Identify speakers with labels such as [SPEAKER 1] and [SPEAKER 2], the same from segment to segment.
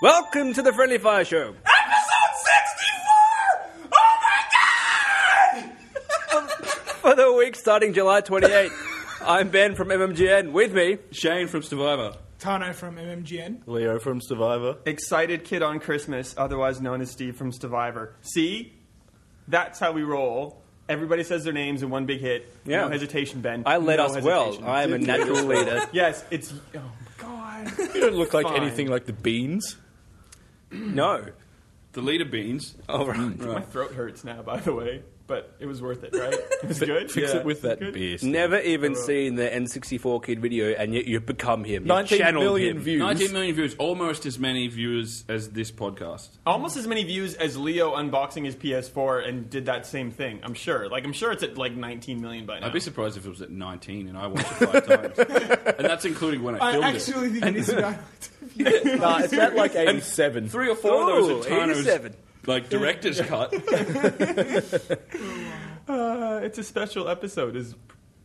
[SPEAKER 1] Welcome to the Friendly Fire Show.
[SPEAKER 2] Episode 64! Oh my god!
[SPEAKER 1] For the week starting July 28th, I'm Ben from MMGN. With me,
[SPEAKER 3] Shane from Survivor.
[SPEAKER 4] Tano from MMGN.
[SPEAKER 5] Leo from Survivor.
[SPEAKER 6] Excited Kid on Christmas, otherwise known as Steve from Survivor. See? That's how we roll. Everybody says their names in one big hit.
[SPEAKER 1] Yeah.
[SPEAKER 6] No hesitation, Ben.
[SPEAKER 1] I led
[SPEAKER 6] No
[SPEAKER 1] us well.
[SPEAKER 6] hesitation.
[SPEAKER 1] I am a natural leader.
[SPEAKER 6] yes, it's. Oh, my God.
[SPEAKER 5] You don't look like
[SPEAKER 6] Fine.
[SPEAKER 5] anything like the beans.
[SPEAKER 1] No.
[SPEAKER 3] The leader beans.
[SPEAKER 1] All right.
[SPEAKER 6] My throat hurts now, by the way, but it was worth it, right? It was good?
[SPEAKER 5] Fix
[SPEAKER 6] Yeah.
[SPEAKER 5] it with that beer. Steve.
[SPEAKER 1] Never even seen the N64 kid video, and yet you've become him. You've
[SPEAKER 5] 19
[SPEAKER 1] channeled
[SPEAKER 5] million
[SPEAKER 1] him.
[SPEAKER 5] views.
[SPEAKER 3] 19 million views, almost as many viewers as this podcast.
[SPEAKER 6] Almost as many views as Leo unboxing his PS4 and did that same thing, I'm sure. Like, I'm sure it's at like 19 million by now.
[SPEAKER 3] I'd be surprised if it was at 19 and I watched it five times. And that's including when I
[SPEAKER 4] I
[SPEAKER 3] filmed
[SPEAKER 4] actually
[SPEAKER 3] it.
[SPEAKER 4] think it is about
[SPEAKER 5] Nah, it's at like 87.
[SPEAKER 3] Three or four of those
[SPEAKER 1] Ooh,
[SPEAKER 3] at Tano's,
[SPEAKER 1] 87.
[SPEAKER 3] like director's cut.
[SPEAKER 6] Uh, it's a special episode, as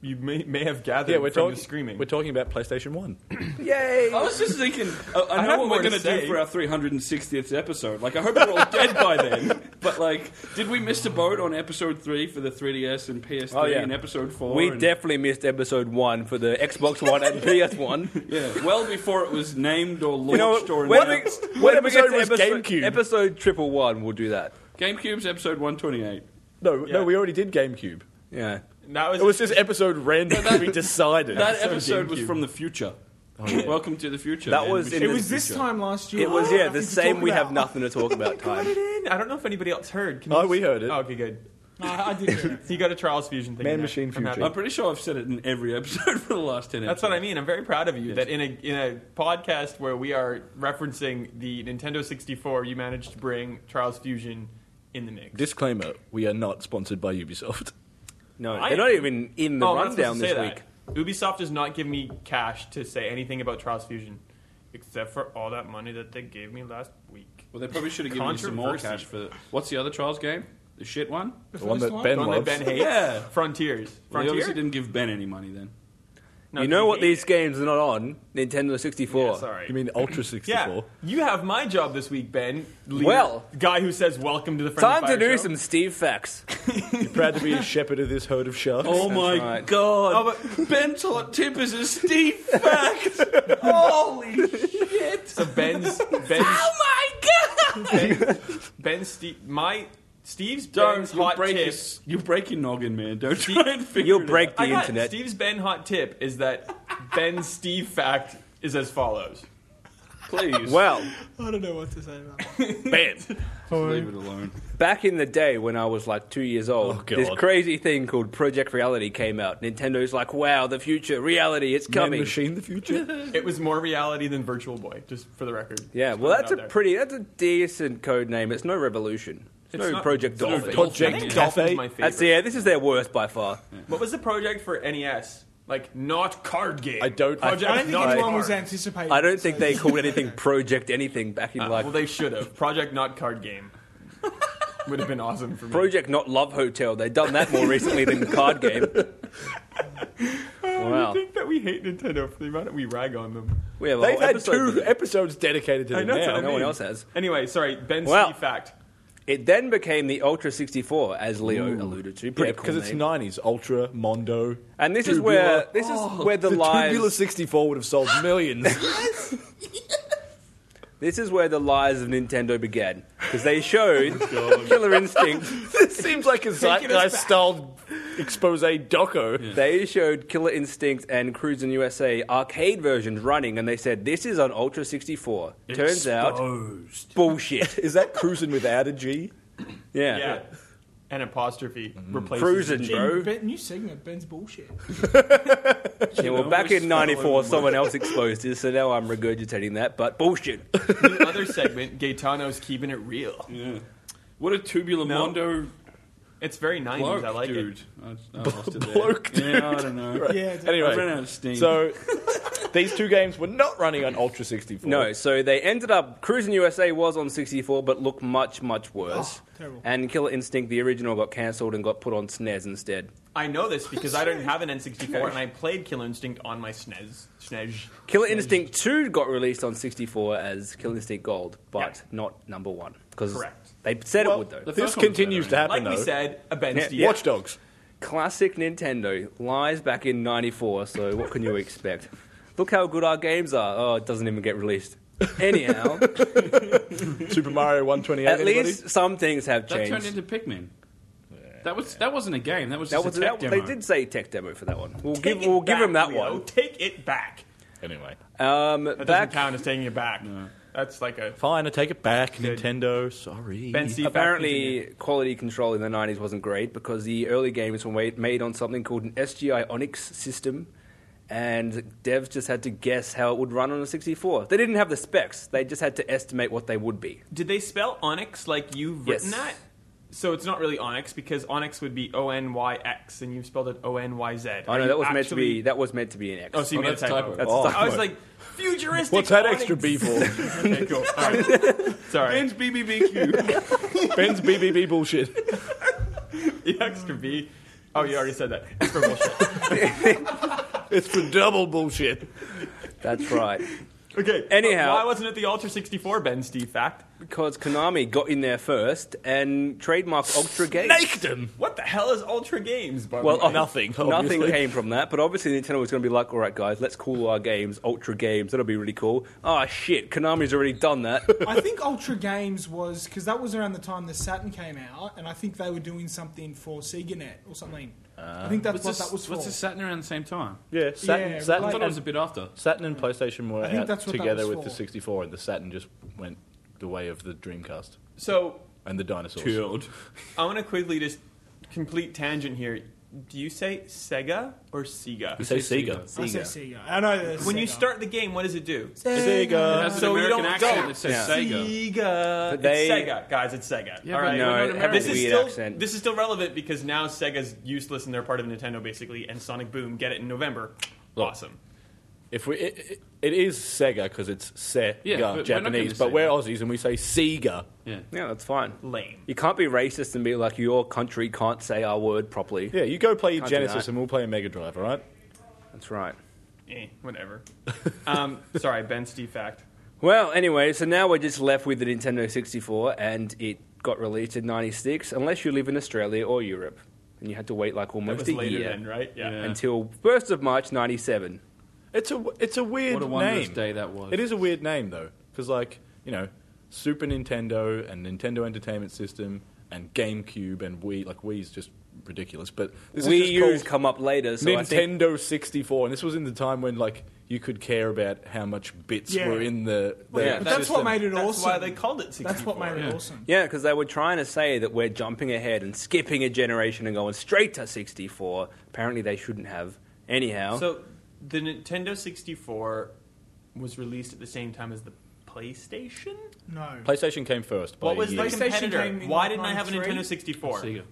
[SPEAKER 6] you may, may have gathered
[SPEAKER 5] yeah, we're
[SPEAKER 6] from
[SPEAKER 5] talking.
[SPEAKER 6] the screaming.
[SPEAKER 5] We're talking about PlayStation One.
[SPEAKER 1] Yay!
[SPEAKER 3] I was just thinking, uh, I, I know
[SPEAKER 6] have
[SPEAKER 3] what
[SPEAKER 6] more
[SPEAKER 3] we're
[SPEAKER 6] to
[SPEAKER 3] going to do
[SPEAKER 6] say.
[SPEAKER 3] for our 360th episode. Like, I hope we're all dead by then. But, like, did we miss the boat on episode 3 for the 3DS and PS3
[SPEAKER 1] Oh, yeah.
[SPEAKER 3] and episode 4?
[SPEAKER 1] We
[SPEAKER 3] and,
[SPEAKER 1] definitely missed episode one for the Xbox One and PS1.
[SPEAKER 3] Yeah, well before it was named or launched
[SPEAKER 1] You know,
[SPEAKER 3] or
[SPEAKER 1] when we-
[SPEAKER 3] announced.
[SPEAKER 1] when we
[SPEAKER 5] episode
[SPEAKER 1] get to
[SPEAKER 5] was
[SPEAKER 1] episode,
[SPEAKER 5] GameCube?
[SPEAKER 1] Episode triple one, we'll do that.
[SPEAKER 3] GameCube's episode 128.
[SPEAKER 5] No,
[SPEAKER 6] Yeah.
[SPEAKER 5] no, we already did GameCube.
[SPEAKER 1] Yeah.
[SPEAKER 6] that was,
[SPEAKER 5] It was just episode random.
[SPEAKER 3] But that-
[SPEAKER 5] we decided.
[SPEAKER 3] That episode was from the future. Welcome to the future.
[SPEAKER 1] That
[SPEAKER 3] man.
[SPEAKER 1] was
[SPEAKER 3] We
[SPEAKER 1] in
[SPEAKER 3] should-
[SPEAKER 4] It was this time last year.
[SPEAKER 1] It was,
[SPEAKER 6] Oh,
[SPEAKER 1] yeah, the
[SPEAKER 4] Nothing to
[SPEAKER 1] same
[SPEAKER 4] talk
[SPEAKER 1] we have
[SPEAKER 4] about.
[SPEAKER 1] nothing to talk about time.
[SPEAKER 6] I don't know if anybody else heard. Can
[SPEAKER 5] Oh,
[SPEAKER 6] you-
[SPEAKER 5] we heard it.
[SPEAKER 6] Oh, okay, good.
[SPEAKER 4] No, I I did hear it.
[SPEAKER 6] So you got a Trials Fusion thing.
[SPEAKER 5] Man
[SPEAKER 6] in there.
[SPEAKER 5] Machine
[SPEAKER 6] I'm
[SPEAKER 5] Future.
[SPEAKER 6] happy.
[SPEAKER 3] I'm pretty sure I've said it in every episode for the last 10
[SPEAKER 6] That's
[SPEAKER 3] episodes.
[SPEAKER 6] what I mean. I'm very proud of you that in a in a podcast where we are referencing the Nintendo 64, you managed to bring Trials Fusion in the mix.
[SPEAKER 5] Disclaimer: We are not sponsored by Ubisoft.
[SPEAKER 1] No,
[SPEAKER 6] I-
[SPEAKER 1] they're not even in the
[SPEAKER 6] Oh, I'm not
[SPEAKER 1] rundown
[SPEAKER 6] supposed to
[SPEAKER 1] this
[SPEAKER 6] say
[SPEAKER 1] week.
[SPEAKER 6] that. Ubisoft does not give me cash to say anything about Trials Fusion, except for all that money that they gave me last week.
[SPEAKER 3] Well, they probably should have given me some more
[SPEAKER 6] Controversy.
[SPEAKER 3] cash for. What's the other Trials game? The shit one?
[SPEAKER 4] The
[SPEAKER 5] The one
[SPEAKER 4] first
[SPEAKER 5] that Ben
[SPEAKER 6] The one that
[SPEAKER 5] loves.
[SPEAKER 6] Ben hates.
[SPEAKER 3] Yeah.
[SPEAKER 6] Frontiers.
[SPEAKER 3] Well, they
[SPEAKER 6] Frontier.
[SPEAKER 3] obviously didn't give Ben any money then.
[SPEAKER 6] No,
[SPEAKER 1] you know
[SPEAKER 6] he
[SPEAKER 1] what
[SPEAKER 6] hated
[SPEAKER 1] these games are not on? Nintendo 64.
[SPEAKER 6] it. Sorry.
[SPEAKER 5] You mean Ultra 64?
[SPEAKER 6] Yeah, you have my job this week, Ben. Leader,
[SPEAKER 1] Well-
[SPEAKER 6] guy who says welcome to the Friendly
[SPEAKER 1] Time to
[SPEAKER 6] Fire
[SPEAKER 1] do
[SPEAKER 6] Show."
[SPEAKER 1] some Steve facts.
[SPEAKER 5] You're proud to be a shepherd of this herd of sharks.
[SPEAKER 3] Oh my
[SPEAKER 1] right.
[SPEAKER 3] god!
[SPEAKER 6] Oh,
[SPEAKER 3] ben taught Tippers a Steve fact! Holy shit!
[SPEAKER 6] So Ben's Ben's
[SPEAKER 3] Oh my god!
[SPEAKER 6] Ben's, Ben's Steve, my Steve's Ben's
[SPEAKER 3] Don't you
[SPEAKER 6] hot
[SPEAKER 3] break,
[SPEAKER 6] tip.
[SPEAKER 3] your, you break your noggin, man. Don't try and figure
[SPEAKER 1] You'll
[SPEAKER 3] it
[SPEAKER 1] break
[SPEAKER 3] out.
[SPEAKER 1] the
[SPEAKER 6] I got
[SPEAKER 1] internet.
[SPEAKER 6] Steve's Ben hot tip is that Ben's Steve fact is as follows.
[SPEAKER 3] Please.
[SPEAKER 1] Well,
[SPEAKER 4] I don't know what to say about that.
[SPEAKER 1] Ben.
[SPEAKER 3] Leave it alone.
[SPEAKER 1] Back in the day when I was like two years old,
[SPEAKER 5] Oh, God.
[SPEAKER 1] this crazy thing called Project Reality came out. Nintendo's like, wow, the future, reality, it's
[SPEAKER 5] Man
[SPEAKER 1] coming.
[SPEAKER 5] machine the future.
[SPEAKER 6] It was more reality than Virtual Boy, just for the record.
[SPEAKER 1] Yeah,
[SPEAKER 6] Just
[SPEAKER 1] well,
[SPEAKER 6] put it
[SPEAKER 1] that's
[SPEAKER 6] out
[SPEAKER 1] a
[SPEAKER 6] there.
[SPEAKER 1] pretty, that's a decent code name. It's no Revolution. It's,
[SPEAKER 6] It's
[SPEAKER 1] no
[SPEAKER 6] not-
[SPEAKER 1] Project
[SPEAKER 6] it's no
[SPEAKER 1] Dolphin.
[SPEAKER 3] Dolphin.
[SPEAKER 6] I think
[SPEAKER 5] Cafe.
[SPEAKER 6] Dolphin's my favorite.
[SPEAKER 1] That's yeah, this is their worst by far.
[SPEAKER 6] What was the project for NES? Like not card game.
[SPEAKER 5] I don't- I-
[SPEAKER 6] Project
[SPEAKER 4] I don't think
[SPEAKER 6] not
[SPEAKER 4] anyone
[SPEAKER 6] card.
[SPEAKER 4] was anticipating.
[SPEAKER 1] I don't think
[SPEAKER 4] so-
[SPEAKER 1] they called anything Project anything back in like
[SPEAKER 6] Uh, well, they should have. Project not card game would have been awesome for me.
[SPEAKER 1] Project Not Love Hotel. They've done that more recently than the card game.
[SPEAKER 6] I
[SPEAKER 1] Wow.
[SPEAKER 6] think that we hate Nintendo for the amount that we rag on them.
[SPEAKER 1] We have a
[SPEAKER 5] They've
[SPEAKER 1] whole
[SPEAKER 5] had
[SPEAKER 1] episode
[SPEAKER 5] two
[SPEAKER 1] with it.
[SPEAKER 5] episodes dedicated to
[SPEAKER 6] I
[SPEAKER 5] them
[SPEAKER 6] know, that's
[SPEAKER 5] now.
[SPEAKER 6] what I
[SPEAKER 1] No one
[SPEAKER 6] mean.
[SPEAKER 1] else has.
[SPEAKER 6] Anyway, sorry, Ben's
[SPEAKER 1] Well-
[SPEAKER 6] Steve fact.
[SPEAKER 1] It then became the Ultra 64, as Leo alluded to. Pretty
[SPEAKER 5] yeah,
[SPEAKER 1] cool
[SPEAKER 5] because it's
[SPEAKER 1] name.
[SPEAKER 5] nineties ultra mondo.
[SPEAKER 1] And this
[SPEAKER 5] tubular. Oh,
[SPEAKER 1] is where this is where the,
[SPEAKER 5] the tubular
[SPEAKER 1] lies.
[SPEAKER 5] sixty four would have sold millions.
[SPEAKER 1] This is where the lies of Nintendo began because they showed
[SPEAKER 5] Oh,
[SPEAKER 1] Killer Instinct.
[SPEAKER 5] this seems like a zeitgeist style expose doco.
[SPEAKER 1] They showed Killer Instinct and Cruisin' USA arcade versions running, and they said this is on Ultra 64. Turns out,
[SPEAKER 3] Exposed.
[SPEAKER 1] bullshit.
[SPEAKER 5] Is that cruising without a G?
[SPEAKER 1] Yeah.
[SPEAKER 6] Yeah. An apostrophe replaces
[SPEAKER 1] Cruisin',
[SPEAKER 6] the G.
[SPEAKER 1] bro.
[SPEAKER 4] Ben, new segment, Ben's bullshit.
[SPEAKER 1] Yeah, well, back in '94, someone else exposed this, so now I'm regurgitating that. But bullshit.
[SPEAKER 6] The other segment, Gaetano's keeping it real.
[SPEAKER 3] Yeah. What a tubular
[SPEAKER 6] No.
[SPEAKER 3] mondo
[SPEAKER 6] It's very 90s.
[SPEAKER 3] bloke,
[SPEAKER 6] I like
[SPEAKER 3] dude.
[SPEAKER 6] it.
[SPEAKER 3] I, I lost it there.
[SPEAKER 5] bloke,
[SPEAKER 3] Yeah, I don't know.
[SPEAKER 4] Yeah,
[SPEAKER 3] I ran
[SPEAKER 5] Anyway,
[SPEAKER 3] out of steam.
[SPEAKER 5] so These two games were not running on Ultra 64.
[SPEAKER 1] No, so they ended up Cruising USA was on 64, but looked much much worse.
[SPEAKER 4] Oh, terrible.
[SPEAKER 1] And Killer Instinct, the original, got cancelled and got put on SNES instead.
[SPEAKER 6] I know this because I don't have an N64 and I played Killer Instinct on my SNES. SNES.
[SPEAKER 1] Killer
[SPEAKER 6] SNES.
[SPEAKER 1] Instinct 2 got released on 64 as Killer Instinct Gold, but
[SPEAKER 6] Yeah.
[SPEAKER 1] not number one because
[SPEAKER 6] Correct.
[SPEAKER 1] they said
[SPEAKER 5] Well,
[SPEAKER 1] it would though.
[SPEAKER 3] the
[SPEAKER 5] this
[SPEAKER 3] first one was
[SPEAKER 5] continues
[SPEAKER 3] better,
[SPEAKER 5] to happen
[SPEAKER 6] Like we
[SPEAKER 5] though.
[SPEAKER 6] said, a Ben
[SPEAKER 1] Yeah,
[SPEAKER 6] Steele.
[SPEAKER 5] Watch Dogs.
[SPEAKER 1] Classic Nintendo lies back in '94, so what can you expect? Look how good our games are. Oh, it doesn't even get released. Anyhow,
[SPEAKER 5] Super Mario 128.
[SPEAKER 1] at
[SPEAKER 5] anybody?
[SPEAKER 1] least some things have
[SPEAKER 3] That turned
[SPEAKER 1] changed.
[SPEAKER 3] into Pikmin. That was that wasn't a game. That was
[SPEAKER 1] That
[SPEAKER 3] just
[SPEAKER 1] was
[SPEAKER 3] a tech
[SPEAKER 1] that, they
[SPEAKER 3] demo.
[SPEAKER 1] did say tech demo for that one. We'll
[SPEAKER 6] Take
[SPEAKER 1] give
[SPEAKER 6] it
[SPEAKER 1] we'll give
[SPEAKER 6] back,
[SPEAKER 1] them that
[SPEAKER 6] Leo.
[SPEAKER 1] one.
[SPEAKER 6] Take it back.
[SPEAKER 5] Anyway.
[SPEAKER 1] Um,
[SPEAKER 6] That
[SPEAKER 1] back
[SPEAKER 6] doesn't count as taking it back. That's like a
[SPEAKER 5] Fine, I take it back.
[SPEAKER 6] Good.
[SPEAKER 5] Nintendo, sorry.
[SPEAKER 6] Ben Steele.
[SPEAKER 1] apparently quality control in the 90s wasn't great because the early games were made, made on something called an SGI Onyx system and devs just had to guess how it would run on a 64. They didn't have the specs. They just had to estimate what they would be.
[SPEAKER 6] Did they spell onyx like you've
[SPEAKER 1] Yes.
[SPEAKER 6] written that? So it's not really onyx because onyx would be O N Y X and you've spelled it O N Y Z.
[SPEAKER 1] I know that was meant to be that was meant to be an X.
[SPEAKER 6] Oh, so you
[SPEAKER 3] Oh,
[SPEAKER 6] made a
[SPEAKER 3] that's
[SPEAKER 6] typo.
[SPEAKER 3] typo.
[SPEAKER 1] That's
[SPEAKER 5] Oh.
[SPEAKER 1] typo.
[SPEAKER 6] I was like futuristic.
[SPEAKER 5] What's that
[SPEAKER 6] onyx.
[SPEAKER 5] extra B for?
[SPEAKER 6] Okay, cool. All right. Sorry,
[SPEAKER 3] Ben's BBBQ.
[SPEAKER 5] Ben's BBB bullshit.
[SPEAKER 6] the extra B. Oh, you already said that. It's for bullshit.
[SPEAKER 5] It's for double bullshit.
[SPEAKER 1] That's right.
[SPEAKER 6] Okay.
[SPEAKER 1] Anyhow.
[SPEAKER 6] why wasn't it the Ultra 64 Ben Steve fact?
[SPEAKER 1] Because Konami got in there first and trademarked Ultra Games.
[SPEAKER 5] Naked him.
[SPEAKER 6] What the hell is Ultra Games? By
[SPEAKER 1] Well,
[SPEAKER 6] the way?
[SPEAKER 1] oh,
[SPEAKER 5] Nothing,
[SPEAKER 1] Nothing
[SPEAKER 5] obviously.
[SPEAKER 1] came from that, but obviously Nintendo was going to be like, "All right, guys, let's call our games Ultra Games. That'll be really cool." Ah, shit, Konami's already done that.
[SPEAKER 4] I think Ultra Games was because that was around the time the Saturn came out, and I think they were doing something for SegaNet or something. I think that's
[SPEAKER 3] What's
[SPEAKER 4] what
[SPEAKER 3] this,
[SPEAKER 4] that was for.
[SPEAKER 3] what's this Saturn around the same time?
[SPEAKER 5] Yeah, Saturn,
[SPEAKER 4] Yeah,
[SPEAKER 5] Saturn,
[SPEAKER 3] I thought it
[SPEAKER 5] and,
[SPEAKER 3] was a bit after.
[SPEAKER 5] Saturn and PlayStation were
[SPEAKER 4] I think
[SPEAKER 5] out
[SPEAKER 4] that's what that
[SPEAKER 5] together
[SPEAKER 4] was
[SPEAKER 5] with the
[SPEAKER 4] for.
[SPEAKER 5] 64, and the Saturn just went the way of the Dreamcast
[SPEAKER 6] so
[SPEAKER 5] and the dinosaurs.
[SPEAKER 3] Killed.
[SPEAKER 6] I want to quickly just complete tangent here. Do you say Sega or Sega?
[SPEAKER 5] You say Sega.
[SPEAKER 4] I say Sega. I know. there's
[SPEAKER 6] When you
[SPEAKER 4] Sega.
[SPEAKER 6] start the game, what does it do?
[SPEAKER 5] Sega.
[SPEAKER 3] It has an
[SPEAKER 6] So you
[SPEAKER 3] American
[SPEAKER 6] don't-
[SPEAKER 3] accent
[SPEAKER 6] don't-
[SPEAKER 3] that says
[SPEAKER 1] Yeah.
[SPEAKER 3] Sega.
[SPEAKER 6] Sega. It's
[SPEAKER 1] they-
[SPEAKER 6] Sega, guys. It's Sega.
[SPEAKER 3] Yeah,
[SPEAKER 6] All
[SPEAKER 3] but
[SPEAKER 6] right.
[SPEAKER 3] no,
[SPEAKER 1] no,
[SPEAKER 3] American
[SPEAKER 1] it had
[SPEAKER 6] this
[SPEAKER 1] a
[SPEAKER 6] is
[SPEAKER 1] weird
[SPEAKER 6] still
[SPEAKER 1] accent.
[SPEAKER 6] this is still relevant because now Sega's useless and they're part of Nintendo basically. And Sonic Boom, get it in November.
[SPEAKER 5] Look.
[SPEAKER 6] Awesome.
[SPEAKER 5] If we, it, it- it is Sega because it's Sega
[SPEAKER 3] Yeah, but we're not
[SPEAKER 5] Japanese, but
[SPEAKER 3] gonna say
[SPEAKER 5] we're
[SPEAKER 3] that.
[SPEAKER 5] Aussies and we say Sega.
[SPEAKER 3] Yeah.
[SPEAKER 1] yeah, that's fine.
[SPEAKER 6] Lame.
[SPEAKER 1] You can't be racist and be like, "Your country can't say our word properly."
[SPEAKER 5] Yeah, you go play your
[SPEAKER 1] Can't do
[SPEAKER 5] Genesis
[SPEAKER 1] that.
[SPEAKER 5] and we'll play a Mega Drive. All right.
[SPEAKER 1] That's right.
[SPEAKER 6] Eh, whatever. um, sorry, Ben Steve fact.
[SPEAKER 1] Well, anyway, so now we're just left with the Nintendo 64, and it got released in '96, unless you live in Australia or Europe, and you had to wait like
[SPEAKER 6] That
[SPEAKER 1] almost
[SPEAKER 6] was
[SPEAKER 1] a
[SPEAKER 6] later
[SPEAKER 1] year
[SPEAKER 6] then, right?
[SPEAKER 3] E? Yeah.
[SPEAKER 1] until 1st of March '97.
[SPEAKER 5] It's a it's a weird
[SPEAKER 3] What a wondrous
[SPEAKER 5] name.
[SPEAKER 3] day that was.
[SPEAKER 5] It is a weird name though, because like you know, Super Nintendo and Nintendo Entertainment System and GameCube and Wii, like Wii's just ridiculous. But this
[SPEAKER 1] Wii
[SPEAKER 5] is
[SPEAKER 1] U's
[SPEAKER 5] just called
[SPEAKER 1] come up later, so I think
[SPEAKER 5] Nintendo 64, and this was in the time when like you could care about how much bits
[SPEAKER 4] Yeah.
[SPEAKER 5] were in the. the
[SPEAKER 1] Well, yeah,
[SPEAKER 4] But that's what
[SPEAKER 5] system.
[SPEAKER 4] made it
[SPEAKER 6] That's
[SPEAKER 4] awesome.
[SPEAKER 6] why they called it 64.
[SPEAKER 4] That's what made
[SPEAKER 3] yeah.
[SPEAKER 4] it awesome.
[SPEAKER 1] Yeah, because they were trying to say that we're jumping ahead and skipping a generation and going straight to 64. Apparently, they shouldn't have. Anyhow,
[SPEAKER 6] So the Nintendo 64 was released at the same time as the PlayStation.
[SPEAKER 4] No.
[SPEAKER 5] PlayStation came first. By
[SPEAKER 6] What was
[SPEAKER 5] a
[SPEAKER 6] the
[SPEAKER 5] year.
[SPEAKER 4] PlayStation came
[SPEAKER 6] competitor?
[SPEAKER 4] in
[SPEAKER 6] Why didn't I have a
[SPEAKER 4] 93?
[SPEAKER 6] Nintendo 64?
[SPEAKER 3] Sega.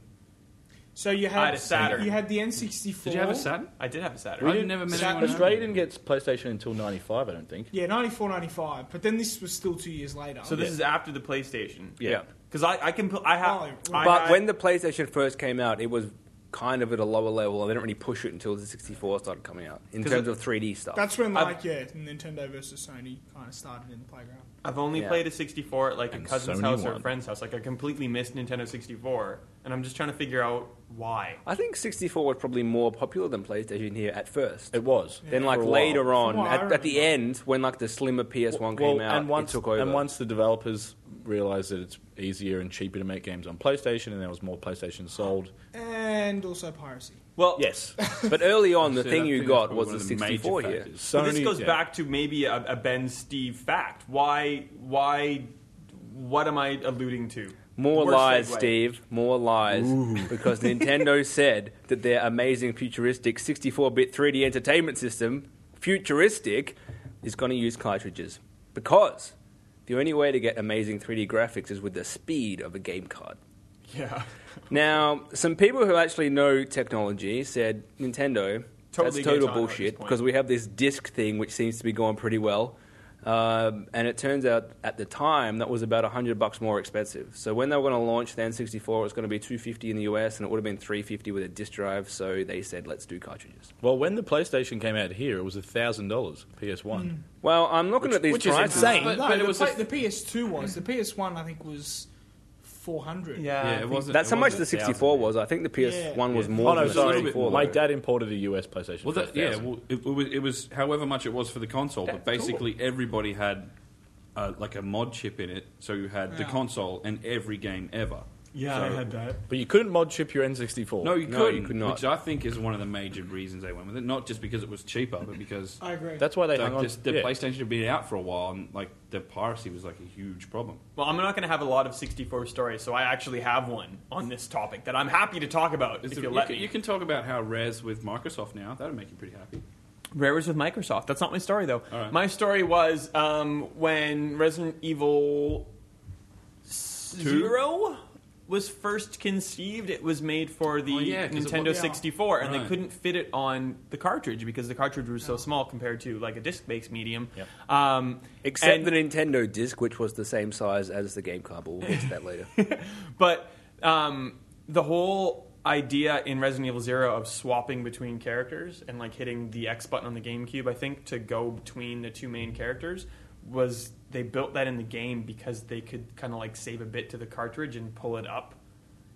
[SPEAKER 4] So you
[SPEAKER 6] I
[SPEAKER 4] had,
[SPEAKER 6] had a Saturn.
[SPEAKER 4] You had the N64.
[SPEAKER 3] Did you have a Saturn?
[SPEAKER 6] I did have a Saturn.
[SPEAKER 3] We I've didn't- never met anyone
[SPEAKER 5] Australia
[SPEAKER 3] who-
[SPEAKER 5] didn't get PlayStation until '95, I don't think.
[SPEAKER 4] Yeah, 94, 95. But then this was still two years later.
[SPEAKER 6] So this is after the PlayStation.
[SPEAKER 1] Yeah.
[SPEAKER 6] Because I, I can put I have.
[SPEAKER 4] Oh,
[SPEAKER 6] I
[SPEAKER 1] but
[SPEAKER 6] had-
[SPEAKER 1] when the PlayStation first came out, it was kind of at a lower level. They didn't really push it until the 64 started coming out in
[SPEAKER 6] 'Cause
[SPEAKER 1] terms
[SPEAKER 6] it-
[SPEAKER 1] of 3D stuff.
[SPEAKER 4] that's when,
[SPEAKER 6] I've-
[SPEAKER 4] like, yeah, Nintendo versus Sony kind of started in the playground.
[SPEAKER 6] I've only
[SPEAKER 1] Yeah.
[SPEAKER 6] played a 64 at like a
[SPEAKER 5] And
[SPEAKER 6] cousin's
[SPEAKER 5] Sony
[SPEAKER 6] house or a
[SPEAKER 5] won.
[SPEAKER 6] friend's house. Like I completely missed Nintendo 64, and I'm just trying to figure out why.
[SPEAKER 1] I think 64 was probably more popular than PlayStation here at first.
[SPEAKER 5] It was.
[SPEAKER 1] Then, like
[SPEAKER 5] For a while.
[SPEAKER 1] later on,
[SPEAKER 4] From what I
[SPEAKER 1] at, at the
[SPEAKER 4] remember.
[SPEAKER 1] end, when like the slimmer PS1 came out,
[SPEAKER 5] and once,
[SPEAKER 1] it took over.
[SPEAKER 5] And once the developers realized that it's easier and cheaper to make games on PlayStation, and there was more PlayStation sold.
[SPEAKER 4] And also piracy.
[SPEAKER 6] Well,
[SPEAKER 5] Yes,
[SPEAKER 1] but early on, the
[SPEAKER 3] So
[SPEAKER 1] thing
[SPEAKER 3] that
[SPEAKER 1] you
[SPEAKER 3] thing is
[SPEAKER 1] got
[SPEAKER 3] probably
[SPEAKER 1] was
[SPEAKER 3] one
[SPEAKER 1] the
[SPEAKER 3] of the major
[SPEAKER 1] 64 here.
[SPEAKER 3] factors.
[SPEAKER 5] Sony.
[SPEAKER 6] but this goes
[SPEAKER 5] yeah.
[SPEAKER 6] back to maybe a, a Ben Steve fact. Why? Why? What am I alluding to?
[SPEAKER 1] More
[SPEAKER 6] Worst
[SPEAKER 1] lies,
[SPEAKER 6] segue.
[SPEAKER 1] Steve. More lies. Because Nintendo said that their amazing futuristic 64 bit 3D entertainment system, futuristic, is going to use cartridges. Because the only way to get amazing 3D graphics is with the speed of a game card.
[SPEAKER 6] Yeah.
[SPEAKER 1] Now, some people who actually know technology said Nintendo,
[SPEAKER 6] totally
[SPEAKER 1] That's total
[SPEAKER 6] gets on at this
[SPEAKER 1] bullshit
[SPEAKER 6] point.
[SPEAKER 1] because we have this disc thing which seems to be going pretty well. Um, and it turns out at the time that was about 100 bucks more expensive. So when they were going to launch the N64, it was going to be 250 in the US and it would have been 350 with a disc drive. So they said, let's do cartridges.
[SPEAKER 5] Well, when the PlayStation came out here, it was thousand dollars PS One.
[SPEAKER 1] Well, I'm looking at these
[SPEAKER 5] which is
[SPEAKER 1] prices.
[SPEAKER 5] insane.
[SPEAKER 4] No,
[SPEAKER 6] But- but
[SPEAKER 4] the,
[SPEAKER 6] it was
[SPEAKER 4] pla-
[SPEAKER 6] a f-
[SPEAKER 4] the PS2 was. The PS1, I think, was 400.
[SPEAKER 6] Yeah,
[SPEAKER 3] Yeah, it wasn't.
[SPEAKER 1] That's
[SPEAKER 3] it
[SPEAKER 1] how much
[SPEAKER 3] wasn't
[SPEAKER 1] the
[SPEAKER 3] 1,000.
[SPEAKER 1] 64 was. I think the PS1 was
[SPEAKER 3] Yeah.
[SPEAKER 4] Mm.
[SPEAKER 1] more
[SPEAKER 5] Oh no,
[SPEAKER 1] than the
[SPEAKER 5] sorry.
[SPEAKER 1] 64.
[SPEAKER 5] My
[SPEAKER 1] though.
[SPEAKER 5] dad imported a US PlayStation.
[SPEAKER 3] Well,
[SPEAKER 5] for
[SPEAKER 3] that, yeah,
[SPEAKER 5] 1,000.
[SPEAKER 3] well, it, it was- it was however much it was for the console,
[SPEAKER 6] That's
[SPEAKER 3] but
[SPEAKER 6] cool.
[SPEAKER 3] basically everybody had uh, like a mod chip in it, so you had the
[SPEAKER 4] Yeah.
[SPEAKER 3] console and every game ever.
[SPEAKER 6] Yeah,
[SPEAKER 3] So-
[SPEAKER 6] I had that.
[SPEAKER 5] but you couldn't mod chip your N64.
[SPEAKER 3] No, you
[SPEAKER 1] No,
[SPEAKER 3] couldn't.
[SPEAKER 1] you could not.
[SPEAKER 3] Which I think is one of the major reasons they went with it. Not just because it was cheaper, but because
[SPEAKER 4] I agree.
[SPEAKER 5] that's why they
[SPEAKER 3] like,
[SPEAKER 5] hung on.
[SPEAKER 3] just the
[SPEAKER 5] yeah.
[SPEAKER 3] PlayStation had been out for a while, and like the piracy was like a huge problem.
[SPEAKER 6] Well, I'm not going to have a lot of 64 stories, so I actually have one on this topic that I'm happy to talk about
[SPEAKER 3] Is
[SPEAKER 6] if
[SPEAKER 3] it-
[SPEAKER 6] you
[SPEAKER 3] you,
[SPEAKER 6] let
[SPEAKER 3] can,
[SPEAKER 6] me.
[SPEAKER 3] you can talk about how Res with Microsoft now that'd make you pretty happy.
[SPEAKER 6] Rares with Microsoft. That's not my story, though.
[SPEAKER 3] All right.
[SPEAKER 6] My story was um, when Resident Evil Zero was first conceived. It was made for the
[SPEAKER 3] Oh, yeah, 'cause it
[SPEAKER 6] Nintendo
[SPEAKER 3] was-
[SPEAKER 4] yeah.
[SPEAKER 6] 64, and they
[SPEAKER 3] Right. Oh.
[SPEAKER 6] couldn't fit it on the cartridge because the cartridge was so small compared to like a disc-based medium.
[SPEAKER 5] Yep.
[SPEAKER 6] Um,
[SPEAKER 1] Except
[SPEAKER 6] and-
[SPEAKER 1] the Nintendo disc, which was the same size as the game card, but we'll get to that later.
[SPEAKER 6] But um, the whole idea in Resident Evil Zero of swapping between characters and like hitting the X button on the GameCube, I think, to go between the two main characters was they built that in the game because they could kind of like save a bit to the cartridge and pull it up,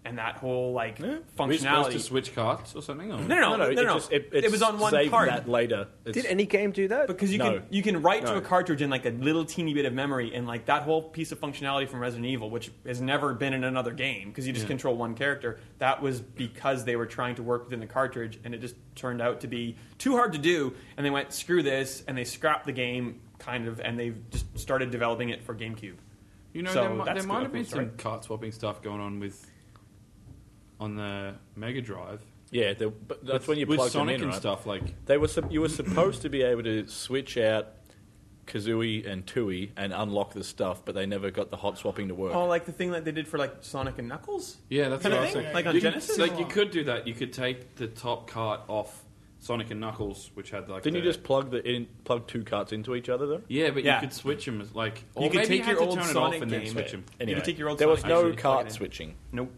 [SPEAKER 6] and that whole like
[SPEAKER 3] Are we supposed to
[SPEAKER 6] functionality.
[SPEAKER 3] switch carts or something? Or?
[SPEAKER 6] No, no, no, no,
[SPEAKER 5] it,
[SPEAKER 6] no, no.
[SPEAKER 5] Just, it, it's
[SPEAKER 6] was on one
[SPEAKER 5] saved
[SPEAKER 6] part
[SPEAKER 5] That later. It's-
[SPEAKER 1] Did any game do that?
[SPEAKER 6] because you
[SPEAKER 5] No.
[SPEAKER 6] can you can write to
[SPEAKER 1] No.
[SPEAKER 6] a cartridge in like a little teeny bit of memory and like that whole piece of functionality from Resident Evil which has never been in another game because you just control one character that was because they were trying to work within the cartridge and it just turned out to be too hard to do and they went screw this and they scrapped the game kind of and they've just started developing it for GameCube
[SPEAKER 3] You know,
[SPEAKER 6] So
[SPEAKER 3] there, mi-
[SPEAKER 6] that's
[SPEAKER 3] there might
[SPEAKER 6] good.
[SPEAKER 3] have been
[SPEAKER 6] Sorry.
[SPEAKER 3] some cart swapping stuff going on with on the Mega Drive.
[SPEAKER 5] yeah, the, but that's when you
[SPEAKER 3] with
[SPEAKER 5] plugged
[SPEAKER 3] Sonic
[SPEAKER 5] them in,
[SPEAKER 3] and
[SPEAKER 5] right?
[SPEAKER 3] stuff like.
[SPEAKER 5] They were sup- you were supposed to be able to switch out Kazooie and Tui and unlock the stuff, but they never got the hot swapping to work.
[SPEAKER 6] oh like the thing that they did for like Sonic and Knuckles
[SPEAKER 3] Yeah, that's
[SPEAKER 6] Kind
[SPEAKER 3] what
[SPEAKER 6] of
[SPEAKER 3] I was
[SPEAKER 6] thing?
[SPEAKER 3] saying.
[SPEAKER 6] Like on
[SPEAKER 3] you could-
[SPEAKER 6] Genesis?
[SPEAKER 3] like you could do that. You could take the top cart off Sonic and Knuckles, which had like.
[SPEAKER 5] Didn't you
[SPEAKER 3] the-
[SPEAKER 5] just plug the in, plug two carts into each other though?
[SPEAKER 3] Yeah, but
[SPEAKER 6] Yeah.
[SPEAKER 3] you could switch them. Like, or
[SPEAKER 6] you could
[SPEAKER 3] maybe
[SPEAKER 6] take
[SPEAKER 3] had
[SPEAKER 6] your
[SPEAKER 3] to
[SPEAKER 6] old
[SPEAKER 3] turn it
[SPEAKER 6] Sonic
[SPEAKER 3] off and
[SPEAKER 6] game
[SPEAKER 3] then switch them.
[SPEAKER 6] you could take your old
[SPEAKER 5] there was
[SPEAKER 6] Sonic
[SPEAKER 5] no
[SPEAKER 6] actually plug it
[SPEAKER 5] cart
[SPEAKER 6] in.
[SPEAKER 5] switching.
[SPEAKER 6] Nope.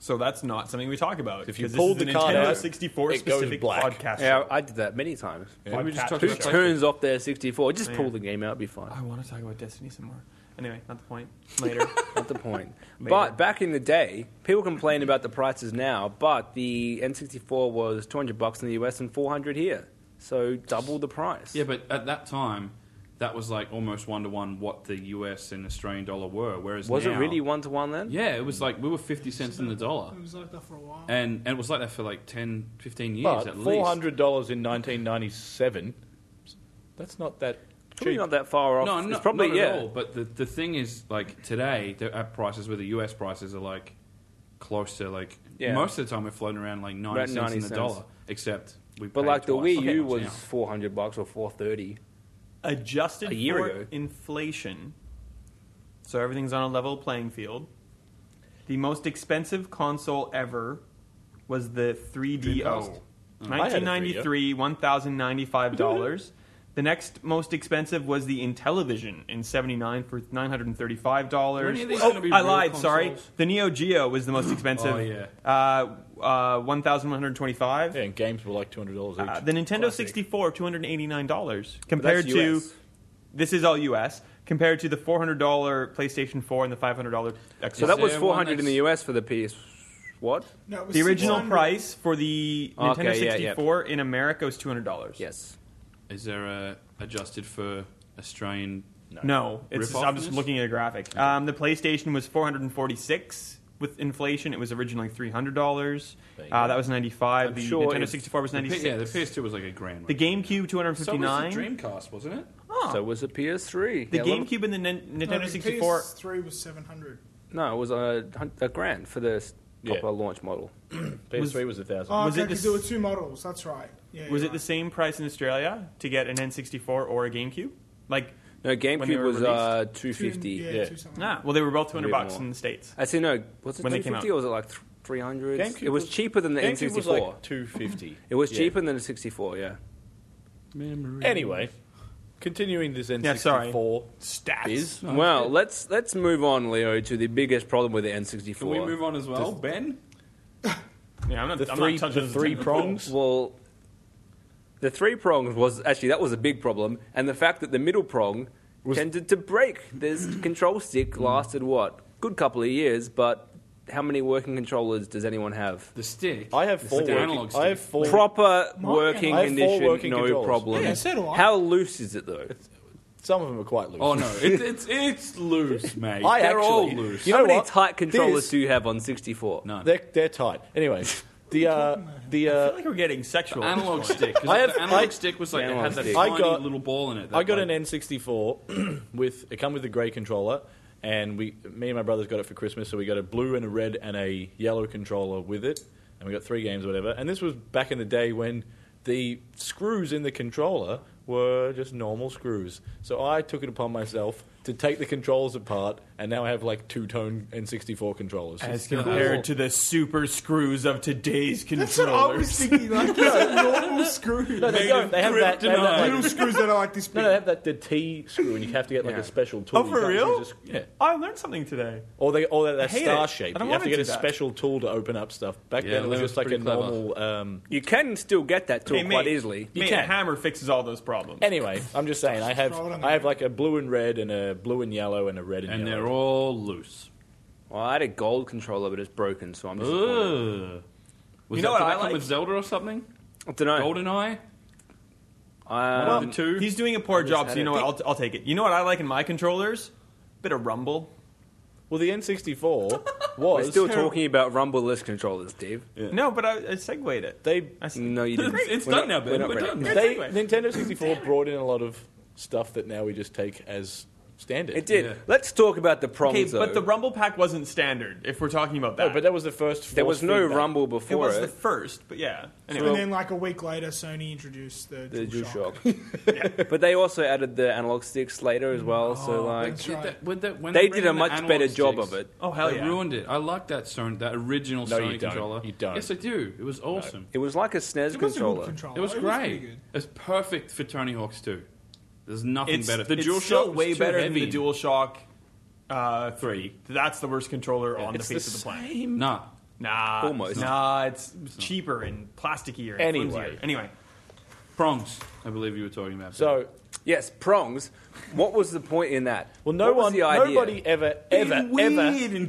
[SPEAKER 6] So that's not something we talk about.
[SPEAKER 5] If you
[SPEAKER 6] 'cause this
[SPEAKER 5] pulled
[SPEAKER 6] is a
[SPEAKER 5] the card
[SPEAKER 6] Nintendo
[SPEAKER 5] out,
[SPEAKER 6] 64
[SPEAKER 5] it goes
[SPEAKER 6] specific
[SPEAKER 5] black.
[SPEAKER 6] podcast.
[SPEAKER 1] yeah,
[SPEAKER 6] show.
[SPEAKER 1] I did that many times.
[SPEAKER 3] Yeah, we just
[SPEAKER 6] Podcast
[SPEAKER 3] talked
[SPEAKER 1] Who
[SPEAKER 3] about that.
[SPEAKER 1] turns off their 64? Just
[SPEAKER 6] Man.
[SPEAKER 1] pull the game out, it'd be fine.
[SPEAKER 6] I want to talk about Destiny some more. Anyway, not the point. Later.
[SPEAKER 1] Not the point.
[SPEAKER 6] Later.
[SPEAKER 1] But back in the day, people complain about the prices now, but the N64 was 200 bucks in the US and 400 here. So double the price.
[SPEAKER 3] Yeah, but at that time, that was like almost one to one what the U.S. and Australian dollar were. Whereas
[SPEAKER 1] was it
[SPEAKER 3] now-
[SPEAKER 1] really one to one then?
[SPEAKER 3] Yeah, it was like we were fifty cents in the dollar,
[SPEAKER 4] It was like that for a while.
[SPEAKER 3] and and it was like that for like 10, 15 years
[SPEAKER 5] But
[SPEAKER 3] at
[SPEAKER 5] four
[SPEAKER 3] least.
[SPEAKER 5] hundred dollars in nineteen ninety seven. That's not that
[SPEAKER 1] Probably
[SPEAKER 5] cheap.
[SPEAKER 1] not that far off.
[SPEAKER 3] No,
[SPEAKER 1] It's
[SPEAKER 3] no,
[SPEAKER 1] probably
[SPEAKER 3] not
[SPEAKER 1] yeah.
[SPEAKER 3] at all. But the, the thing is, like today, the app prices where the US prices are like close to like
[SPEAKER 1] Yeah.
[SPEAKER 3] most of the time we're floating around like ninety
[SPEAKER 1] About
[SPEAKER 3] cents
[SPEAKER 1] 90
[SPEAKER 3] in the
[SPEAKER 1] cents.
[SPEAKER 3] dollar, except we.
[SPEAKER 1] But
[SPEAKER 3] pay
[SPEAKER 1] like the
[SPEAKER 3] twice
[SPEAKER 1] Wii
[SPEAKER 3] that
[SPEAKER 1] U
[SPEAKER 3] much
[SPEAKER 1] was
[SPEAKER 3] now.
[SPEAKER 1] 400 bucks or 430.
[SPEAKER 6] Adjusted
[SPEAKER 1] A year
[SPEAKER 6] for
[SPEAKER 1] ago.
[SPEAKER 6] inflation, so everything's on a level playing field. The most expensive console ever was the 3DO.
[SPEAKER 3] Dreamcast?
[SPEAKER 5] Oh. I had a
[SPEAKER 6] 1993, $1,095. The next most expensive was the Intellivision in 79 for
[SPEAKER 3] Are
[SPEAKER 6] $935.
[SPEAKER 3] any of these
[SPEAKER 6] Oh,
[SPEAKER 3] gonna be
[SPEAKER 6] I
[SPEAKER 3] real
[SPEAKER 6] lied, sorry.
[SPEAKER 3] consoles? Oh,
[SPEAKER 6] The Neo Geo was the most expensive. uh, uh, 1125
[SPEAKER 5] Yeah, and games were like two hundred dollars each.
[SPEAKER 6] uh, The Nintendo
[SPEAKER 1] Classic.
[SPEAKER 6] 64, $289 compared
[SPEAKER 1] that's
[SPEAKER 6] to.
[SPEAKER 1] US.
[SPEAKER 6] This is all US. Compared to the $400 PlayStation 4 and the $500 Xbox.
[SPEAKER 1] So that was
[SPEAKER 3] there one
[SPEAKER 1] 400 in
[SPEAKER 3] that's-
[SPEAKER 1] the US for the PS. What?
[SPEAKER 4] no, it was
[SPEAKER 6] the original
[SPEAKER 4] 600.
[SPEAKER 6] price for the Nintendo
[SPEAKER 1] Okay, yeah, yeah.
[SPEAKER 6] 64 in America was $200.
[SPEAKER 1] Yes.
[SPEAKER 3] Is there a adjusted for Australian?
[SPEAKER 6] No, it's
[SPEAKER 3] Rip
[SPEAKER 6] just,
[SPEAKER 3] off
[SPEAKER 6] I'm just
[SPEAKER 3] this?
[SPEAKER 6] looking at a graphic. Um, the PlayStation was 446 with inflation. It was originally $300.
[SPEAKER 5] There you
[SPEAKER 6] Uh,
[SPEAKER 5] go.
[SPEAKER 6] that was 95.
[SPEAKER 1] I'm
[SPEAKER 6] the
[SPEAKER 1] sure
[SPEAKER 6] Nintendo
[SPEAKER 1] if-
[SPEAKER 6] 64 was
[SPEAKER 3] The P-
[SPEAKER 6] 96.
[SPEAKER 3] yeah, the PS2 was like a grand.
[SPEAKER 6] the
[SPEAKER 3] right?
[SPEAKER 6] GameCube
[SPEAKER 3] So was the
[SPEAKER 6] 259.
[SPEAKER 3] Dreamcast, wasn't it?
[SPEAKER 6] Oh.
[SPEAKER 1] So it was the PS3.
[SPEAKER 6] the
[SPEAKER 1] Yeah, well,
[SPEAKER 6] GameCube and the Nin-
[SPEAKER 4] No,
[SPEAKER 6] Nintendo
[SPEAKER 4] the
[SPEAKER 6] 64.
[SPEAKER 4] PS3 was 700.
[SPEAKER 1] No, it was a, hun- a grand for the s-
[SPEAKER 5] Yeah.
[SPEAKER 1] proper launch model.
[SPEAKER 5] PS three was a thousand.
[SPEAKER 4] Oh,
[SPEAKER 6] Was
[SPEAKER 4] okay,
[SPEAKER 6] it the
[SPEAKER 4] 'cause there were two models. That's right. Yeah,
[SPEAKER 6] Was
[SPEAKER 4] you're
[SPEAKER 6] it the
[SPEAKER 4] right.
[SPEAKER 6] same price in Australia to get an N64 or a GameCube? Like,
[SPEAKER 1] No,
[SPEAKER 6] When they
[SPEAKER 1] GameCube
[SPEAKER 6] were
[SPEAKER 1] was
[SPEAKER 6] released?
[SPEAKER 1] uh,
[SPEAKER 4] Two-
[SPEAKER 1] 250.
[SPEAKER 4] Yeah,
[SPEAKER 5] yeah.
[SPEAKER 4] two something.
[SPEAKER 6] ah, well, they were both 200
[SPEAKER 1] Maybe
[SPEAKER 6] bucks
[SPEAKER 1] more.
[SPEAKER 6] in the States.
[SPEAKER 1] I see. No, was it
[SPEAKER 6] When they
[SPEAKER 1] two
[SPEAKER 6] came
[SPEAKER 1] fifty or was it like th- three hundred.
[SPEAKER 5] GameCube
[SPEAKER 1] It was
[SPEAKER 5] was-
[SPEAKER 1] cheaper than the N
[SPEAKER 5] GameCube
[SPEAKER 1] sixty
[SPEAKER 5] was
[SPEAKER 1] four.
[SPEAKER 5] like two fifty.
[SPEAKER 1] It was cheaper than the sixty four. Yeah.
[SPEAKER 3] Memory.
[SPEAKER 5] Anyway, continuing this N64
[SPEAKER 6] Yeah, sorry.
[SPEAKER 5] stats. Biz,
[SPEAKER 1] well, let's let's move on, Leo, to the biggest problem with the N sixty
[SPEAKER 3] Can
[SPEAKER 1] four.
[SPEAKER 3] we move on as well, Ben?
[SPEAKER 6] Yeah, I'm not.
[SPEAKER 5] the
[SPEAKER 6] I'm
[SPEAKER 5] three,
[SPEAKER 6] not touching
[SPEAKER 5] the three
[SPEAKER 6] Nintendo.
[SPEAKER 5] prongs.
[SPEAKER 1] Well, the three prongs was actually that was a big problem, and the fact that the middle prong tended to break. This control stick lasted what good couple of years, but how many working controllers does anyone have?
[SPEAKER 3] The stick.
[SPEAKER 5] I have
[SPEAKER 3] It's
[SPEAKER 5] four.
[SPEAKER 3] like an analog
[SPEAKER 5] Working,
[SPEAKER 3] stick.
[SPEAKER 5] I have four.
[SPEAKER 1] Proper
[SPEAKER 4] Mine-
[SPEAKER 1] working
[SPEAKER 5] I have four
[SPEAKER 1] condition,
[SPEAKER 5] working
[SPEAKER 1] no
[SPEAKER 5] controllers.
[SPEAKER 1] problem.
[SPEAKER 4] Yeah, so do I.
[SPEAKER 1] How loose is it though?
[SPEAKER 5] some of them are quite loose.
[SPEAKER 3] Oh no, it, it's it's loose, mate.
[SPEAKER 5] I
[SPEAKER 3] They're
[SPEAKER 5] actually-
[SPEAKER 3] all loose.
[SPEAKER 5] You
[SPEAKER 1] how
[SPEAKER 5] know
[SPEAKER 1] many
[SPEAKER 5] what?
[SPEAKER 1] tight controllers
[SPEAKER 5] This-
[SPEAKER 1] do you have on sixty four?
[SPEAKER 3] No.
[SPEAKER 5] They're, they're tight. Anyway, the uh, the
[SPEAKER 6] I
[SPEAKER 5] uh,
[SPEAKER 6] feel like we're getting sexual. at this
[SPEAKER 3] analog
[SPEAKER 6] point.
[SPEAKER 3] stick. 'cause
[SPEAKER 5] I have-
[SPEAKER 3] the analog
[SPEAKER 5] I-
[SPEAKER 3] stick was
[SPEAKER 1] The
[SPEAKER 3] like it had
[SPEAKER 1] analog
[SPEAKER 3] that
[SPEAKER 1] stick.
[SPEAKER 5] I
[SPEAKER 3] tiny
[SPEAKER 5] got-
[SPEAKER 3] little ball in it.
[SPEAKER 5] I got
[SPEAKER 3] like,
[SPEAKER 5] an N64 with it come with a grey controller, and we, me and my brothers got it for Christmas. So we got a blue and a red and a yellow controller with it, and we got three games or whatever. And this was back in the day when the screws in the controller were just normal screws. So I took it upon myself to take the controls apart, and now I have like two tone N64 controllers.
[SPEAKER 6] As compared to the super screws of today's
[SPEAKER 4] That's what I
[SPEAKER 6] controllers.
[SPEAKER 4] was thinking. Like, it's a normal screw.
[SPEAKER 5] no, they don't. They have that. They have that like-
[SPEAKER 4] Little screws that are like this big.
[SPEAKER 5] no, they have that the T screw, and you have to get like
[SPEAKER 1] Yeah.
[SPEAKER 5] a special tool.
[SPEAKER 6] Oh,
[SPEAKER 5] You
[SPEAKER 6] for
[SPEAKER 5] can't
[SPEAKER 6] real? Oh,
[SPEAKER 5] use a sc- yeah.
[SPEAKER 6] I learned something today.
[SPEAKER 5] Or they, or that, that
[SPEAKER 6] hate
[SPEAKER 5] star
[SPEAKER 6] it.
[SPEAKER 5] shape.
[SPEAKER 6] I don't
[SPEAKER 5] You have to
[SPEAKER 6] wanna
[SPEAKER 5] get a
[SPEAKER 6] do that.
[SPEAKER 5] special tool to open up stuff. Back
[SPEAKER 3] Yeah,
[SPEAKER 5] then, it was
[SPEAKER 3] that
[SPEAKER 5] just
[SPEAKER 3] was
[SPEAKER 5] like a
[SPEAKER 3] pretty clever.
[SPEAKER 5] normal. Um,
[SPEAKER 1] You can still get that tool
[SPEAKER 6] Hey,
[SPEAKER 1] quite
[SPEAKER 6] mate,
[SPEAKER 1] easily.
[SPEAKER 5] You
[SPEAKER 6] mate,
[SPEAKER 5] can.
[SPEAKER 6] Hammer fixes all those problems.
[SPEAKER 5] anyway, I'm just saying, I have,
[SPEAKER 4] Throw it on the
[SPEAKER 5] I have
[SPEAKER 4] ground.
[SPEAKER 5] like a blue and red, and a blue and yellow, and a red and,
[SPEAKER 3] and
[SPEAKER 5] yellow.
[SPEAKER 3] they're all loose.
[SPEAKER 1] Well, I had a gold controller, but it's broken, so I'm disappointed.
[SPEAKER 3] Ugh. Was
[SPEAKER 6] You
[SPEAKER 3] that,
[SPEAKER 6] know what
[SPEAKER 3] did
[SPEAKER 6] I
[SPEAKER 3] that come
[SPEAKER 6] like?
[SPEAKER 3] with Zelda or something?
[SPEAKER 1] I don't know.
[SPEAKER 3] GoldenEye.
[SPEAKER 1] Um,
[SPEAKER 3] One of the two.
[SPEAKER 6] He's doing a poor
[SPEAKER 1] just
[SPEAKER 6] job, so
[SPEAKER 1] had
[SPEAKER 6] you know
[SPEAKER 1] it.
[SPEAKER 6] what? I'll, I'll take it. You know what I like in my controllers? Bit of rumble.
[SPEAKER 5] Well, the N64
[SPEAKER 1] we're
[SPEAKER 5] was
[SPEAKER 1] still talking about rumbleless controllers, Steve.
[SPEAKER 6] No, but I, I segued it.
[SPEAKER 5] They,
[SPEAKER 6] I s-
[SPEAKER 1] No, you didn't.
[SPEAKER 3] It's- it's
[SPEAKER 1] We're
[SPEAKER 3] done now,
[SPEAKER 1] not-
[SPEAKER 3] Ben.
[SPEAKER 1] we're not
[SPEAKER 3] We're
[SPEAKER 1] ready.
[SPEAKER 3] done.
[SPEAKER 5] they
[SPEAKER 6] segue.
[SPEAKER 5] Nintendo 64 brought in a lot of stuff that now we just take as standard.
[SPEAKER 1] It did.
[SPEAKER 3] Yeah.
[SPEAKER 1] Let's talk about the prongs.
[SPEAKER 6] okay, but
[SPEAKER 1] though.
[SPEAKER 6] the rumble pack wasn't standard. If we're talking about that,
[SPEAKER 5] No, but that was the first.
[SPEAKER 1] there was
[SPEAKER 5] force
[SPEAKER 1] no
[SPEAKER 5] feedback.
[SPEAKER 1] rumble
[SPEAKER 6] it
[SPEAKER 1] before
[SPEAKER 6] was
[SPEAKER 1] it.
[SPEAKER 6] the first. But yeah, anyway,
[SPEAKER 4] And then, like a week later, Sony introduced the,
[SPEAKER 1] the
[SPEAKER 4] DualShock.
[SPEAKER 1] DualShock. But they also added the analog sticks later as well. so like,
[SPEAKER 4] that's
[SPEAKER 3] Did
[SPEAKER 4] right.
[SPEAKER 3] that- when that- when
[SPEAKER 1] They
[SPEAKER 3] bring
[SPEAKER 1] did a
[SPEAKER 3] in the
[SPEAKER 1] much
[SPEAKER 3] analog
[SPEAKER 1] better job of it.
[SPEAKER 6] Oh, hell
[SPEAKER 3] they
[SPEAKER 6] yeah.
[SPEAKER 3] ruined it. I like that Sony, that original
[SPEAKER 5] No,
[SPEAKER 3] Sony
[SPEAKER 5] you don't.
[SPEAKER 3] controller.
[SPEAKER 5] You don't.
[SPEAKER 3] Yes, I do. It was awesome.
[SPEAKER 1] it was like a SNES
[SPEAKER 4] It was a good
[SPEAKER 1] controller.
[SPEAKER 4] controller.
[SPEAKER 3] It was
[SPEAKER 4] pretty
[SPEAKER 3] great.
[SPEAKER 4] good.
[SPEAKER 3] It was perfect for Tony Hawk's 2. There's nothing
[SPEAKER 6] it's,
[SPEAKER 3] better. The
[SPEAKER 6] it's
[SPEAKER 3] DualShock
[SPEAKER 6] still
[SPEAKER 3] was
[SPEAKER 6] way
[SPEAKER 3] too
[SPEAKER 6] better
[SPEAKER 3] heavy.
[SPEAKER 6] than the DualShock uh, three.
[SPEAKER 3] Three.
[SPEAKER 6] That's the worst controller on the
[SPEAKER 5] It's
[SPEAKER 6] face
[SPEAKER 5] the
[SPEAKER 6] of the planet.
[SPEAKER 5] same.
[SPEAKER 3] Nah.
[SPEAKER 6] Nah,
[SPEAKER 1] Almost.
[SPEAKER 6] Nah, it's cheaper and plasticky and
[SPEAKER 5] Anyway.
[SPEAKER 6] flimsier. Anyway,
[SPEAKER 3] Prongs, I believe you were talking about.
[SPEAKER 5] So,
[SPEAKER 1] Yes, prongs. What was the point in that?
[SPEAKER 5] well, no
[SPEAKER 1] What was
[SPEAKER 5] one,
[SPEAKER 1] the idea?
[SPEAKER 5] nobody ever, ever,
[SPEAKER 3] weird and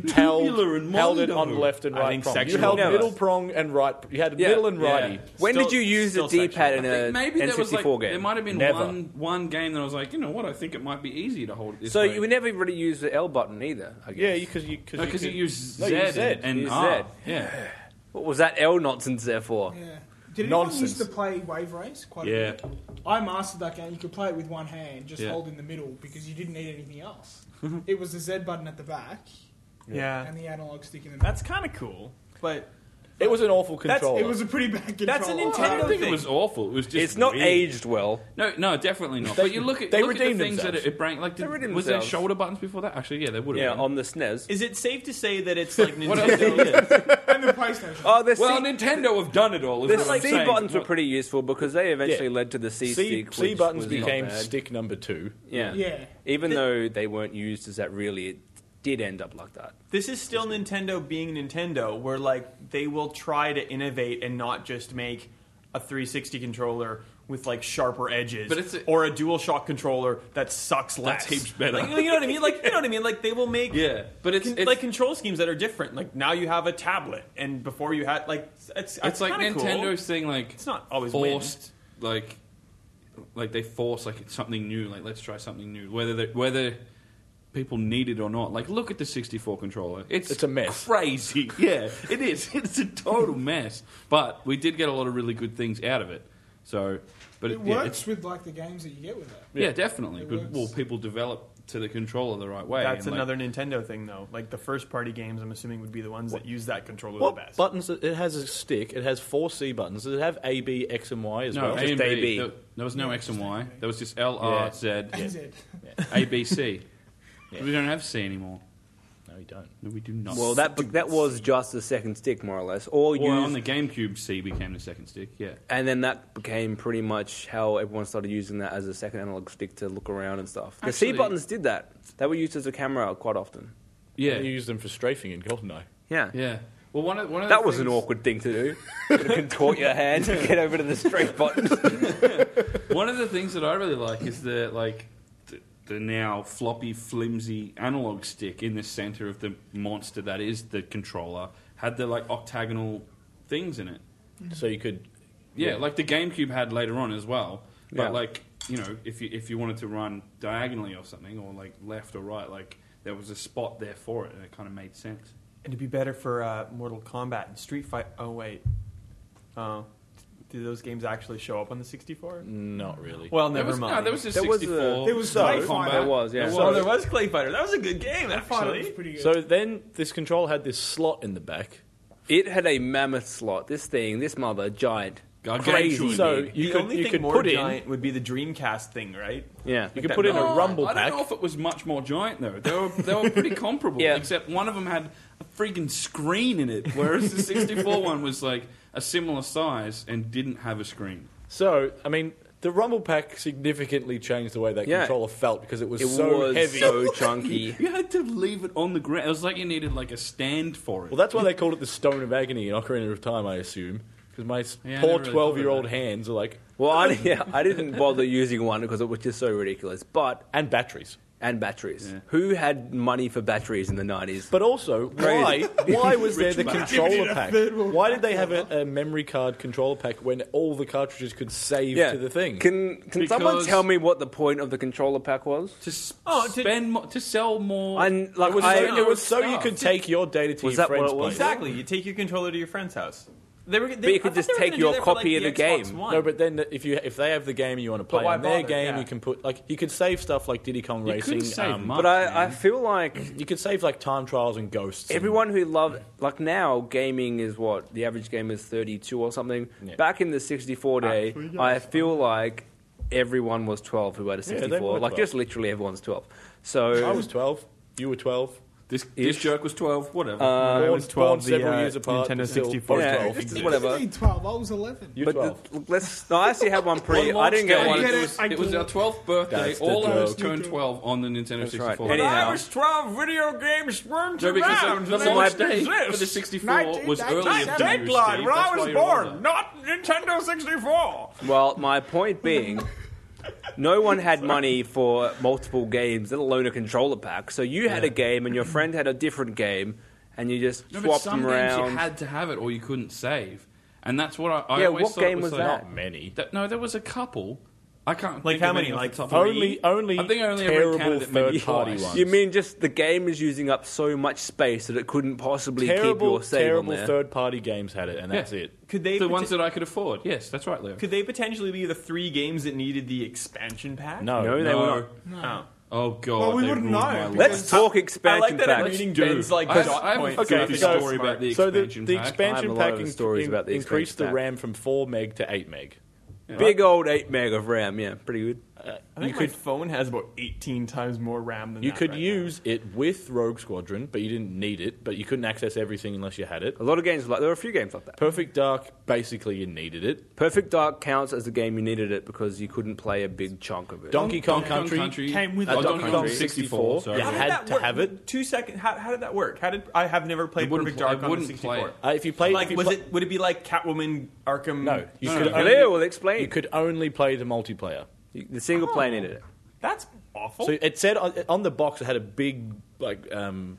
[SPEAKER 5] ever held,
[SPEAKER 3] tubular and
[SPEAKER 5] held it
[SPEAKER 3] mondo.
[SPEAKER 5] on left and
[SPEAKER 6] I
[SPEAKER 5] right
[SPEAKER 6] think
[SPEAKER 5] prong. You
[SPEAKER 6] sexual.
[SPEAKER 5] held
[SPEAKER 1] Never.
[SPEAKER 5] middle prong and right. You had
[SPEAKER 1] Yeah.
[SPEAKER 5] middle and
[SPEAKER 1] Yeah.
[SPEAKER 5] righty.
[SPEAKER 1] When
[SPEAKER 6] Still-
[SPEAKER 1] did you use the
[SPEAKER 6] still sexual.
[SPEAKER 1] D pad in
[SPEAKER 3] that.
[SPEAKER 1] a
[SPEAKER 3] Maybe there was like
[SPEAKER 1] N64 game?
[SPEAKER 3] there might have been
[SPEAKER 5] Never.
[SPEAKER 3] one one game that I was like, you know what? I think it might be easy to hold it. This
[SPEAKER 1] so
[SPEAKER 3] way.
[SPEAKER 1] you never really used the L button either. I guess.
[SPEAKER 5] Yeah, because you because
[SPEAKER 3] because you use
[SPEAKER 5] No,
[SPEAKER 3] Z
[SPEAKER 5] you use Z.
[SPEAKER 3] and
[SPEAKER 1] You use
[SPEAKER 3] R.
[SPEAKER 1] Z.
[SPEAKER 3] Yeah,
[SPEAKER 1] What was that L nonsense there for?
[SPEAKER 4] Yeah. Did anyone
[SPEAKER 5] Nonsense.
[SPEAKER 4] used to play Wave Race? Quite
[SPEAKER 3] Yeah.
[SPEAKER 4] a bit. I mastered that game. You could play it with one hand, just
[SPEAKER 3] Yeah.
[SPEAKER 4] hold in the middle because you didn't need anything else. it was the Z button at the back
[SPEAKER 6] yeah,
[SPEAKER 4] and the analog stick in the middle.
[SPEAKER 6] that's kind of cool. But
[SPEAKER 5] it was an awful
[SPEAKER 6] That's-
[SPEAKER 5] controller.
[SPEAKER 4] It was a pretty bad controller.
[SPEAKER 6] That's a
[SPEAKER 3] I
[SPEAKER 6] Nintendo
[SPEAKER 3] don't think it
[SPEAKER 6] thing.
[SPEAKER 3] was awful. It was just
[SPEAKER 1] It's not
[SPEAKER 3] weird.
[SPEAKER 1] aged well.
[SPEAKER 3] No, no, definitely not. but you look at
[SPEAKER 5] they
[SPEAKER 3] look at the
[SPEAKER 5] redeemed
[SPEAKER 3] things that
[SPEAKER 5] themselves.
[SPEAKER 3] it, it bring. Like, did,
[SPEAKER 1] They redeemed
[SPEAKER 3] was there
[SPEAKER 1] themselves.
[SPEAKER 3] shoulder buttons before that? Actually, yeah, there would have.
[SPEAKER 1] Yeah,
[SPEAKER 3] been.
[SPEAKER 1] on the E SNES.
[SPEAKER 6] is it safe to say that it's like
[SPEAKER 3] What else did
[SPEAKER 6] Nintendo?
[SPEAKER 3] they do?
[SPEAKER 4] And the PlayStation.
[SPEAKER 1] oh, the
[SPEAKER 3] Well,
[SPEAKER 1] C,
[SPEAKER 3] Nintendo have done it all.
[SPEAKER 1] the
[SPEAKER 3] Is what I'm
[SPEAKER 1] C
[SPEAKER 3] saying.
[SPEAKER 1] buttons were
[SPEAKER 3] What-
[SPEAKER 1] pretty useful because they eventually
[SPEAKER 5] Yeah.
[SPEAKER 1] led to the C,
[SPEAKER 5] C,
[SPEAKER 1] stick.
[SPEAKER 5] C
[SPEAKER 1] which
[SPEAKER 5] buttons
[SPEAKER 1] was not
[SPEAKER 5] became
[SPEAKER 1] bad.
[SPEAKER 5] stick number two.
[SPEAKER 1] Yeah.
[SPEAKER 4] Yeah.
[SPEAKER 1] Even though they weren't used as that really, it did end up like that.
[SPEAKER 6] This is still Nintendo being Nintendo, where like they will try to innovate and not just make a 360 controller with like sharper edges,
[SPEAKER 3] But it's a-
[SPEAKER 6] or a DualShock controller that sucks less.
[SPEAKER 3] That's heaps better.
[SPEAKER 6] Like, you know what I mean? Like you know what I mean? Like they will make
[SPEAKER 3] Yeah, but it's-
[SPEAKER 6] con-
[SPEAKER 3] it's-
[SPEAKER 6] like control schemes that are different. Like now you have a tablet, and before you had like it's
[SPEAKER 3] It's like
[SPEAKER 6] kinda
[SPEAKER 3] Nintendo's
[SPEAKER 6] Cool.
[SPEAKER 3] thing. Like
[SPEAKER 6] It's not always
[SPEAKER 3] forced. Like, like they force like it's something new. Like let's try something new. Whether they, whether people need it or not. Like look at the 64 controller. It's
[SPEAKER 5] It's a mess.
[SPEAKER 3] Crazy. Yeah, it is. It's a total mess. But we did get a lot of really good things out of it. So, but
[SPEAKER 4] It,
[SPEAKER 3] it, yeah,
[SPEAKER 4] works
[SPEAKER 3] it's-
[SPEAKER 4] with like the games that you get with it.
[SPEAKER 3] Yeah, definitely.
[SPEAKER 4] It
[SPEAKER 3] But, well,
[SPEAKER 4] works.
[SPEAKER 3] people develop to the controller the right way.
[SPEAKER 6] That's
[SPEAKER 3] and, like,
[SPEAKER 6] another Nintendo thing, though. Like the first party games, I'm assuming would be the ones that use that controller
[SPEAKER 5] What
[SPEAKER 6] the best.
[SPEAKER 5] buttons? It has a stick. It has four C buttons. Does it have A, B, X, and Y as
[SPEAKER 3] No,
[SPEAKER 5] well?
[SPEAKER 3] A and
[SPEAKER 1] Just
[SPEAKER 3] B.
[SPEAKER 1] AB.
[SPEAKER 3] There, there was no X and Y. There was just L R Z
[SPEAKER 4] And Z.
[SPEAKER 3] A B C. We don't have C anymore.
[SPEAKER 5] No. No, you don't.
[SPEAKER 3] No, we do not.
[SPEAKER 1] Well, that that was just the second stick, more or less. All
[SPEAKER 3] Well,
[SPEAKER 1] used,
[SPEAKER 3] on the GameCube, C became the second stick. Yeah.
[SPEAKER 1] and then that became pretty much how everyone started using that as a second analog stick to look around and stuff. The C
[SPEAKER 3] Actually-
[SPEAKER 1] buttons did that. They were used as a camera quite often.
[SPEAKER 3] Yeah.
[SPEAKER 5] You use them for strafing in GoldenEye.
[SPEAKER 1] Yeah,
[SPEAKER 3] Yeah. Well, one of one of the
[SPEAKER 1] that was an
[SPEAKER 3] things-
[SPEAKER 1] awkward thing to do. you can contort your hand and get over to the straight button.
[SPEAKER 3] One of the things that I really like is the like the, the now floppy, flimsy analog stick in the center of the monster that is the controller had the like octagonal things in it.
[SPEAKER 5] So you could.
[SPEAKER 3] Yeah, like the GameCube had later on as well. But
[SPEAKER 1] Yeah.
[SPEAKER 3] like you know, if you if you wanted to run diagonally or something, or like left or right, like there was a spot there for it, and it kind of made sense.
[SPEAKER 6] It'd be better for uh, Mortal Kombat and Street Fight. Oh wait, uh, did those games actually show up on the 64?
[SPEAKER 5] Not really.
[SPEAKER 6] Well,
[SPEAKER 3] There
[SPEAKER 6] never
[SPEAKER 3] was,
[SPEAKER 6] mind.
[SPEAKER 3] No, there was a
[SPEAKER 1] There was a-
[SPEAKER 3] 64.
[SPEAKER 4] there was
[SPEAKER 3] Mortal
[SPEAKER 4] no-
[SPEAKER 3] Kombat.
[SPEAKER 4] there
[SPEAKER 1] was, yeah.
[SPEAKER 3] There
[SPEAKER 6] so there was Clay Fighter. That was a good game,
[SPEAKER 4] I thought it was
[SPEAKER 6] actually.
[SPEAKER 4] pretty good.
[SPEAKER 5] so then this controller had this slot in the back.
[SPEAKER 1] It had a mammoth slot. This thing, this mother, giant,
[SPEAKER 3] Gargantuan.
[SPEAKER 1] crazy.
[SPEAKER 5] So
[SPEAKER 1] big.
[SPEAKER 5] you
[SPEAKER 6] the
[SPEAKER 5] could
[SPEAKER 6] only
[SPEAKER 5] you
[SPEAKER 6] thing
[SPEAKER 5] could
[SPEAKER 6] more
[SPEAKER 5] put in.
[SPEAKER 6] giant would be the Dreamcast thing, right?
[SPEAKER 1] yeah,
[SPEAKER 5] You could
[SPEAKER 6] that
[SPEAKER 5] put in a
[SPEAKER 6] Oh,
[SPEAKER 5] rumble
[SPEAKER 3] I
[SPEAKER 5] pack.
[SPEAKER 3] don't know if it was much more giant though. They were they were pretty comparable,
[SPEAKER 1] Yeah.
[SPEAKER 3] except one of them had a freaking screen in it, whereas the 64 one was like a similar size and didn't have a screen.
[SPEAKER 5] So I mean, the rumble pack significantly changed the way that
[SPEAKER 1] Yeah.
[SPEAKER 5] controller felt because it was
[SPEAKER 1] it
[SPEAKER 5] so
[SPEAKER 1] was
[SPEAKER 5] heavy.
[SPEAKER 1] so chunky.
[SPEAKER 3] You had to leave it on the ground. It was like you needed like a stand for it.
[SPEAKER 5] Well, that's why they called it the Stone of Agony in Ocarina of Time, I assume. Because my s
[SPEAKER 3] Yeah, I
[SPEAKER 5] poor
[SPEAKER 3] never really thought
[SPEAKER 5] 12 year old
[SPEAKER 3] about it.
[SPEAKER 5] hands are like,
[SPEAKER 1] Well, I, yeah, I didn't bother using one because it was just so ridiculous. But
[SPEAKER 5] and batteries.
[SPEAKER 1] and batteries.
[SPEAKER 3] Yeah.
[SPEAKER 1] Who had money for batteries in the nineties?
[SPEAKER 5] But also, why,
[SPEAKER 1] Crazy.
[SPEAKER 5] why was there
[SPEAKER 3] Rich
[SPEAKER 5] the
[SPEAKER 3] man.
[SPEAKER 5] controller pack? Why did they have a, a memory card controller pack when all the cartridges could save to the thing?
[SPEAKER 1] Can can someone
[SPEAKER 3] Because-
[SPEAKER 1] tell me what the point of the controller pack was?
[SPEAKER 3] to s-
[SPEAKER 6] Oh, to-
[SPEAKER 3] spend mo- to sell more.
[SPEAKER 1] And like
[SPEAKER 5] it was,
[SPEAKER 1] I,
[SPEAKER 5] so, it was so you
[SPEAKER 3] stuff.
[SPEAKER 5] could take your data to
[SPEAKER 1] Was
[SPEAKER 5] your
[SPEAKER 1] that what
[SPEAKER 5] friend's
[SPEAKER 1] it was?
[SPEAKER 5] place.
[SPEAKER 6] Exactly. You take your controller to your friend's house. They were, they,
[SPEAKER 1] But you could
[SPEAKER 6] I thought
[SPEAKER 1] just
[SPEAKER 6] they were
[SPEAKER 1] take
[SPEAKER 6] gonna do
[SPEAKER 1] your
[SPEAKER 6] that for,
[SPEAKER 1] copy
[SPEAKER 6] like,
[SPEAKER 1] of the
[SPEAKER 6] Xbox
[SPEAKER 1] game.
[SPEAKER 6] One.
[SPEAKER 5] No, but then if you if they have the game you want to play
[SPEAKER 6] why
[SPEAKER 5] on their
[SPEAKER 6] bother?
[SPEAKER 5] game,
[SPEAKER 6] Yeah.
[SPEAKER 5] you can put like you could save stuff like Diddy Kong
[SPEAKER 3] you
[SPEAKER 5] Racing.
[SPEAKER 3] couldn't save
[SPEAKER 5] um,
[SPEAKER 3] much.
[SPEAKER 1] but I, I
[SPEAKER 3] man.
[SPEAKER 1] feel like
[SPEAKER 5] you could save like time trials and ghosts. and-
[SPEAKER 1] everyone who loved like now gaming is what the average game is thirty two or something.
[SPEAKER 5] Yeah.
[SPEAKER 1] Back in the sixty four day, I feel like everyone was twelve who had a
[SPEAKER 5] they
[SPEAKER 1] sixty
[SPEAKER 5] were
[SPEAKER 1] four. like
[SPEAKER 5] 12.
[SPEAKER 1] just literally everyone's twelve. So
[SPEAKER 5] I was twelve. You were twelve.
[SPEAKER 3] this this
[SPEAKER 1] Ish.
[SPEAKER 3] joke was 12. Whatever.
[SPEAKER 6] Uh,
[SPEAKER 5] Born-
[SPEAKER 6] it was 12
[SPEAKER 5] born
[SPEAKER 6] the,
[SPEAKER 5] several
[SPEAKER 6] uh,
[SPEAKER 5] years apart,
[SPEAKER 6] Nintendo
[SPEAKER 5] still
[SPEAKER 6] 64
[SPEAKER 1] Yeah.
[SPEAKER 6] 12.
[SPEAKER 1] Just
[SPEAKER 4] Just
[SPEAKER 1] whatever.
[SPEAKER 4] Twelve. I was eleven.
[SPEAKER 5] You're
[SPEAKER 1] but
[SPEAKER 5] twelve.
[SPEAKER 1] the- let's. No, I actually had one pretty.
[SPEAKER 3] One
[SPEAKER 1] I didn't get
[SPEAKER 3] launch
[SPEAKER 1] one.
[SPEAKER 3] day.
[SPEAKER 4] I
[SPEAKER 3] It was,
[SPEAKER 4] get it,
[SPEAKER 3] it was
[SPEAKER 4] I
[SPEAKER 3] our 12th birthday.
[SPEAKER 5] That's the
[SPEAKER 3] All of us
[SPEAKER 5] joke.
[SPEAKER 3] turned 12 on the Nintendo
[SPEAKER 1] That's right.
[SPEAKER 3] 64.
[SPEAKER 1] Anyhow.
[SPEAKER 6] I was 12 video games weren't
[SPEAKER 3] No, because
[SPEAKER 6] around.
[SPEAKER 3] the, the
[SPEAKER 6] They
[SPEAKER 3] launch
[SPEAKER 6] didn't
[SPEAKER 3] day for
[SPEAKER 6] exist.
[SPEAKER 3] the 64 was
[SPEAKER 4] 1997.
[SPEAKER 3] earlier than you,
[SPEAKER 6] Deadline when I
[SPEAKER 3] Steve. That's why
[SPEAKER 6] was
[SPEAKER 3] you're older.
[SPEAKER 6] born, not Nintendo 64.
[SPEAKER 1] Well, my point being, no one had money for multiple games, let alone a controller pack. So you had a game, and your friend had a different game, and you just
[SPEAKER 3] No, but
[SPEAKER 1] swapped
[SPEAKER 3] some
[SPEAKER 1] them
[SPEAKER 3] games you
[SPEAKER 1] around.
[SPEAKER 3] had to have it or you couldn't save, and that's what I. I
[SPEAKER 1] Yeah,
[SPEAKER 3] always
[SPEAKER 1] what
[SPEAKER 3] thought it
[SPEAKER 1] game was
[SPEAKER 3] was like-
[SPEAKER 1] that?
[SPEAKER 5] Many.
[SPEAKER 3] That- no, there was a couple. I can't
[SPEAKER 6] Like
[SPEAKER 3] think
[SPEAKER 6] how
[SPEAKER 3] of
[SPEAKER 6] many?
[SPEAKER 3] any off
[SPEAKER 6] Like
[SPEAKER 3] the top of my
[SPEAKER 5] Only,
[SPEAKER 3] head.
[SPEAKER 5] only
[SPEAKER 3] I think I only ever
[SPEAKER 5] terrible
[SPEAKER 3] encountered it maybe
[SPEAKER 5] third party
[SPEAKER 3] twice.
[SPEAKER 5] ones.
[SPEAKER 1] you mean just the game is using up so much space that it couldn't possibly keep
[SPEAKER 5] terrible,
[SPEAKER 1] your save
[SPEAKER 5] terrible
[SPEAKER 1] on there?
[SPEAKER 5] third party games had it, and that's
[SPEAKER 3] Yeah.
[SPEAKER 5] it.
[SPEAKER 6] Could they
[SPEAKER 3] the
[SPEAKER 6] poti-
[SPEAKER 3] ones that I could afford. Yes, that's right, Leo.
[SPEAKER 6] could they potentially be the three games that needed the expansion pack?
[SPEAKER 5] No,
[SPEAKER 1] No, they
[SPEAKER 3] No.
[SPEAKER 1] were not.
[SPEAKER 6] Oh.
[SPEAKER 3] Oh god,
[SPEAKER 4] Well, we
[SPEAKER 3] they
[SPEAKER 4] wouldn't
[SPEAKER 3] ruined
[SPEAKER 4] know,
[SPEAKER 3] my
[SPEAKER 4] because-
[SPEAKER 1] Let's
[SPEAKER 3] life.
[SPEAKER 1] talk
[SPEAKER 6] I
[SPEAKER 1] expansion
[SPEAKER 6] like that I'm
[SPEAKER 1] packs.
[SPEAKER 6] reading
[SPEAKER 3] Dude,
[SPEAKER 6] Ben's like
[SPEAKER 3] I-
[SPEAKER 6] dot
[SPEAKER 3] I have a
[SPEAKER 6] points.
[SPEAKER 3] Okay,
[SPEAKER 6] It's
[SPEAKER 3] the
[SPEAKER 6] like-
[SPEAKER 3] story about the
[SPEAKER 5] so the,
[SPEAKER 3] expansion
[SPEAKER 5] the
[SPEAKER 3] pack.
[SPEAKER 1] I have a
[SPEAKER 5] expansion
[SPEAKER 1] lot
[SPEAKER 5] pack
[SPEAKER 1] of
[SPEAKER 5] in-
[SPEAKER 1] stories about the
[SPEAKER 5] in- increased
[SPEAKER 1] expansion
[SPEAKER 5] the
[SPEAKER 1] pack.
[SPEAKER 5] RAM from four meg to eight meg.
[SPEAKER 1] Big old eight meg of RAM. Yeah, pretty good.
[SPEAKER 6] I think
[SPEAKER 5] You
[SPEAKER 6] my
[SPEAKER 5] could-
[SPEAKER 6] phone has about 18 times more RAM than
[SPEAKER 5] You
[SPEAKER 6] that
[SPEAKER 5] could
[SPEAKER 6] right now.
[SPEAKER 5] use it with Rogue Squadron, but you didn't need it. But you couldn't access everything unless you had it.
[SPEAKER 1] A lot of games like there were a few games like that.
[SPEAKER 5] Perfect Dark, basically, you needed it.
[SPEAKER 1] Perfect Dark counts as the game you needed it because you couldn't play a big chunk of it.
[SPEAKER 5] Donkey Kong Country,
[SPEAKER 4] Came with
[SPEAKER 3] oh,
[SPEAKER 4] it.
[SPEAKER 3] Donkey
[SPEAKER 5] Donkey
[SPEAKER 3] Kong
[SPEAKER 5] Kong
[SPEAKER 3] 64.
[SPEAKER 5] 64.
[SPEAKER 3] Sorry.
[SPEAKER 5] Yeah.
[SPEAKER 6] How did
[SPEAKER 5] had
[SPEAKER 6] that
[SPEAKER 5] to
[SPEAKER 6] work?
[SPEAKER 5] have it.
[SPEAKER 6] Two second. How, how did that work? How did I have never played
[SPEAKER 3] wouldn't
[SPEAKER 6] Perfect
[SPEAKER 3] pl- I
[SPEAKER 6] Dark on the
[SPEAKER 3] wouldn't
[SPEAKER 6] 64?
[SPEAKER 3] play it.
[SPEAKER 5] Uh, if you played,
[SPEAKER 6] like,
[SPEAKER 5] if you
[SPEAKER 6] was
[SPEAKER 5] pla-
[SPEAKER 6] it? Would it be like Catwoman Arkham?
[SPEAKER 5] No, you
[SPEAKER 3] No,
[SPEAKER 5] could
[SPEAKER 3] no.
[SPEAKER 5] only-
[SPEAKER 1] Leo will explain.
[SPEAKER 5] You could only play the multiplayer.
[SPEAKER 1] You- The single player needed it.
[SPEAKER 6] That's awful.
[SPEAKER 5] So it said on, on the box it had a big like um,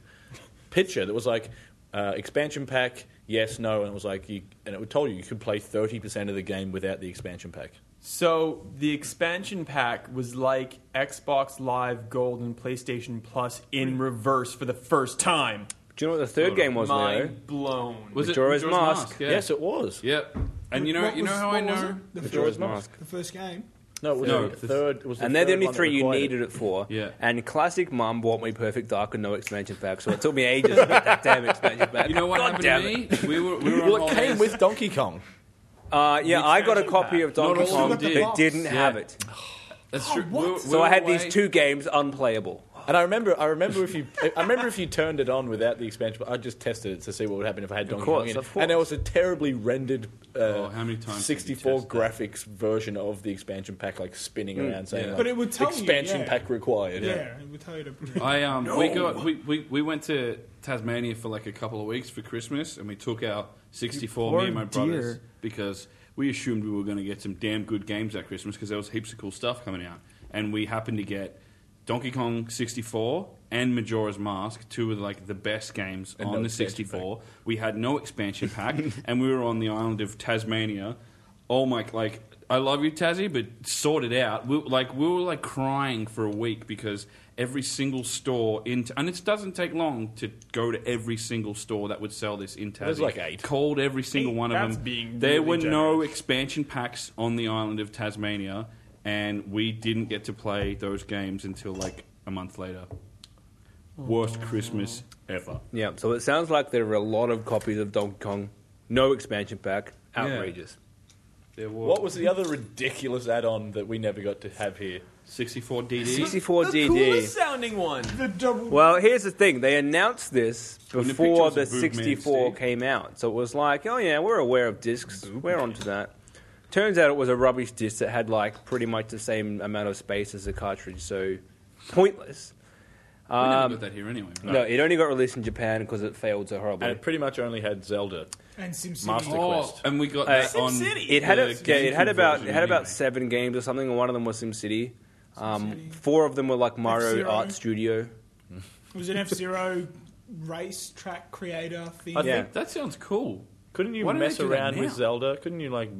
[SPEAKER 5] picture that was like uh, expansion pack yes no and it was like you, and it would told you you could play thirty percent of the game without the expansion pack.
[SPEAKER 6] So the expansion pack was like Xbox Live Gold and PlayStation Plus in reverse for the first time.
[SPEAKER 1] Do you know what the third game was, Leo?
[SPEAKER 6] Mind blown.
[SPEAKER 3] Was it
[SPEAKER 1] Majora's Mask.
[SPEAKER 3] Yeah.
[SPEAKER 5] Yes, it was.
[SPEAKER 3] Yep. And you know,
[SPEAKER 4] What
[SPEAKER 3] you know
[SPEAKER 4] was-
[SPEAKER 3] how I
[SPEAKER 4] what was
[SPEAKER 3] know.
[SPEAKER 4] it? The
[SPEAKER 1] Majora's
[SPEAKER 4] first-
[SPEAKER 1] Mask.
[SPEAKER 4] The first game.
[SPEAKER 5] No, it was
[SPEAKER 3] No,
[SPEAKER 5] the
[SPEAKER 3] it's-
[SPEAKER 5] third. It was the
[SPEAKER 1] And they're the
[SPEAKER 5] third
[SPEAKER 1] only
[SPEAKER 5] one that
[SPEAKER 1] three you
[SPEAKER 5] required it.
[SPEAKER 1] needed it for.
[SPEAKER 3] Yeah.
[SPEAKER 1] And classic mum bought me Perfect Dark and no expansion pack, so it took me ages to get that damn expansion pack.
[SPEAKER 3] You know what
[SPEAKER 1] God
[SPEAKER 3] happened
[SPEAKER 1] damn
[SPEAKER 3] to
[SPEAKER 1] it.
[SPEAKER 3] me? We were we were on
[SPEAKER 5] Well, it
[SPEAKER 3] holidays.
[SPEAKER 5] came with Donkey Kong.
[SPEAKER 1] Uh, yeah, I got a
[SPEAKER 6] expansion
[SPEAKER 1] copy of
[SPEAKER 3] Not
[SPEAKER 1] Donkey
[SPEAKER 3] all of
[SPEAKER 1] Kong
[SPEAKER 3] them
[SPEAKER 1] that
[SPEAKER 3] did.
[SPEAKER 1] didn't
[SPEAKER 4] Yeah.
[SPEAKER 1] have it.
[SPEAKER 3] That's true.
[SPEAKER 4] what?
[SPEAKER 3] We were- we
[SPEAKER 1] So I
[SPEAKER 3] were
[SPEAKER 1] had these
[SPEAKER 3] away-
[SPEAKER 1] two games unplayable.
[SPEAKER 5] And I remember, I remember if you, I remember if you turned it on without the expansion. But I just tested it to see what would happen if I had Donkey
[SPEAKER 1] course,
[SPEAKER 5] Kong in.
[SPEAKER 1] of course.
[SPEAKER 5] And there was a terribly rendered, uh,
[SPEAKER 3] Oh, how many times did you
[SPEAKER 5] sixty-four
[SPEAKER 3] test that?
[SPEAKER 5] graphics version of the expansion pack, like spinning
[SPEAKER 1] Mm,
[SPEAKER 5] around saying,
[SPEAKER 3] yeah.
[SPEAKER 5] like,
[SPEAKER 4] But it would tell you,
[SPEAKER 5] expansion
[SPEAKER 4] yeah.
[SPEAKER 5] pack required.
[SPEAKER 4] Yeah, it would tell you to put it.
[SPEAKER 3] I um we got we, we, we went to Tasmania for like a couple of weeks for Christmas and we took our sixty four
[SPEAKER 6] Poor
[SPEAKER 3] me and my brothers
[SPEAKER 6] dear.
[SPEAKER 3] because we assumed we were going to get some damn good games at Christmas because there was heaps of cool stuff coming out and we happened to get Donkey Kong sixty four and Majora's Mask two of like the best games
[SPEAKER 5] And no
[SPEAKER 3] on the
[SPEAKER 5] expansion
[SPEAKER 3] sixty four. We had no expansion pack and we were on the island of Tasmania. Oh my like. I love you, Tassie, but sort it out. We, like we were like crying for a week because every single store in, and it doesn't take long to go to every single store that would sell this in Tassie.
[SPEAKER 5] There's like eight.
[SPEAKER 3] Called every single
[SPEAKER 6] Eight?
[SPEAKER 3] one of
[SPEAKER 6] That's
[SPEAKER 3] them.
[SPEAKER 6] being
[SPEAKER 3] there
[SPEAKER 6] really
[SPEAKER 3] were no
[SPEAKER 6] generous.
[SPEAKER 3] expansion packs on the island of Tasmania, and we didn't get to play those games until like a month later. Worst Christmas ever.
[SPEAKER 1] Yeah, so it sounds like there are a lot of copies of Donkey Kong, no expansion pack, outrageous.
[SPEAKER 3] There were
[SPEAKER 5] What was the other ridiculous add-on that we never got to have here?
[SPEAKER 3] 64 DD.
[SPEAKER 1] 64
[SPEAKER 6] the
[SPEAKER 1] DD.
[SPEAKER 6] coolest sounding one.
[SPEAKER 4] The double.
[SPEAKER 1] Well, here's the thing. They announced this
[SPEAKER 3] the
[SPEAKER 1] before the
[SPEAKER 3] pictures of Boobman,
[SPEAKER 1] 64
[SPEAKER 3] Steve.
[SPEAKER 1] came out. So it was like, oh yeah, we're aware of discs. We're onto that. Turns out it was a rubbish disc that had like pretty much the same amount of space as the cartridge, so pointless.
[SPEAKER 3] we never
[SPEAKER 1] Um,
[SPEAKER 3] got that here anyway.
[SPEAKER 1] no, it only got released in Japan because it failed so horribly.
[SPEAKER 5] And it pretty much only had Zelda.
[SPEAKER 4] and SimCity.
[SPEAKER 5] Master-
[SPEAKER 3] Oh,
[SPEAKER 5] Quest.
[SPEAKER 3] and we got
[SPEAKER 1] Uh,
[SPEAKER 3] that on.
[SPEAKER 6] SimCity.
[SPEAKER 1] It had
[SPEAKER 3] the
[SPEAKER 1] a, yeah, it had
[SPEAKER 3] GameCube
[SPEAKER 1] about
[SPEAKER 3] version
[SPEAKER 1] it had about
[SPEAKER 3] anyway.
[SPEAKER 1] seven games or something, and one of them was SimCity. Um,
[SPEAKER 4] SimCity.
[SPEAKER 1] Four of them were like Mario
[SPEAKER 4] F-Zero.
[SPEAKER 1] Art Studio.
[SPEAKER 4] It was an F Zero race track creator thing.
[SPEAKER 5] I
[SPEAKER 1] Yeah.
[SPEAKER 5] think
[SPEAKER 3] That sounds cool.
[SPEAKER 5] couldn't you
[SPEAKER 3] Why don't they
[SPEAKER 5] mess
[SPEAKER 3] do that
[SPEAKER 5] around with
[SPEAKER 3] now?
[SPEAKER 5] Zelda? Couldn't you like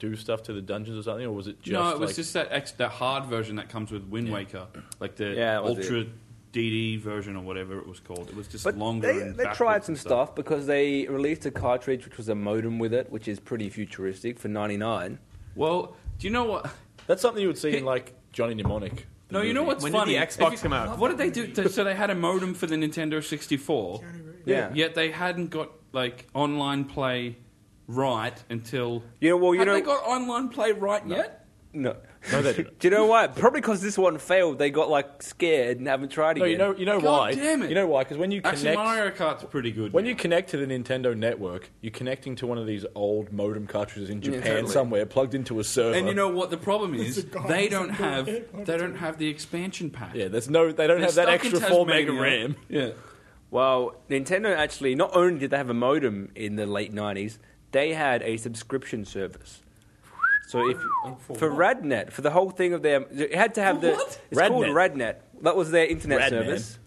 [SPEAKER 5] do stuff to the dungeons or something? Or was it just
[SPEAKER 3] no, it was
[SPEAKER 5] like,
[SPEAKER 3] just that ex- that hard version that comes with Wind Waker, like the
[SPEAKER 1] Yeah, that was
[SPEAKER 3] Ultra DD version or whatever it was called. It was just
[SPEAKER 1] But
[SPEAKER 3] longer.
[SPEAKER 1] they,
[SPEAKER 3] and
[SPEAKER 1] they
[SPEAKER 3] backwards
[SPEAKER 1] tried some
[SPEAKER 3] and
[SPEAKER 1] stuff. because they released a cartridge which was a modem with it, which is pretty futuristic for ninety nine.
[SPEAKER 3] Well, do you know what?
[SPEAKER 5] That's something you would see in like Johnny Mnemonic. the
[SPEAKER 3] No, you know
[SPEAKER 5] movie.
[SPEAKER 3] what's
[SPEAKER 6] When did
[SPEAKER 3] funny?
[SPEAKER 6] the
[SPEAKER 3] If
[SPEAKER 6] Xbox
[SPEAKER 3] you-
[SPEAKER 6] come out?
[SPEAKER 3] What did they do? to- so they had a modem for the Nintendo 64.
[SPEAKER 1] Yeah.
[SPEAKER 3] Yet they hadn't got like online play right until.
[SPEAKER 1] You know, well, you
[SPEAKER 3] Have
[SPEAKER 1] know,
[SPEAKER 3] they got online play right yet?
[SPEAKER 1] no.
[SPEAKER 5] No, they didn't.
[SPEAKER 1] Do you know why? Probably because this one failed. They got like scared and haven't tried
[SPEAKER 5] No,
[SPEAKER 1] again.
[SPEAKER 5] you know, you know
[SPEAKER 3] God
[SPEAKER 5] why?
[SPEAKER 3] damn it.
[SPEAKER 5] You know why? Because when you connect,
[SPEAKER 3] Actually, Mario Kart's pretty good.
[SPEAKER 5] when
[SPEAKER 3] now.
[SPEAKER 5] you connect to the Nintendo network, you're connecting to one of these old modem cartridges in Japan
[SPEAKER 1] totally.
[SPEAKER 5] somewhere, plugged into a server.
[SPEAKER 3] and you know what the problem is?
[SPEAKER 4] a guy
[SPEAKER 3] They
[SPEAKER 4] who's
[SPEAKER 3] don't
[SPEAKER 4] a
[SPEAKER 3] have
[SPEAKER 4] bit-
[SPEAKER 3] they don't have the expansion pack.
[SPEAKER 5] yeah, there's no, they don't
[SPEAKER 3] They're
[SPEAKER 5] have that
[SPEAKER 3] stuck in
[SPEAKER 5] extra four
[SPEAKER 3] Tasmania.
[SPEAKER 5] mega RAM.
[SPEAKER 3] Yeah.
[SPEAKER 1] well, Nintendo actually not only did they have a modem in the late nineties, they had a subscription service. So if for,
[SPEAKER 3] for
[SPEAKER 1] Radnet, for the whole thing of their, it had to have
[SPEAKER 3] For
[SPEAKER 1] the
[SPEAKER 3] what?
[SPEAKER 1] it's called
[SPEAKER 5] Radnet.
[SPEAKER 1] Radnet. That was their internet
[SPEAKER 5] Radnet.
[SPEAKER 1] service.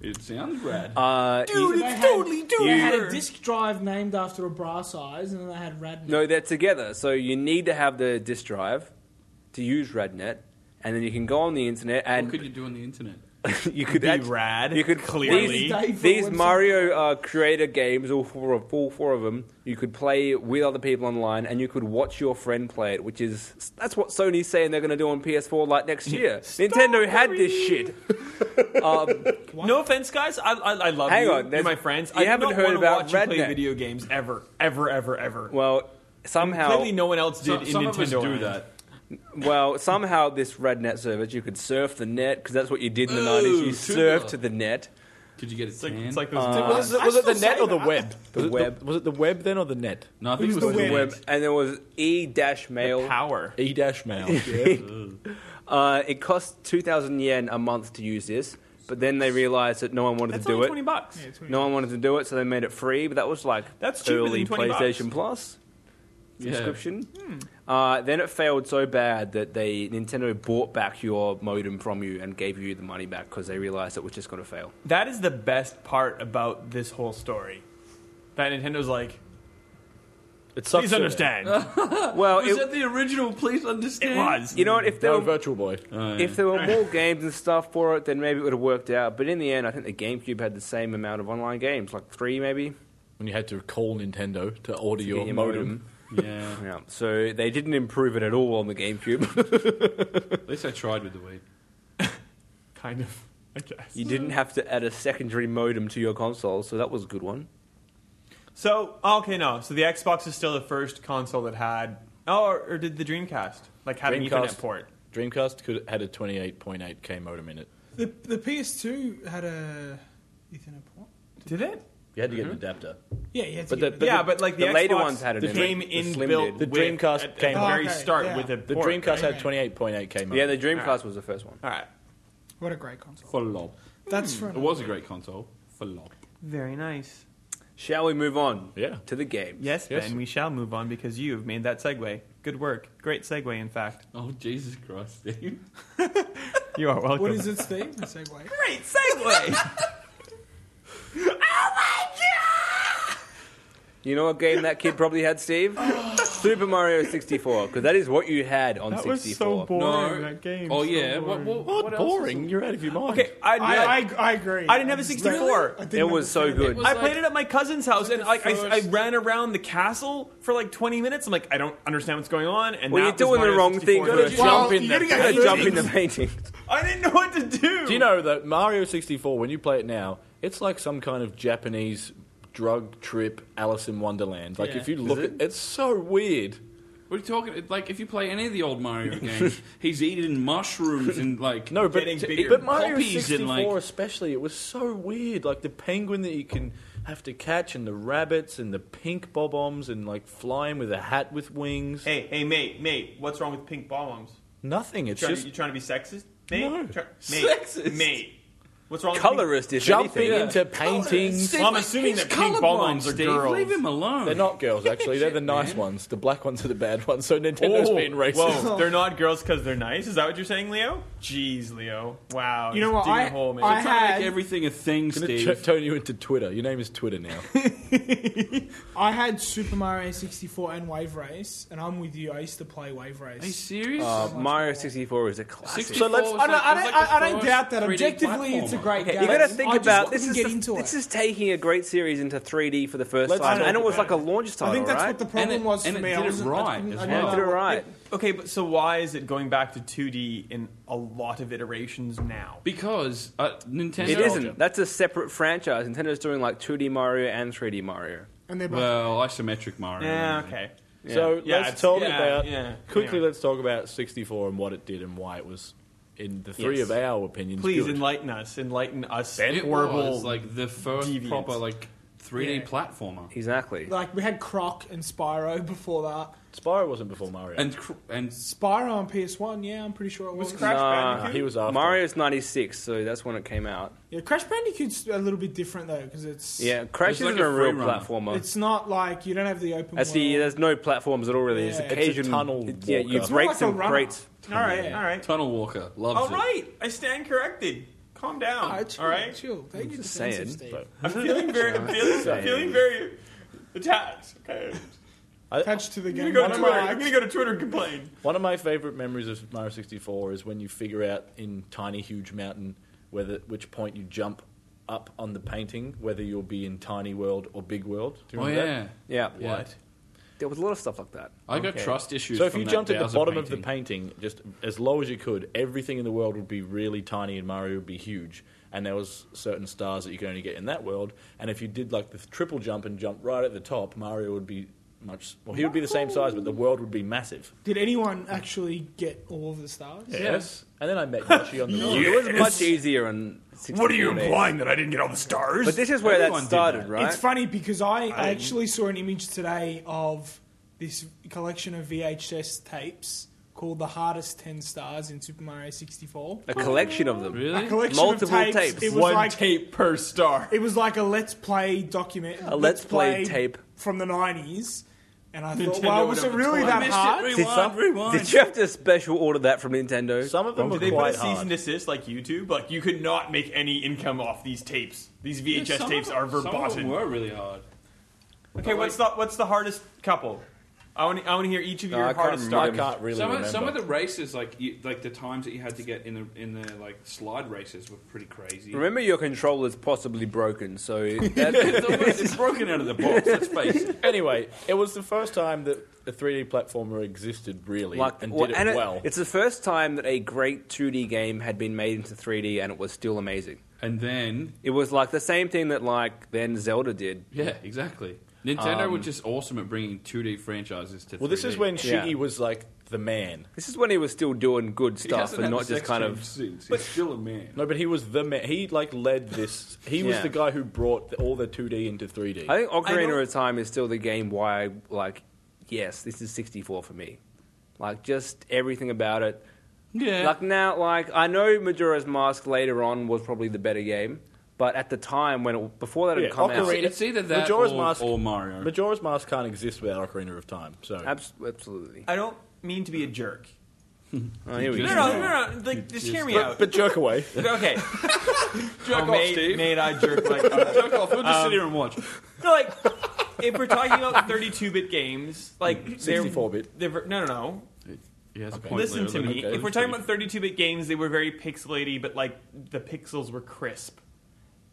[SPEAKER 3] It sounds rad.
[SPEAKER 1] Uh, you-
[SPEAKER 4] it's totally doing They had a disc drive named after a brass size, and then they had Radnet.
[SPEAKER 1] No, they're together. So you need to have the disk drive to use RadNet, and then you can go on the internet and
[SPEAKER 3] what could you do on the internet?
[SPEAKER 1] you could
[SPEAKER 6] Be
[SPEAKER 1] act-
[SPEAKER 6] rad,
[SPEAKER 1] You could
[SPEAKER 6] clearly.
[SPEAKER 1] these,
[SPEAKER 4] Wednesday for
[SPEAKER 1] these
[SPEAKER 4] Wednesday.
[SPEAKER 1] Mario uh, creator games, all four, of, all four of them. You could play with other people online, and you could watch your friend play it, which is that's what Sony's saying they're going to do on PS4 like next year. Nintendo had this shit. um,
[SPEAKER 6] No offense, guys. I, I, I love
[SPEAKER 1] Hang
[SPEAKER 6] you.
[SPEAKER 1] on,
[SPEAKER 6] You're
[SPEAKER 1] there's-
[SPEAKER 6] my friends.
[SPEAKER 1] you
[SPEAKER 6] I
[SPEAKER 1] haven't
[SPEAKER 6] do not
[SPEAKER 1] heard
[SPEAKER 6] wanna
[SPEAKER 1] about
[SPEAKER 6] watch you play
[SPEAKER 1] Redneck.
[SPEAKER 6] video games ever, ever, ever, ever.
[SPEAKER 1] well, somehow
[SPEAKER 6] Clearly, no one else did
[SPEAKER 3] Some-
[SPEAKER 6] in
[SPEAKER 3] some
[SPEAKER 6] Nintendo.
[SPEAKER 3] of us do
[SPEAKER 6] land.
[SPEAKER 3] that.
[SPEAKER 1] Well, somehow this red net service, you could surf the net because that's what you did in the
[SPEAKER 3] Ooh,
[SPEAKER 1] nineties. You
[SPEAKER 3] tubular.
[SPEAKER 1] surfed to the net.
[SPEAKER 3] Did you get a
[SPEAKER 6] It's like,
[SPEAKER 3] tan?
[SPEAKER 6] it's like
[SPEAKER 1] Uh,
[SPEAKER 6] those.
[SPEAKER 5] was it, Uh, was it the net or the web?
[SPEAKER 1] The
[SPEAKER 5] was it
[SPEAKER 1] web.
[SPEAKER 5] was it the web then or the net?
[SPEAKER 3] no, I think it was,
[SPEAKER 4] was the
[SPEAKER 3] the
[SPEAKER 4] web.
[SPEAKER 3] web.
[SPEAKER 1] And there was e dash
[SPEAKER 6] the
[SPEAKER 1] mail.
[SPEAKER 6] power.
[SPEAKER 5] E dash mail.
[SPEAKER 1] Uh, it cost two thousand yen a month to use this, but then they realized that no one wanted
[SPEAKER 6] That's
[SPEAKER 1] to do
[SPEAKER 6] only
[SPEAKER 1] it.
[SPEAKER 6] twenty bucks.
[SPEAKER 4] Yeah, it's really-
[SPEAKER 1] No one wanted to do it, so they made it free. But that was like
[SPEAKER 6] That's cheaper than
[SPEAKER 1] early
[SPEAKER 6] 20 bucks. Hmm.
[SPEAKER 1] PlayStation Plus
[SPEAKER 3] Yeah.
[SPEAKER 1] subscription. Uh, then it failed so bad that they Nintendo bought back your modem from you and gave you the money back because they realized it was just going to fail.
[SPEAKER 6] That is the best part about this whole story. That Nintendo's like,
[SPEAKER 5] It sucks.
[SPEAKER 6] please
[SPEAKER 5] that-
[SPEAKER 6] understand.
[SPEAKER 1] Well,
[SPEAKER 3] Was
[SPEAKER 1] it,
[SPEAKER 3] that the original? Please understand. Oh,
[SPEAKER 6] it was.
[SPEAKER 1] you know what? If there
[SPEAKER 5] No,
[SPEAKER 1] were
[SPEAKER 5] Virtual Boy.
[SPEAKER 1] If there were more games and stuff for it, then maybe it would have worked out. But in the end, I think the GameCube had the same amount of online games, like three maybe.
[SPEAKER 5] When you had to call Nintendo to order your
[SPEAKER 1] Yeah,
[SPEAKER 5] modem.
[SPEAKER 3] Yeah.
[SPEAKER 1] Yeah. So they didn't improve it at all on the GameCube.
[SPEAKER 3] At least I tried with the weed.
[SPEAKER 6] kind of, I guess.
[SPEAKER 1] you didn't have to add a secondary modem to your console, so that was a good one.
[SPEAKER 6] So oh, okay, no. So the Xbox is still the first console that had, oh, or, or did the Dreamcast like had an
[SPEAKER 5] Dreamcast.
[SPEAKER 6] Ethernet port?
[SPEAKER 5] Dreamcast could had a 28.8k modem in it.
[SPEAKER 4] The, the PS2 had a Ethernet port.
[SPEAKER 6] Did it?
[SPEAKER 5] You had to get an
[SPEAKER 3] Mm-hmm.
[SPEAKER 5] adapter.
[SPEAKER 4] Yeah, you had to
[SPEAKER 1] But
[SPEAKER 4] get
[SPEAKER 1] the-
[SPEAKER 4] rid
[SPEAKER 1] but
[SPEAKER 4] of-
[SPEAKER 6] yeah, but like the,
[SPEAKER 1] the later
[SPEAKER 6] Xbox
[SPEAKER 1] ones had it in it.
[SPEAKER 6] came
[SPEAKER 1] The
[SPEAKER 6] in
[SPEAKER 1] Slim
[SPEAKER 6] built.
[SPEAKER 5] did. The
[SPEAKER 6] with-
[SPEAKER 5] Dreamcast
[SPEAKER 6] at,
[SPEAKER 5] came
[SPEAKER 6] at
[SPEAKER 5] with it.
[SPEAKER 6] the very
[SPEAKER 4] Okay,
[SPEAKER 6] start
[SPEAKER 4] yeah.
[SPEAKER 6] with a
[SPEAKER 5] The
[SPEAKER 6] port,
[SPEAKER 5] Dreamcast
[SPEAKER 6] right?
[SPEAKER 5] had 28.8 came out.
[SPEAKER 1] Yeah, the Dreamcast was the first one.
[SPEAKER 6] All right.
[SPEAKER 4] What a great console.
[SPEAKER 3] Flop.
[SPEAKER 4] That's
[SPEAKER 1] Hmm.
[SPEAKER 4] for
[SPEAKER 3] It was a great console. Flop.
[SPEAKER 6] Very nice.
[SPEAKER 1] Shall we move on?
[SPEAKER 5] Yeah.
[SPEAKER 1] To the game.
[SPEAKER 6] Yes,
[SPEAKER 5] Yes.
[SPEAKER 6] Ben, we shall move on because you have made that segue. Good work. Great segue, in fact.
[SPEAKER 3] Oh Jesus Christ, Steve.
[SPEAKER 6] You are welcome.
[SPEAKER 4] What is it, Steve? The segue.
[SPEAKER 6] Great segue.
[SPEAKER 1] You know what game that kid probably had, Steve? Super Mario 64, because that is what you had on 64.
[SPEAKER 3] boring, that
[SPEAKER 6] game.
[SPEAKER 3] Oh yeah. What, what, what else was
[SPEAKER 5] boring. You're out of your mind.
[SPEAKER 6] Okay, I,
[SPEAKER 4] I, I, I agree.
[SPEAKER 6] I didn't have a 64.
[SPEAKER 4] I didn't
[SPEAKER 1] It was so
[SPEAKER 4] understand
[SPEAKER 1] good.
[SPEAKER 3] was
[SPEAKER 6] I
[SPEAKER 3] like-
[SPEAKER 6] played it at my cousin's house, and like I, I ran around the castle for like 20 minutes. I'm like, I don't understand what's going on. And
[SPEAKER 1] Well,
[SPEAKER 6] that
[SPEAKER 1] you're
[SPEAKER 6] was
[SPEAKER 1] doing the
[SPEAKER 6] Mario
[SPEAKER 1] wrong
[SPEAKER 6] 64.
[SPEAKER 1] thing. You're
[SPEAKER 5] Gotta
[SPEAKER 1] gonna
[SPEAKER 5] do-
[SPEAKER 1] jump
[SPEAKER 5] Well,
[SPEAKER 1] in
[SPEAKER 4] you're
[SPEAKER 1] the,
[SPEAKER 4] gonna
[SPEAKER 1] gotta
[SPEAKER 4] go
[SPEAKER 1] jump in
[SPEAKER 4] things.
[SPEAKER 1] the painting.
[SPEAKER 6] I didn't know what to do.
[SPEAKER 5] Do you know that Mario 64, when you play it now, it's like some kind of Japanese drug trip Alice in Wonderland. Like,
[SPEAKER 4] Yeah.
[SPEAKER 5] if you look
[SPEAKER 1] it?
[SPEAKER 5] at it's so weird.
[SPEAKER 3] What are you talking? Like, if you play any of the old Mario games, he's eating mushrooms and like
[SPEAKER 5] No, but,
[SPEAKER 6] Getting
[SPEAKER 5] t-
[SPEAKER 6] bigger.
[SPEAKER 5] but Mario
[SPEAKER 3] Poppies
[SPEAKER 5] 64
[SPEAKER 3] and, like-
[SPEAKER 5] especially, it was so weird. Like, the penguin that you can have to catch and the rabbits and the pink bob-ombs and, like, flying with a hat with wings.
[SPEAKER 6] Hey, hey, mate, mate, what's wrong with pink bombs?
[SPEAKER 5] Nothing. It's
[SPEAKER 6] Trying
[SPEAKER 5] just
[SPEAKER 6] you trying to be sexist, mate?
[SPEAKER 5] No.
[SPEAKER 6] Try-
[SPEAKER 3] Sexist.
[SPEAKER 6] mate, mate. What's wrong? with
[SPEAKER 1] Colorist is
[SPEAKER 5] jumping
[SPEAKER 1] anything.
[SPEAKER 5] into
[SPEAKER 6] Oh,
[SPEAKER 5] paintings.
[SPEAKER 6] Well, I'm assuming that pink bonbons are
[SPEAKER 3] Steve.
[SPEAKER 6] girls.
[SPEAKER 3] Leave him alone.
[SPEAKER 5] They're not girls, actually. They're the nice ones. The black ones are the bad ones. So Nintendo's
[SPEAKER 6] Oh,
[SPEAKER 5] being racist.
[SPEAKER 6] Whoa, they're not girls because they're nice. Is that what you're saying, Leo? Jeez, Leo. Wow.
[SPEAKER 4] You know
[SPEAKER 6] just
[SPEAKER 4] what?
[SPEAKER 6] digging
[SPEAKER 4] I-
[SPEAKER 6] a hole, man.
[SPEAKER 4] I
[SPEAKER 3] Trying to
[SPEAKER 4] had-
[SPEAKER 3] make everything a thing,
[SPEAKER 5] I'm going
[SPEAKER 3] Steve.
[SPEAKER 5] to turn you into Twitter. Your name is Twitter now.
[SPEAKER 4] I had Super Mario 64 and Wave Race, and I'm with you. I used to play Wave
[SPEAKER 3] Are you
[SPEAKER 4] Race.
[SPEAKER 3] serious?
[SPEAKER 1] Uh, Mario 64 is a classic.
[SPEAKER 3] 64
[SPEAKER 5] let's-
[SPEAKER 3] was
[SPEAKER 4] I don't,
[SPEAKER 3] like-
[SPEAKER 4] I
[SPEAKER 3] was
[SPEAKER 4] don't,
[SPEAKER 3] like the
[SPEAKER 4] I, I don't
[SPEAKER 3] first
[SPEAKER 4] doubt that.
[SPEAKER 3] 3D
[SPEAKER 4] Objectively, it's a
[SPEAKER 3] platformer.
[SPEAKER 4] great game.
[SPEAKER 1] you got to think
[SPEAKER 4] I just
[SPEAKER 1] about
[SPEAKER 4] couldn't
[SPEAKER 1] this. Is
[SPEAKER 4] get
[SPEAKER 1] the-
[SPEAKER 4] into
[SPEAKER 1] this
[SPEAKER 4] it.
[SPEAKER 1] is taking a great series into 3D for the 1st
[SPEAKER 5] Let's
[SPEAKER 1] time,
[SPEAKER 5] talk
[SPEAKER 1] and it was like
[SPEAKER 5] about
[SPEAKER 1] a launch title,
[SPEAKER 4] I think that's
[SPEAKER 1] right?
[SPEAKER 4] what the problem
[SPEAKER 3] And it-
[SPEAKER 4] was for
[SPEAKER 3] and it
[SPEAKER 4] me.
[SPEAKER 3] did
[SPEAKER 4] I
[SPEAKER 3] it
[SPEAKER 4] wasn't,
[SPEAKER 3] right
[SPEAKER 4] I didn't,
[SPEAKER 3] as well.
[SPEAKER 4] I didn't
[SPEAKER 1] And
[SPEAKER 4] know
[SPEAKER 1] it did it
[SPEAKER 4] what-
[SPEAKER 1] right.
[SPEAKER 6] Okay, but so why is it going back to 2D in a lot of iterations now?
[SPEAKER 3] Because uh, Nintendo.
[SPEAKER 1] It isn't. That's a separate franchise. Nintendo's doing like 2D Mario and 3D Mario.
[SPEAKER 4] And they're both
[SPEAKER 3] Well, isometric Mario.
[SPEAKER 6] Yeah,
[SPEAKER 5] Mm.
[SPEAKER 6] okay.
[SPEAKER 5] So
[SPEAKER 6] Yeah,
[SPEAKER 5] let's
[SPEAKER 6] it's-
[SPEAKER 5] talk
[SPEAKER 6] yeah,
[SPEAKER 5] about
[SPEAKER 6] yeah.
[SPEAKER 5] quickly.
[SPEAKER 6] Anyway.
[SPEAKER 5] Let's talk about 64 and what it did and why it was, in the three
[SPEAKER 6] Yes.
[SPEAKER 5] of our opinions.
[SPEAKER 6] Please
[SPEAKER 5] good.
[SPEAKER 6] enlighten us. Enlighten us.
[SPEAKER 3] It
[SPEAKER 6] horrible.
[SPEAKER 3] was like the first
[SPEAKER 6] deviant.
[SPEAKER 3] proper like 3D
[SPEAKER 4] Yeah.
[SPEAKER 3] platformer.
[SPEAKER 1] Exactly.
[SPEAKER 4] like we had Croc and Spyro before that.
[SPEAKER 5] Spyro wasn't before Mario.
[SPEAKER 3] And cr- and
[SPEAKER 4] Spyro on PS1, yeah, I'm pretty sure it was.
[SPEAKER 6] was Crash
[SPEAKER 1] Nah.
[SPEAKER 5] Uh,
[SPEAKER 6] Bandicoot?
[SPEAKER 5] he was after.
[SPEAKER 1] Mario's 96, so that's when it came out.
[SPEAKER 4] Yeah, Crash Bandicoot's a little bit different though because it's
[SPEAKER 1] Yeah, Crash
[SPEAKER 3] It's like
[SPEAKER 1] isn't
[SPEAKER 3] a
[SPEAKER 1] a real
[SPEAKER 3] free runner.
[SPEAKER 1] platformer.
[SPEAKER 4] it's not like you don't have the open.
[SPEAKER 1] That's the,
[SPEAKER 4] world.
[SPEAKER 1] there's no platforms at all, really. It's
[SPEAKER 4] Yeah. It's a
[SPEAKER 1] occasion.
[SPEAKER 5] tunnel
[SPEAKER 1] it- yeah, you
[SPEAKER 5] walker. It's
[SPEAKER 4] more
[SPEAKER 1] break
[SPEAKER 4] like a
[SPEAKER 1] some
[SPEAKER 4] runner.
[SPEAKER 1] greats.
[SPEAKER 6] all right, all right.
[SPEAKER 3] Tunnel Walker loves
[SPEAKER 4] Oh,
[SPEAKER 6] All
[SPEAKER 3] it.
[SPEAKER 6] right, I stand corrected. Calm down.
[SPEAKER 4] Ah, chill,
[SPEAKER 6] all right,
[SPEAKER 4] chill. Take your
[SPEAKER 1] just
[SPEAKER 4] defensive,
[SPEAKER 1] saying,
[SPEAKER 4] Steve.
[SPEAKER 5] but-
[SPEAKER 6] I'm feeling very, I'm feeling, I'm feeling very attacked. Okay,
[SPEAKER 5] I,
[SPEAKER 4] attached to the
[SPEAKER 6] I'm gonna
[SPEAKER 4] game.
[SPEAKER 6] go
[SPEAKER 4] One
[SPEAKER 6] to
[SPEAKER 4] of
[SPEAKER 6] Twitter.
[SPEAKER 4] my-
[SPEAKER 6] I'm gonna go to Twitter and complain.
[SPEAKER 5] one of my favorite memories of Mario 64 is when you figure out in Tiny Huge Mountain whether which point you jump up on the painting, whether you'll be in Tiny World or Big World. Do you
[SPEAKER 3] Oh
[SPEAKER 5] remember that?
[SPEAKER 3] yeah.
[SPEAKER 1] Yeah.
[SPEAKER 3] What?
[SPEAKER 1] There was a lot of stuff like that.
[SPEAKER 3] I got trust issues.
[SPEAKER 5] So if
[SPEAKER 3] from
[SPEAKER 5] you
[SPEAKER 3] that
[SPEAKER 5] jumped at the
[SPEAKER 3] Bowser
[SPEAKER 5] bottom of the
[SPEAKER 3] painting.
[SPEAKER 5] painting, just as low as you could, everything in the world would be really tiny and Mario would be huge. And there was certain stars that you could only get in that world. And if you did like the triple jump and jump right at the top, Mario would be much. Well, he would be the same size, but the world would be massive.
[SPEAKER 4] Did anyone actually get all of the stars?
[SPEAKER 5] Yes. And then I met Yoshi on the road.
[SPEAKER 1] It was much easier on. 64 days.
[SPEAKER 6] that I didn't get all the stars?
[SPEAKER 1] But this is where
[SPEAKER 3] Everyone
[SPEAKER 1] that
[SPEAKER 3] did
[SPEAKER 1] started,
[SPEAKER 3] that.
[SPEAKER 1] right?
[SPEAKER 4] It's funny because I, I actually saw an image today of this collection of VHS tapes called "The Hardest Ten Stars" in Super Mario 64.
[SPEAKER 1] a collection of them.
[SPEAKER 3] Really?
[SPEAKER 4] A collection
[SPEAKER 1] Multiple
[SPEAKER 4] of tapes.
[SPEAKER 1] tapes.
[SPEAKER 4] It was
[SPEAKER 6] One
[SPEAKER 4] like
[SPEAKER 6] tape per star.
[SPEAKER 4] it was like a Let's Play document.
[SPEAKER 1] A Let's Play tape.
[SPEAKER 4] from the 90s. And I thought,
[SPEAKER 6] Nintendo
[SPEAKER 4] well,
[SPEAKER 6] would
[SPEAKER 4] was it
[SPEAKER 6] have a
[SPEAKER 4] really
[SPEAKER 6] toy.
[SPEAKER 4] that
[SPEAKER 6] I missed it.
[SPEAKER 4] hard?
[SPEAKER 1] Did, some- did you have to special order that from Nintendo?
[SPEAKER 5] Some of them were
[SPEAKER 6] Did they put a
[SPEAKER 5] quite
[SPEAKER 6] cease and
[SPEAKER 5] hard.
[SPEAKER 6] desist like YouTube? Like you could not make any income off these tapes. These VHS
[SPEAKER 3] Some of
[SPEAKER 6] E tapes
[SPEAKER 3] them-
[SPEAKER 6] are
[SPEAKER 3] Some of them
[SPEAKER 6] verboten.
[SPEAKER 3] were really hard.
[SPEAKER 6] Okay, what's the what's the hardest couple? I want I want to hear each of
[SPEAKER 1] No,
[SPEAKER 6] your
[SPEAKER 1] I can't
[SPEAKER 6] hardest
[SPEAKER 1] remember.
[SPEAKER 5] I
[SPEAKER 6] stars.
[SPEAKER 5] can't really
[SPEAKER 3] some,
[SPEAKER 5] remember.
[SPEAKER 3] of, some of the races, like you, like the times that you had to get in the in the like slide races, were pretty crazy.
[SPEAKER 1] Remember, your controller's possibly broken, so
[SPEAKER 3] it's,
[SPEAKER 1] that,
[SPEAKER 3] almost- it's broken out of the box. Let's face it.
[SPEAKER 5] anyway, it was the first time that a 3D platformer existed really
[SPEAKER 1] like,
[SPEAKER 5] and
[SPEAKER 1] well,
[SPEAKER 5] did
[SPEAKER 1] and
[SPEAKER 5] it
[SPEAKER 1] it-
[SPEAKER 5] well.
[SPEAKER 1] It's the first time that a great 2D game had been made into 3D, and it was still amazing.
[SPEAKER 3] And then,
[SPEAKER 1] It was like the same thing that like then Zelda did.
[SPEAKER 3] yeah, exactly. Nintendo were just awesome at bringing 2D franchises to.
[SPEAKER 5] Well, this is
[SPEAKER 3] 3D.
[SPEAKER 5] when
[SPEAKER 1] Yeah.
[SPEAKER 5] Shiggy was like the man.
[SPEAKER 1] This is when he was still doing good
[SPEAKER 3] He
[SPEAKER 1] stuff
[SPEAKER 3] hasn't
[SPEAKER 1] and
[SPEAKER 3] had
[SPEAKER 1] not
[SPEAKER 3] a
[SPEAKER 1] just
[SPEAKER 3] sex
[SPEAKER 1] kind
[SPEAKER 3] change
[SPEAKER 1] of.
[SPEAKER 3] since. He's still a man.
[SPEAKER 5] No, but he was the man. He like led this. He was
[SPEAKER 1] Yeah.
[SPEAKER 5] the guy who brought the, all the 2D into 3D.
[SPEAKER 1] I think
[SPEAKER 6] I know-
[SPEAKER 1] Ocarina of Time is still the game why, like, yes, this is 64 for me. Like, just everything about it.
[SPEAKER 3] Yeah.
[SPEAKER 1] Like, now, like, I know Majora's Mask later on was probably the better game, but at the time, when it, before that
[SPEAKER 5] Yeah,
[SPEAKER 1] had come
[SPEAKER 5] Ocarina-
[SPEAKER 1] out.
[SPEAKER 3] It's either that
[SPEAKER 5] Majora's
[SPEAKER 3] or-
[SPEAKER 5] Mask
[SPEAKER 3] or Mario.
[SPEAKER 5] Majora's Mask can't exist without Ocarina of Time. So
[SPEAKER 1] Abs- absolutely.
[SPEAKER 6] I don't mean to be a jerk.
[SPEAKER 1] Oh, here we
[SPEAKER 6] No,
[SPEAKER 1] go.
[SPEAKER 3] just-
[SPEAKER 6] no, no, no. Like, just hear me out.
[SPEAKER 5] but jerk away.
[SPEAKER 6] Okay. jerk
[SPEAKER 3] off,
[SPEAKER 6] may,
[SPEAKER 3] Steve.
[SPEAKER 6] may I jerk like that?
[SPEAKER 3] Fuck Oh, off. We'll
[SPEAKER 1] Um,
[SPEAKER 3] just sit here and watch.
[SPEAKER 6] No, like if we're talking about 32-bit games, like they're-
[SPEAKER 5] 64-bit.
[SPEAKER 6] they're ver- No, no, no.
[SPEAKER 3] He has a point.
[SPEAKER 6] Listen to
[SPEAKER 3] later,
[SPEAKER 6] me.
[SPEAKER 5] okay.
[SPEAKER 6] If we're talking about 32-bit games, they were very pixelaty, but like the pixels were crisp.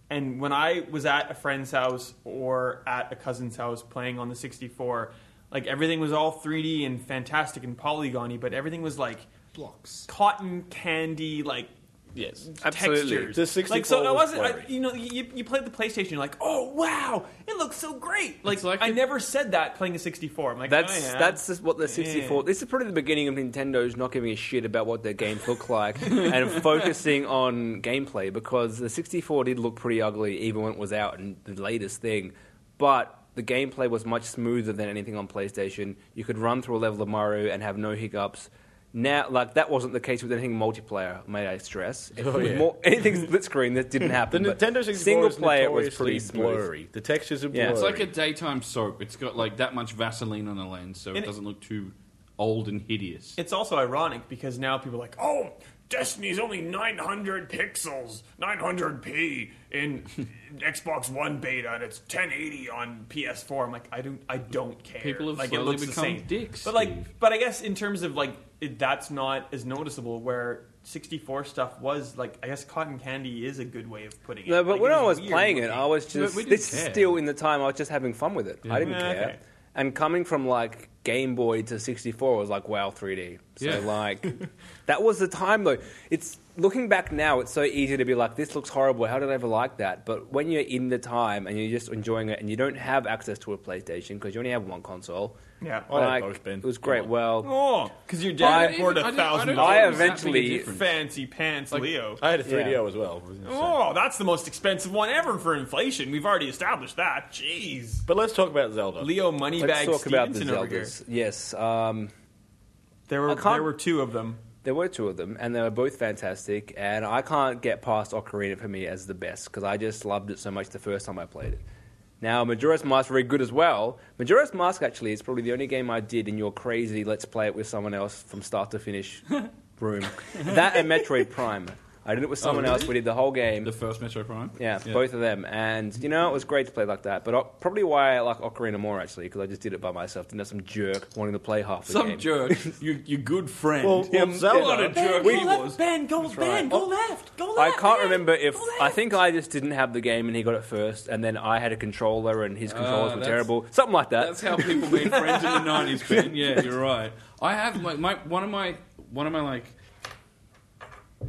[SPEAKER 6] And when I was at a friend's house or at a cousin's house playing on the 64, like everything was all 3D and fantastic and polygony, but everything was like
[SPEAKER 4] blocks.
[SPEAKER 6] cotton candy, like
[SPEAKER 5] Yes.
[SPEAKER 1] Absolutely.
[SPEAKER 6] textures.
[SPEAKER 5] The 64
[SPEAKER 6] like so, I
[SPEAKER 5] was
[SPEAKER 6] wasn't. I,
[SPEAKER 5] blurry.
[SPEAKER 6] you know, you, you played the PlayStation. You're like, oh wow, it looks so great. Like,
[SPEAKER 3] It's like
[SPEAKER 6] I
[SPEAKER 3] a-
[SPEAKER 6] never said that playing a 64. I'm like,
[SPEAKER 1] That's
[SPEAKER 6] oh, yeah.
[SPEAKER 1] that's just what the 64.
[SPEAKER 6] Yeah.
[SPEAKER 1] This is probably the beginning of Nintendo's not giving a shit about what their games look like and focusing on gameplay because the 64 did look pretty ugly even when it was out and the latest thing, but the gameplay was much smoother than anything on PlayStation. You could run through a level of Mario and have no hiccups. Now, like that wasn't the case with anything multiplayer. May I stress? It was
[SPEAKER 5] Oh, yeah.
[SPEAKER 1] more, anything split screen that didn't
[SPEAKER 5] The
[SPEAKER 1] happen. but
[SPEAKER 5] Nintendo 64
[SPEAKER 1] single
[SPEAKER 5] is
[SPEAKER 1] player was
[SPEAKER 5] notoriously
[SPEAKER 1] pretty smooth.
[SPEAKER 5] blurry. The textures are blurry.
[SPEAKER 1] Yeah.
[SPEAKER 3] It's like a daytime soap. It's got like that much Vaseline on the lens, so it
[SPEAKER 6] And it-
[SPEAKER 3] doesn't look too old and hideous.
[SPEAKER 6] It's also ironic because now people are like, oh,
[SPEAKER 7] Destiny's only 900 pixels, 900p in Xbox One beta, and it's 1080 on
[SPEAKER 6] PS4. I'm like, I don't, I don't care.
[SPEAKER 3] People have
[SPEAKER 6] like,
[SPEAKER 3] slowly
[SPEAKER 6] the
[SPEAKER 3] become
[SPEAKER 6] same.
[SPEAKER 3] dicks,
[SPEAKER 6] But like,
[SPEAKER 3] Steve.
[SPEAKER 6] but I guess in terms of like, it, that's not as noticeable. Where 64 stuff was like, I guess cotton candy is a good way of putting it.
[SPEAKER 1] No, but
[SPEAKER 6] Like,
[SPEAKER 1] when
[SPEAKER 6] it
[SPEAKER 1] I was
[SPEAKER 6] weird
[SPEAKER 1] playing it,
[SPEAKER 6] looking.
[SPEAKER 1] I was
[SPEAKER 3] we
[SPEAKER 1] just
[SPEAKER 3] didn't
[SPEAKER 1] this is
[SPEAKER 3] care.
[SPEAKER 1] still in the time I was just having fun with it. I didn't
[SPEAKER 6] Yeah,
[SPEAKER 1] care.
[SPEAKER 6] okay.
[SPEAKER 1] And coming from like Game Boy to 64 was like wow 3D. So
[SPEAKER 3] Yeah.
[SPEAKER 1] like that was the time though. It's looking back now, it's so easy to be like this looks horrible. How did I ever like that? But when you're in the time and you're just enjoying it and you don't have access to a PlayStation because you only have one console,
[SPEAKER 6] Oh, Yeah.
[SPEAKER 5] I had
[SPEAKER 1] like,
[SPEAKER 5] both, Ben.
[SPEAKER 1] it was
[SPEAKER 5] Come
[SPEAKER 1] great.
[SPEAKER 5] on.
[SPEAKER 1] Well,
[SPEAKER 6] Oh, because your
[SPEAKER 1] I-
[SPEAKER 6] dad poured
[SPEAKER 3] I
[SPEAKER 6] a
[SPEAKER 3] don't- I don't
[SPEAKER 6] thousand
[SPEAKER 3] know
[SPEAKER 1] I
[SPEAKER 3] if
[SPEAKER 6] dollars.
[SPEAKER 3] it's that big a
[SPEAKER 1] eventually-
[SPEAKER 3] difference.
[SPEAKER 6] Fancy pants, Leo.
[SPEAKER 5] I had a 3DO
[SPEAKER 1] Yeah.
[SPEAKER 5] as well.
[SPEAKER 6] Oh, that's the most expensive one ever for inflation. We've already established that. Jeez.
[SPEAKER 5] But let's talk about Zelda.
[SPEAKER 6] Leo Moneybag
[SPEAKER 1] let's talk about the
[SPEAKER 6] Stevenson over here.
[SPEAKER 1] Zeldas. Yes. Um,
[SPEAKER 6] There
[SPEAKER 1] I
[SPEAKER 6] were
[SPEAKER 1] can't-
[SPEAKER 6] there were two of them.
[SPEAKER 1] There were two of them, and they were both fantastic. And I can't get past Ocarina for me as the best because I just loved it so much the first time I played it. Now, Majora's Mask very good as well. Majora's Mask actually is probably the only game I did in your crazy let's play it with someone else from start to finish room. That and Metroid Prime. I did it with someone else. We did the whole game.
[SPEAKER 3] Oh, The first Metro Prime.
[SPEAKER 1] Yeah, both of them, and you know it was great to play like that. But o- probably why I like Ocarina more actually because I just did it by myself. Didn't have some jerk wanting to play half the
[SPEAKER 3] Some
[SPEAKER 1] game.
[SPEAKER 3] jerk, your, your good friend.
[SPEAKER 5] Well, well, Zelda-
[SPEAKER 3] what a jerk he was.
[SPEAKER 6] Ben, go Ben,
[SPEAKER 1] right.
[SPEAKER 6] go left, go left.
[SPEAKER 1] I can't remember if I think I just didn't have the game and he got it first, and then I had a controller and his controllers were
[SPEAKER 3] Ah, that's-
[SPEAKER 1] terrible, something like that.
[SPEAKER 3] That's how people made friends in the nineties, Ben. Yeah, you're right. I have like my one of my one of my like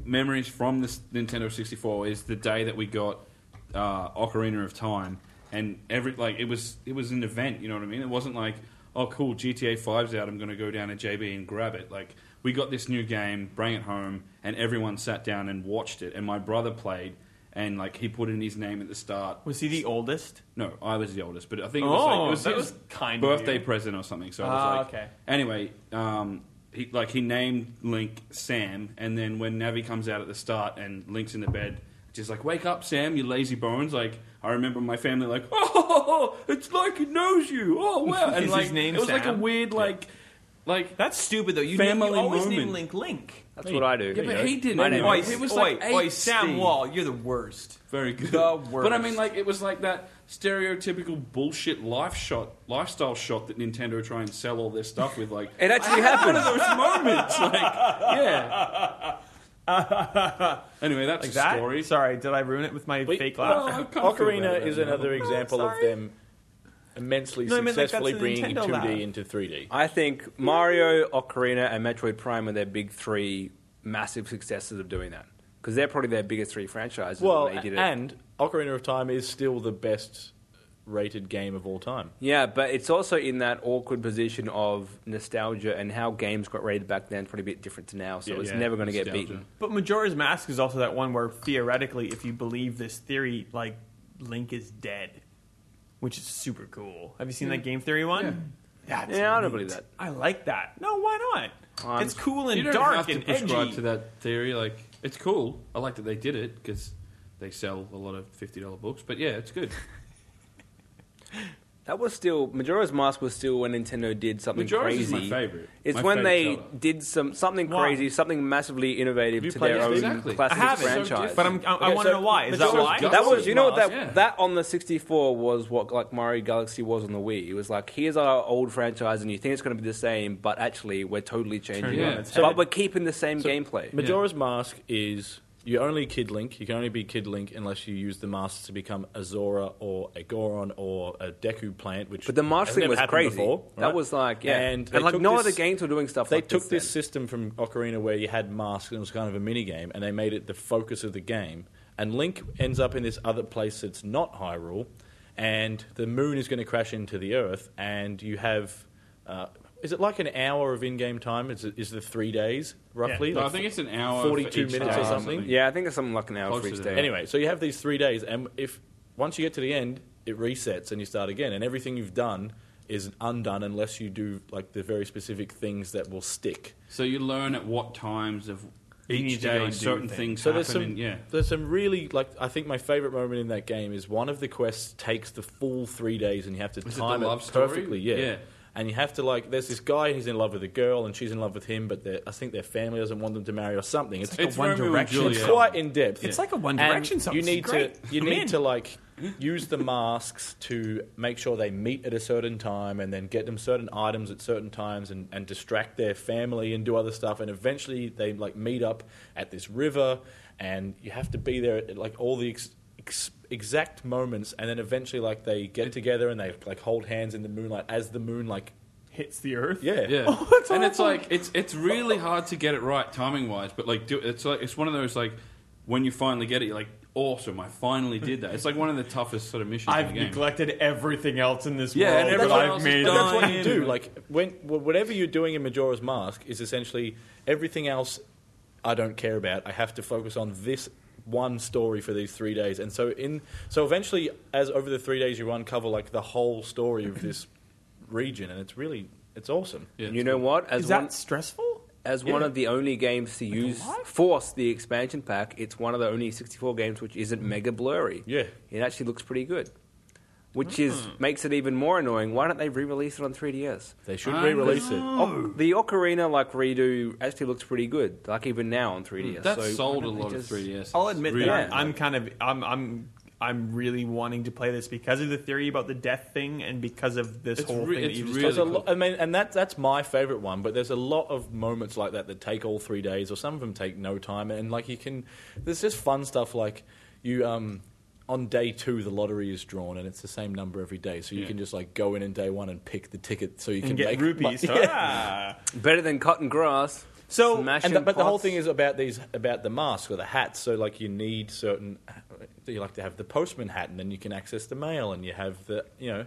[SPEAKER 3] memories from this Nintendo 64 is the day that we got uh, Ocarina of Time, and every like it was it was an event. You know what I mean? It wasn't like oh cool GTA 5's out. I'm going to go down to JB and grab it. Like we got this new game, bring it home, and everyone sat down and watched it. And my brother played. And like he put in his name at the start,
[SPEAKER 6] Was he the oldest?
[SPEAKER 3] no, I was the oldest, but I think it was
[SPEAKER 6] Oh,
[SPEAKER 3] like it was
[SPEAKER 6] that
[SPEAKER 3] his
[SPEAKER 6] was kind of
[SPEAKER 3] birthday
[SPEAKER 6] you.
[SPEAKER 3] present or something. So I
[SPEAKER 6] Ah,
[SPEAKER 3] was like,
[SPEAKER 6] okay.
[SPEAKER 3] Anyway, um, he like he named Link Sam, and then when Navi comes out at the start and Link's in the bed, just like wake up, Sam, you lazy bones. Like I remember my family like, oh, it's like it knows you. Oh wow, and
[SPEAKER 6] Is
[SPEAKER 3] like
[SPEAKER 6] his name
[SPEAKER 3] it was like a
[SPEAKER 6] Sam?
[SPEAKER 3] weird like like.
[SPEAKER 6] That's stupid though. You,
[SPEAKER 3] Family
[SPEAKER 6] you always name
[SPEAKER 3] moment.
[SPEAKER 6] Link Link.
[SPEAKER 1] That's what I do.
[SPEAKER 3] Yeah, but he didn't.
[SPEAKER 1] My name
[SPEAKER 6] Oi,
[SPEAKER 1] is-
[SPEAKER 3] it was
[SPEAKER 6] oi,
[SPEAKER 3] like
[SPEAKER 6] oi,
[SPEAKER 3] eight,
[SPEAKER 6] Sam
[SPEAKER 3] Steve.
[SPEAKER 6] Wall, you're the worst.
[SPEAKER 3] Very good.
[SPEAKER 6] The worst.
[SPEAKER 3] But I mean, like, it was like that stereotypical bullshit life shot, lifestyle shot that Nintendo try and sell all their stuff with. Like,
[SPEAKER 1] It actually
[SPEAKER 3] I had
[SPEAKER 1] happened.
[SPEAKER 3] One of those moments, like, yeah. anyway, that's
[SPEAKER 6] like
[SPEAKER 3] a
[SPEAKER 6] that.
[SPEAKER 3] story.
[SPEAKER 6] Sorry, did I ruin it with my
[SPEAKER 5] Wait,
[SPEAKER 6] fake
[SPEAKER 5] well,
[SPEAKER 6] laugh?
[SPEAKER 3] I've come through
[SPEAKER 5] Ocarina
[SPEAKER 3] that,
[SPEAKER 5] is
[SPEAKER 3] yeah.
[SPEAKER 5] another example of
[SPEAKER 6] sorry.
[SPEAKER 5] them immensely
[SPEAKER 6] No, I mean, like, that's
[SPEAKER 5] successfully
[SPEAKER 6] a
[SPEAKER 5] bringing
[SPEAKER 6] Nintendo
[SPEAKER 5] 2D
[SPEAKER 6] lab.
[SPEAKER 5] into 3D.
[SPEAKER 1] I think Mario, Ocarina, and Metroid Prime are their big three massive successes of doing that because they're probably their biggest three franchises.
[SPEAKER 5] Well,
[SPEAKER 1] they did it.
[SPEAKER 5] and Ocarina of Time is still the best rated game of all time.
[SPEAKER 1] Yeah, but it's also in that awkward position of nostalgia and how games got rated back then is probably a bit different to now, so
[SPEAKER 3] Yeah,
[SPEAKER 1] it's
[SPEAKER 3] yeah,
[SPEAKER 1] never going to get
[SPEAKER 3] nostalgia.
[SPEAKER 1] beaten.
[SPEAKER 6] But Majora's Mask is also that one where theoretically, if you believe this theory, like Link is dead, which is super cool. Have you seen that game theory one? That's
[SPEAKER 1] Yeah, I don't
[SPEAKER 6] neat.
[SPEAKER 1] believe that.
[SPEAKER 6] I like that. No, why not?
[SPEAKER 1] I'm-
[SPEAKER 6] it's cool and
[SPEAKER 3] You don't
[SPEAKER 6] dark
[SPEAKER 3] have to
[SPEAKER 6] and
[SPEAKER 3] prescribe
[SPEAKER 6] edgy.
[SPEAKER 3] to that theory. Like, it's cool. I like that they did it because they sell a lot of fifty dollar books. But yeah, it's good.
[SPEAKER 1] That was still Majora's Mask was still when Nintendo did something
[SPEAKER 3] Majora's is
[SPEAKER 1] crazy.
[SPEAKER 3] my favorite.
[SPEAKER 1] It's
[SPEAKER 3] My
[SPEAKER 1] when
[SPEAKER 3] favorite
[SPEAKER 1] they
[SPEAKER 3] Zelda.
[SPEAKER 1] did some something
[SPEAKER 6] Why?
[SPEAKER 1] crazy, something massively innovative
[SPEAKER 5] Have you
[SPEAKER 1] to
[SPEAKER 5] played
[SPEAKER 1] their
[SPEAKER 5] it?
[SPEAKER 1] own
[SPEAKER 3] Exactly.
[SPEAKER 1] classic
[SPEAKER 6] I haven't,
[SPEAKER 1] franchise.
[SPEAKER 6] but I'm, I, I
[SPEAKER 5] Okay,
[SPEAKER 6] want to
[SPEAKER 5] so
[SPEAKER 6] know why. Is that
[SPEAKER 5] Majora's
[SPEAKER 6] why?
[SPEAKER 5] Mask-
[SPEAKER 1] that was,
[SPEAKER 5] Majora's
[SPEAKER 1] you know, what that
[SPEAKER 3] Mask, yeah.
[SPEAKER 1] that on the 64 was what like Mario Galaxy was on the Wii. It was like, here's our old franchise, and you think it's going to be the same, but actually, we're totally changing
[SPEAKER 3] it on
[SPEAKER 1] it.
[SPEAKER 3] its
[SPEAKER 1] But we're keeping the same gameplay.
[SPEAKER 5] Majora's Mask is you're only Kid Link. You can only be Kid Link unless you use the mask to become Azora or a Goron or a Deku plant. Which
[SPEAKER 1] But the Marsh
[SPEAKER 5] has
[SPEAKER 1] thing
[SPEAKER 5] never
[SPEAKER 1] was
[SPEAKER 5] happened
[SPEAKER 1] crazy.
[SPEAKER 5] Before,
[SPEAKER 1] That
[SPEAKER 5] right?
[SPEAKER 1] was like, yeah.
[SPEAKER 5] and,
[SPEAKER 1] And,
[SPEAKER 5] they
[SPEAKER 1] like
[SPEAKER 5] took
[SPEAKER 1] no
[SPEAKER 5] this-
[SPEAKER 1] other games were doing stuff
[SPEAKER 5] They
[SPEAKER 1] like
[SPEAKER 5] took this
[SPEAKER 1] then.
[SPEAKER 5] system from Ocarina where you had masks and it was kind of a mini game, and they made it the focus of the game. And Link ends up in this other place that's not Hyrule, and the moon is going to crash into the Earth, and you have. Uh, is it like an hour of in-game time? Is, it, is the three days roughly?
[SPEAKER 3] No, I
[SPEAKER 5] Like
[SPEAKER 3] think it's an hour, for
[SPEAKER 5] 42
[SPEAKER 3] each
[SPEAKER 5] minutes
[SPEAKER 3] day
[SPEAKER 5] or something.
[SPEAKER 1] Um, Yeah, I think it's something like an hour
[SPEAKER 3] Close
[SPEAKER 1] for
[SPEAKER 3] to
[SPEAKER 1] each
[SPEAKER 3] that.
[SPEAKER 1] day.
[SPEAKER 5] Anyway, so you have these three days, and if once you get to the end, it resets and you start again, and everything you've done is undone unless you do like the very specific things that will stick.
[SPEAKER 3] So you learn at what times of
[SPEAKER 6] You need
[SPEAKER 3] each
[SPEAKER 6] to go
[SPEAKER 3] day
[SPEAKER 6] and do
[SPEAKER 3] certain
[SPEAKER 6] things.
[SPEAKER 3] things
[SPEAKER 5] So
[SPEAKER 3] happen.
[SPEAKER 5] there's some
[SPEAKER 3] and, yeah.
[SPEAKER 5] there's some really like I think my favorite moment in that game is one of the quests takes the full three days and you have to
[SPEAKER 3] Is it
[SPEAKER 5] time
[SPEAKER 3] the
[SPEAKER 5] it,
[SPEAKER 3] love story?
[SPEAKER 5] perfectly. Yeah.
[SPEAKER 3] Yeah.
[SPEAKER 5] And you have to like, there's this guy who's in love with a girl, and she's in love with him, but their- I think their family doesn't want them to marry or something. It's,
[SPEAKER 3] It's Romeo and Juliet.
[SPEAKER 5] It's quite in depth.
[SPEAKER 6] It's like a One
[SPEAKER 5] And
[SPEAKER 6] Direction song.
[SPEAKER 5] You
[SPEAKER 6] It's
[SPEAKER 5] need
[SPEAKER 6] great.
[SPEAKER 5] to you
[SPEAKER 6] I'm
[SPEAKER 5] need
[SPEAKER 6] in.
[SPEAKER 5] to like use the masks to make sure they meet at a certain time, and then get them certain items at certain times, and, and distract their family and do other stuff. And eventually, they like meet up at this river, and you have to be there at like all the. Ex- ex- exact moments and then eventually like they get together and they like hold hands in the moonlight as the moon like
[SPEAKER 6] Hits the earth.
[SPEAKER 5] yeah
[SPEAKER 3] Yeah, and it's like it's it's really hard to get it right timing wise, but like do, it's like it's one of those like when you finally get it, you're like awesome, I finally did that. It's like one of the toughest sort of missions.
[SPEAKER 6] I've
[SPEAKER 3] in the game.
[SPEAKER 6] neglected everything else in this
[SPEAKER 3] Yeah, and
[SPEAKER 6] world. but
[SPEAKER 3] everyone else
[SPEAKER 6] I've
[SPEAKER 3] is
[SPEAKER 6] made
[SPEAKER 3] done.
[SPEAKER 5] But that's what
[SPEAKER 6] it.
[SPEAKER 5] you do. Like when wh- whatever you're doing in Majora's Mask is essentially everything else. I don't care about. I have to focus on this one story for these three days. And so in so eventually, as over the three days, you uncover like the whole story of this region, and it's really it's awesome.
[SPEAKER 3] Yeah,
[SPEAKER 1] you know what? As
[SPEAKER 6] Is that
[SPEAKER 1] one,
[SPEAKER 6] stressful?
[SPEAKER 1] as one of the only games to use
[SPEAKER 6] what?
[SPEAKER 1] force the expansion pack, it's one of the only 64 games which isn't mega blurry.
[SPEAKER 5] Yeah.
[SPEAKER 1] it actually looks pretty good, which is makes it even more annoying. Why don't they re-release it on 3DS?
[SPEAKER 5] They should
[SPEAKER 3] I
[SPEAKER 5] re-release it.
[SPEAKER 1] Oc- the Ocarina like redo actually looks pretty good, like even now on 3DS.
[SPEAKER 3] Hmm, that
[SPEAKER 1] So
[SPEAKER 3] sold
[SPEAKER 1] why
[SPEAKER 3] a
[SPEAKER 1] don't they
[SPEAKER 3] lot
[SPEAKER 1] just-
[SPEAKER 3] of 3ds.
[SPEAKER 6] I'll admit
[SPEAKER 3] Really
[SPEAKER 6] that
[SPEAKER 1] Yeah.
[SPEAKER 6] I'm, I'm kind of I'm I'm I'm really wanting to play this because of the theory about the death thing and because of this
[SPEAKER 3] It's
[SPEAKER 6] whole
[SPEAKER 3] re-
[SPEAKER 6] thing that
[SPEAKER 3] it's
[SPEAKER 6] you just
[SPEAKER 3] really
[SPEAKER 5] There's a
[SPEAKER 3] cool.
[SPEAKER 5] lo- I mean, and that, that's my favorite one. But there's a lot of moments like that that take all three days, or some of them take no time. And like you can, there's just fun stuff like you um, on day two the lottery is drawn, and it's the same number every day, so you
[SPEAKER 3] Yeah.
[SPEAKER 5] can just like go in in day one and pick the ticket, so you
[SPEAKER 6] and
[SPEAKER 5] can
[SPEAKER 6] get
[SPEAKER 5] make
[SPEAKER 6] rupees. Ah,
[SPEAKER 5] mo-
[SPEAKER 6] Yeah.
[SPEAKER 1] better than cotton grass.
[SPEAKER 6] So-
[SPEAKER 1] Smashing
[SPEAKER 5] And the, but the whole
[SPEAKER 1] pots.
[SPEAKER 5] thing is about these about the mask or the hats. So like you need certain, you like to have the postman hat, and then you can access the mail, and you have the you know,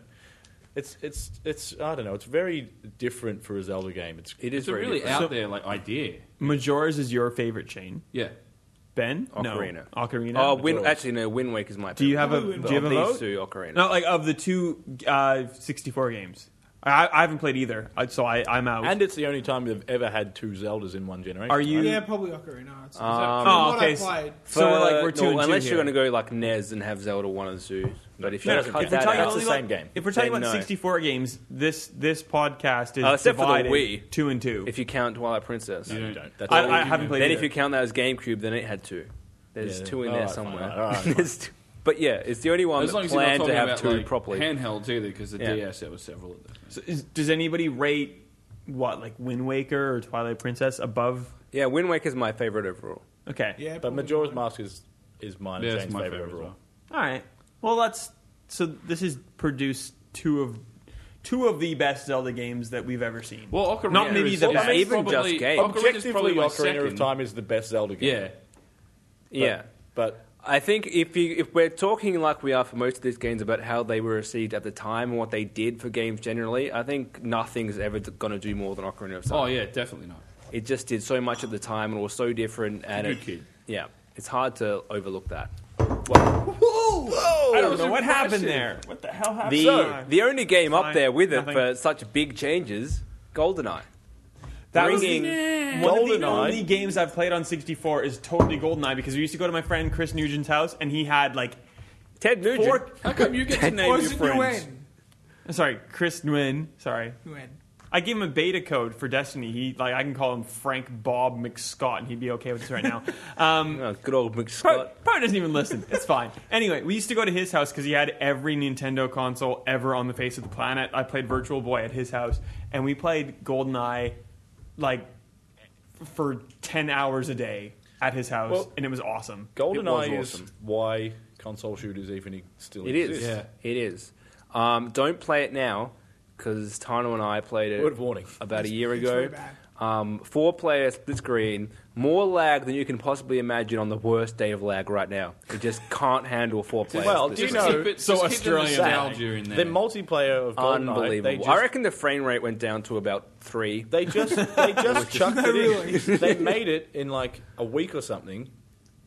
[SPEAKER 5] it's it's it's I don't know. It's very different for a Zelda game. It's
[SPEAKER 1] it
[SPEAKER 3] It's
[SPEAKER 1] is
[SPEAKER 3] a
[SPEAKER 1] very
[SPEAKER 3] really
[SPEAKER 1] different.
[SPEAKER 3] out
[SPEAKER 6] So-
[SPEAKER 3] there like idea.
[SPEAKER 6] Majora's is your favorite chain,
[SPEAKER 3] Yeah,
[SPEAKER 6] Ben?
[SPEAKER 1] Ocarina.
[SPEAKER 6] No. Ocarina.
[SPEAKER 1] Oh, win,
[SPEAKER 5] Dwarves.
[SPEAKER 1] actually, no. Wind Waker's my.
[SPEAKER 6] do you have a
[SPEAKER 4] Probably
[SPEAKER 6] do
[SPEAKER 4] Wind
[SPEAKER 6] you have a
[SPEAKER 1] these
[SPEAKER 6] vote?
[SPEAKER 1] two Ocarina?
[SPEAKER 6] No, like of the two uh, 64 games. I, I haven't played either, I- so I, I'm out.
[SPEAKER 5] And it's the only time they've ever had two Zeldas in one generation.
[SPEAKER 6] Are you-
[SPEAKER 4] Yeah, probably Ocarina. It's,
[SPEAKER 1] Um,
[SPEAKER 4] from
[SPEAKER 6] oh,
[SPEAKER 4] what
[SPEAKER 6] okay.
[SPEAKER 4] I played.
[SPEAKER 6] so we're like we're
[SPEAKER 1] For-
[SPEAKER 6] two
[SPEAKER 1] no,
[SPEAKER 6] and two
[SPEAKER 1] unless
[SPEAKER 6] here.
[SPEAKER 1] you're going to go like Nez and have Zelda one and two. But if
[SPEAKER 5] No,
[SPEAKER 1] you
[SPEAKER 5] no,
[SPEAKER 1] cut
[SPEAKER 5] if
[SPEAKER 6] We're
[SPEAKER 1] that
[SPEAKER 6] talking
[SPEAKER 1] out,
[SPEAKER 5] That's the
[SPEAKER 6] only about-
[SPEAKER 5] same game.
[SPEAKER 6] If we're talking
[SPEAKER 1] Then
[SPEAKER 6] about
[SPEAKER 1] no.
[SPEAKER 6] 64 games, this this podcast is
[SPEAKER 1] Uh, except for the
[SPEAKER 6] divided
[SPEAKER 1] Wii.
[SPEAKER 6] two and two.
[SPEAKER 1] if you count Twilight Princess,
[SPEAKER 5] You don't. That's
[SPEAKER 6] I,
[SPEAKER 5] all
[SPEAKER 6] I
[SPEAKER 5] you
[SPEAKER 6] haven't
[SPEAKER 5] do.
[SPEAKER 6] played
[SPEAKER 1] then
[SPEAKER 6] either.
[SPEAKER 1] if you count that as GameCube, then it had two. There's
[SPEAKER 5] Yeah.
[SPEAKER 1] two in
[SPEAKER 5] All
[SPEAKER 1] there
[SPEAKER 5] right, fine,
[SPEAKER 1] somewhere.
[SPEAKER 5] all right, all right.
[SPEAKER 1] There's two- but yeah, it's the only one
[SPEAKER 3] as long
[SPEAKER 1] that
[SPEAKER 3] as you're not
[SPEAKER 1] planned
[SPEAKER 3] talking
[SPEAKER 1] to have
[SPEAKER 3] about
[SPEAKER 1] two
[SPEAKER 3] like,
[SPEAKER 1] properly.
[SPEAKER 3] handhelds either, because the
[SPEAKER 1] Yeah.
[SPEAKER 3] DS there was several of them.
[SPEAKER 6] So is- does anybody rate what like Wind Waker or Twilight Princess above?
[SPEAKER 1] yeah, Wind Waker's my favorite overall.
[SPEAKER 6] Okay.
[SPEAKER 4] Yeah,
[SPEAKER 5] But
[SPEAKER 4] probably
[SPEAKER 5] Majora's
[SPEAKER 4] mine.
[SPEAKER 5] Mask is is mine
[SPEAKER 3] Yeah,
[SPEAKER 5] and
[SPEAKER 3] it's
[SPEAKER 5] Jane's
[SPEAKER 3] my
[SPEAKER 5] favorite
[SPEAKER 3] favorite as
[SPEAKER 5] overall.
[SPEAKER 3] well.
[SPEAKER 6] All right. Well, that's so. This has produced two of two of the best Zelda games that we've ever seen.
[SPEAKER 3] Well, Ocarina
[SPEAKER 6] Not maybe
[SPEAKER 3] is
[SPEAKER 6] the
[SPEAKER 3] Ocarina's
[SPEAKER 6] best.
[SPEAKER 1] Even
[SPEAKER 3] probably,
[SPEAKER 1] just game.
[SPEAKER 3] Ocarina's
[SPEAKER 5] Objectively,
[SPEAKER 3] probably my
[SPEAKER 5] Ocarina
[SPEAKER 3] second.
[SPEAKER 5] of Time is the best Zelda game.
[SPEAKER 3] Yeah,
[SPEAKER 1] yeah,
[SPEAKER 5] but
[SPEAKER 1] I think if you, if we're talking like we are for most of these games about how they were received at the time and what they did for games generally, I think nothing's ever going to do more than Ocarina of Time.
[SPEAKER 3] Oh yeah, definitely not.
[SPEAKER 1] It just did so much at the time and was so different. And
[SPEAKER 3] good
[SPEAKER 1] it,
[SPEAKER 3] kid.
[SPEAKER 1] Yeah, it's hard to overlook that.
[SPEAKER 6] I don't know what happened there. What the hell happened?
[SPEAKER 1] The
[SPEAKER 6] So,
[SPEAKER 1] the only game up
[SPEAKER 6] Fine.
[SPEAKER 1] there with it
[SPEAKER 6] Nothing.
[SPEAKER 1] for such big changes, GoldenEye.
[SPEAKER 6] that was
[SPEAKER 1] bringing
[SPEAKER 6] the, one of the
[SPEAKER 5] GoldenEye.
[SPEAKER 6] only games I've played on 64 is totally GoldenEye because we used to go to my friend Chris Nugent's house and he had like
[SPEAKER 1] Ted Nugent.
[SPEAKER 6] four.
[SPEAKER 3] How come you get to name your
[SPEAKER 4] Or is it
[SPEAKER 3] friends?
[SPEAKER 4] Nguyen?
[SPEAKER 6] Sorry, Chris Nguyen. Sorry,
[SPEAKER 4] Nguyen.
[SPEAKER 6] I gave him a beta code for Destiny. He like I can call him Frank Bob McScott, and he'd be okay with this right now. Um,
[SPEAKER 1] Oh, good old McScott.
[SPEAKER 6] probably, probably doesn't even listen. It's fine. Anyway, we used to go to his house because he had every Nintendo console ever on the face of the planet. I played Virtual Boy at his house, and we played GoldenEye like for ten hours a day at his house,
[SPEAKER 5] Well-
[SPEAKER 6] and it was awesome.
[SPEAKER 5] GoldenEye
[SPEAKER 1] It was
[SPEAKER 5] is
[SPEAKER 1] awesome.
[SPEAKER 5] why console shooters even still
[SPEAKER 1] It is.
[SPEAKER 5] exist.
[SPEAKER 1] It is. Um, don't play it now because Tano and I played it.
[SPEAKER 5] Word of warning.
[SPEAKER 1] About a year
[SPEAKER 4] it's really
[SPEAKER 1] ago.
[SPEAKER 4] bad.
[SPEAKER 1] Um, four player split screen, more lag than you can possibly imagine on the worst day of lag right now. It just can't handle four players.
[SPEAKER 5] Well,
[SPEAKER 1] split
[SPEAKER 5] do you
[SPEAKER 1] screen.
[SPEAKER 5] know-
[SPEAKER 3] Just keep it,
[SPEAKER 6] So
[SPEAKER 3] just keep the
[SPEAKER 6] Australian.
[SPEAKER 3] nostalgia in there.
[SPEAKER 5] The multiplayer of GoldenEye, they
[SPEAKER 1] Unbelievable.
[SPEAKER 5] just,
[SPEAKER 1] I reckon the frame rate went down to about three.
[SPEAKER 5] they just they just chucked it
[SPEAKER 4] really.
[SPEAKER 5] in. They made it in like a week or something.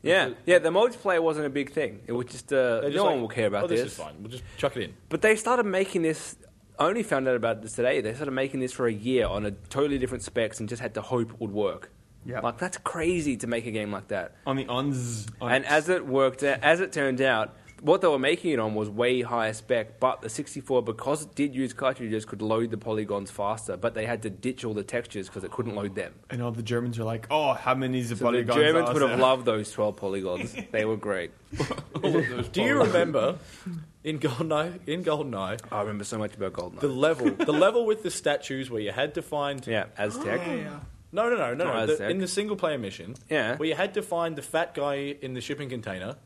[SPEAKER 1] Yeah, yeah. The multiplayer wasn't a big thing. It was just uh,
[SPEAKER 5] They're just
[SPEAKER 1] no
[SPEAKER 5] like,
[SPEAKER 1] one will care about
[SPEAKER 5] oh, this. is fine. We'll just chuck it in.
[SPEAKER 1] But they started making this. I only found out about this today. They started making this for a year on a totally different specs and just had to hope it would work.
[SPEAKER 6] Yeah.
[SPEAKER 1] like that's crazy to make a game like that.
[SPEAKER 6] On the uns,
[SPEAKER 1] And as it worked, out- as it turned out, what they were making it on was way higher spec. But the 64, because it did use cartridges, could load the polygons faster. But they had to ditch all the textures because it couldn't load them.
[SPEAKER 6] and all the Germans are like, "Oh, how many is a
[SPEAKER 1] So the
[SPEAKER 6] polygons?"
[SPEAKER 1] Germans
[SPEAKER 6] are
[SPEAKER 1] would have
[SPEAKER 6] there?"
[SPEAKER 1] loved those 12 polygons. they were great.
[SPEAKER 5] Do you remember in GoldenEye? In GoldenEye,
[SPEAKER 1] I remember so much about Goldeneye.
[SPEAKER 5] the level, the level with the statues where you had to find.
[SPEAKER 1] yeah, Aztec.
[SPEAKER 4] Yeah, yeah.
[SPEAKER 5] No, no, no, no,
[SPEAKER 1] Not
[SPEAKER 5] no. The,
[SPEAKER 1] Aztec.
[SPEAKER 5] in the single player mission,
[SPEAKER 1] Yeah.
[SPEAKER 5] where you had to find the fat guy in the shipping container.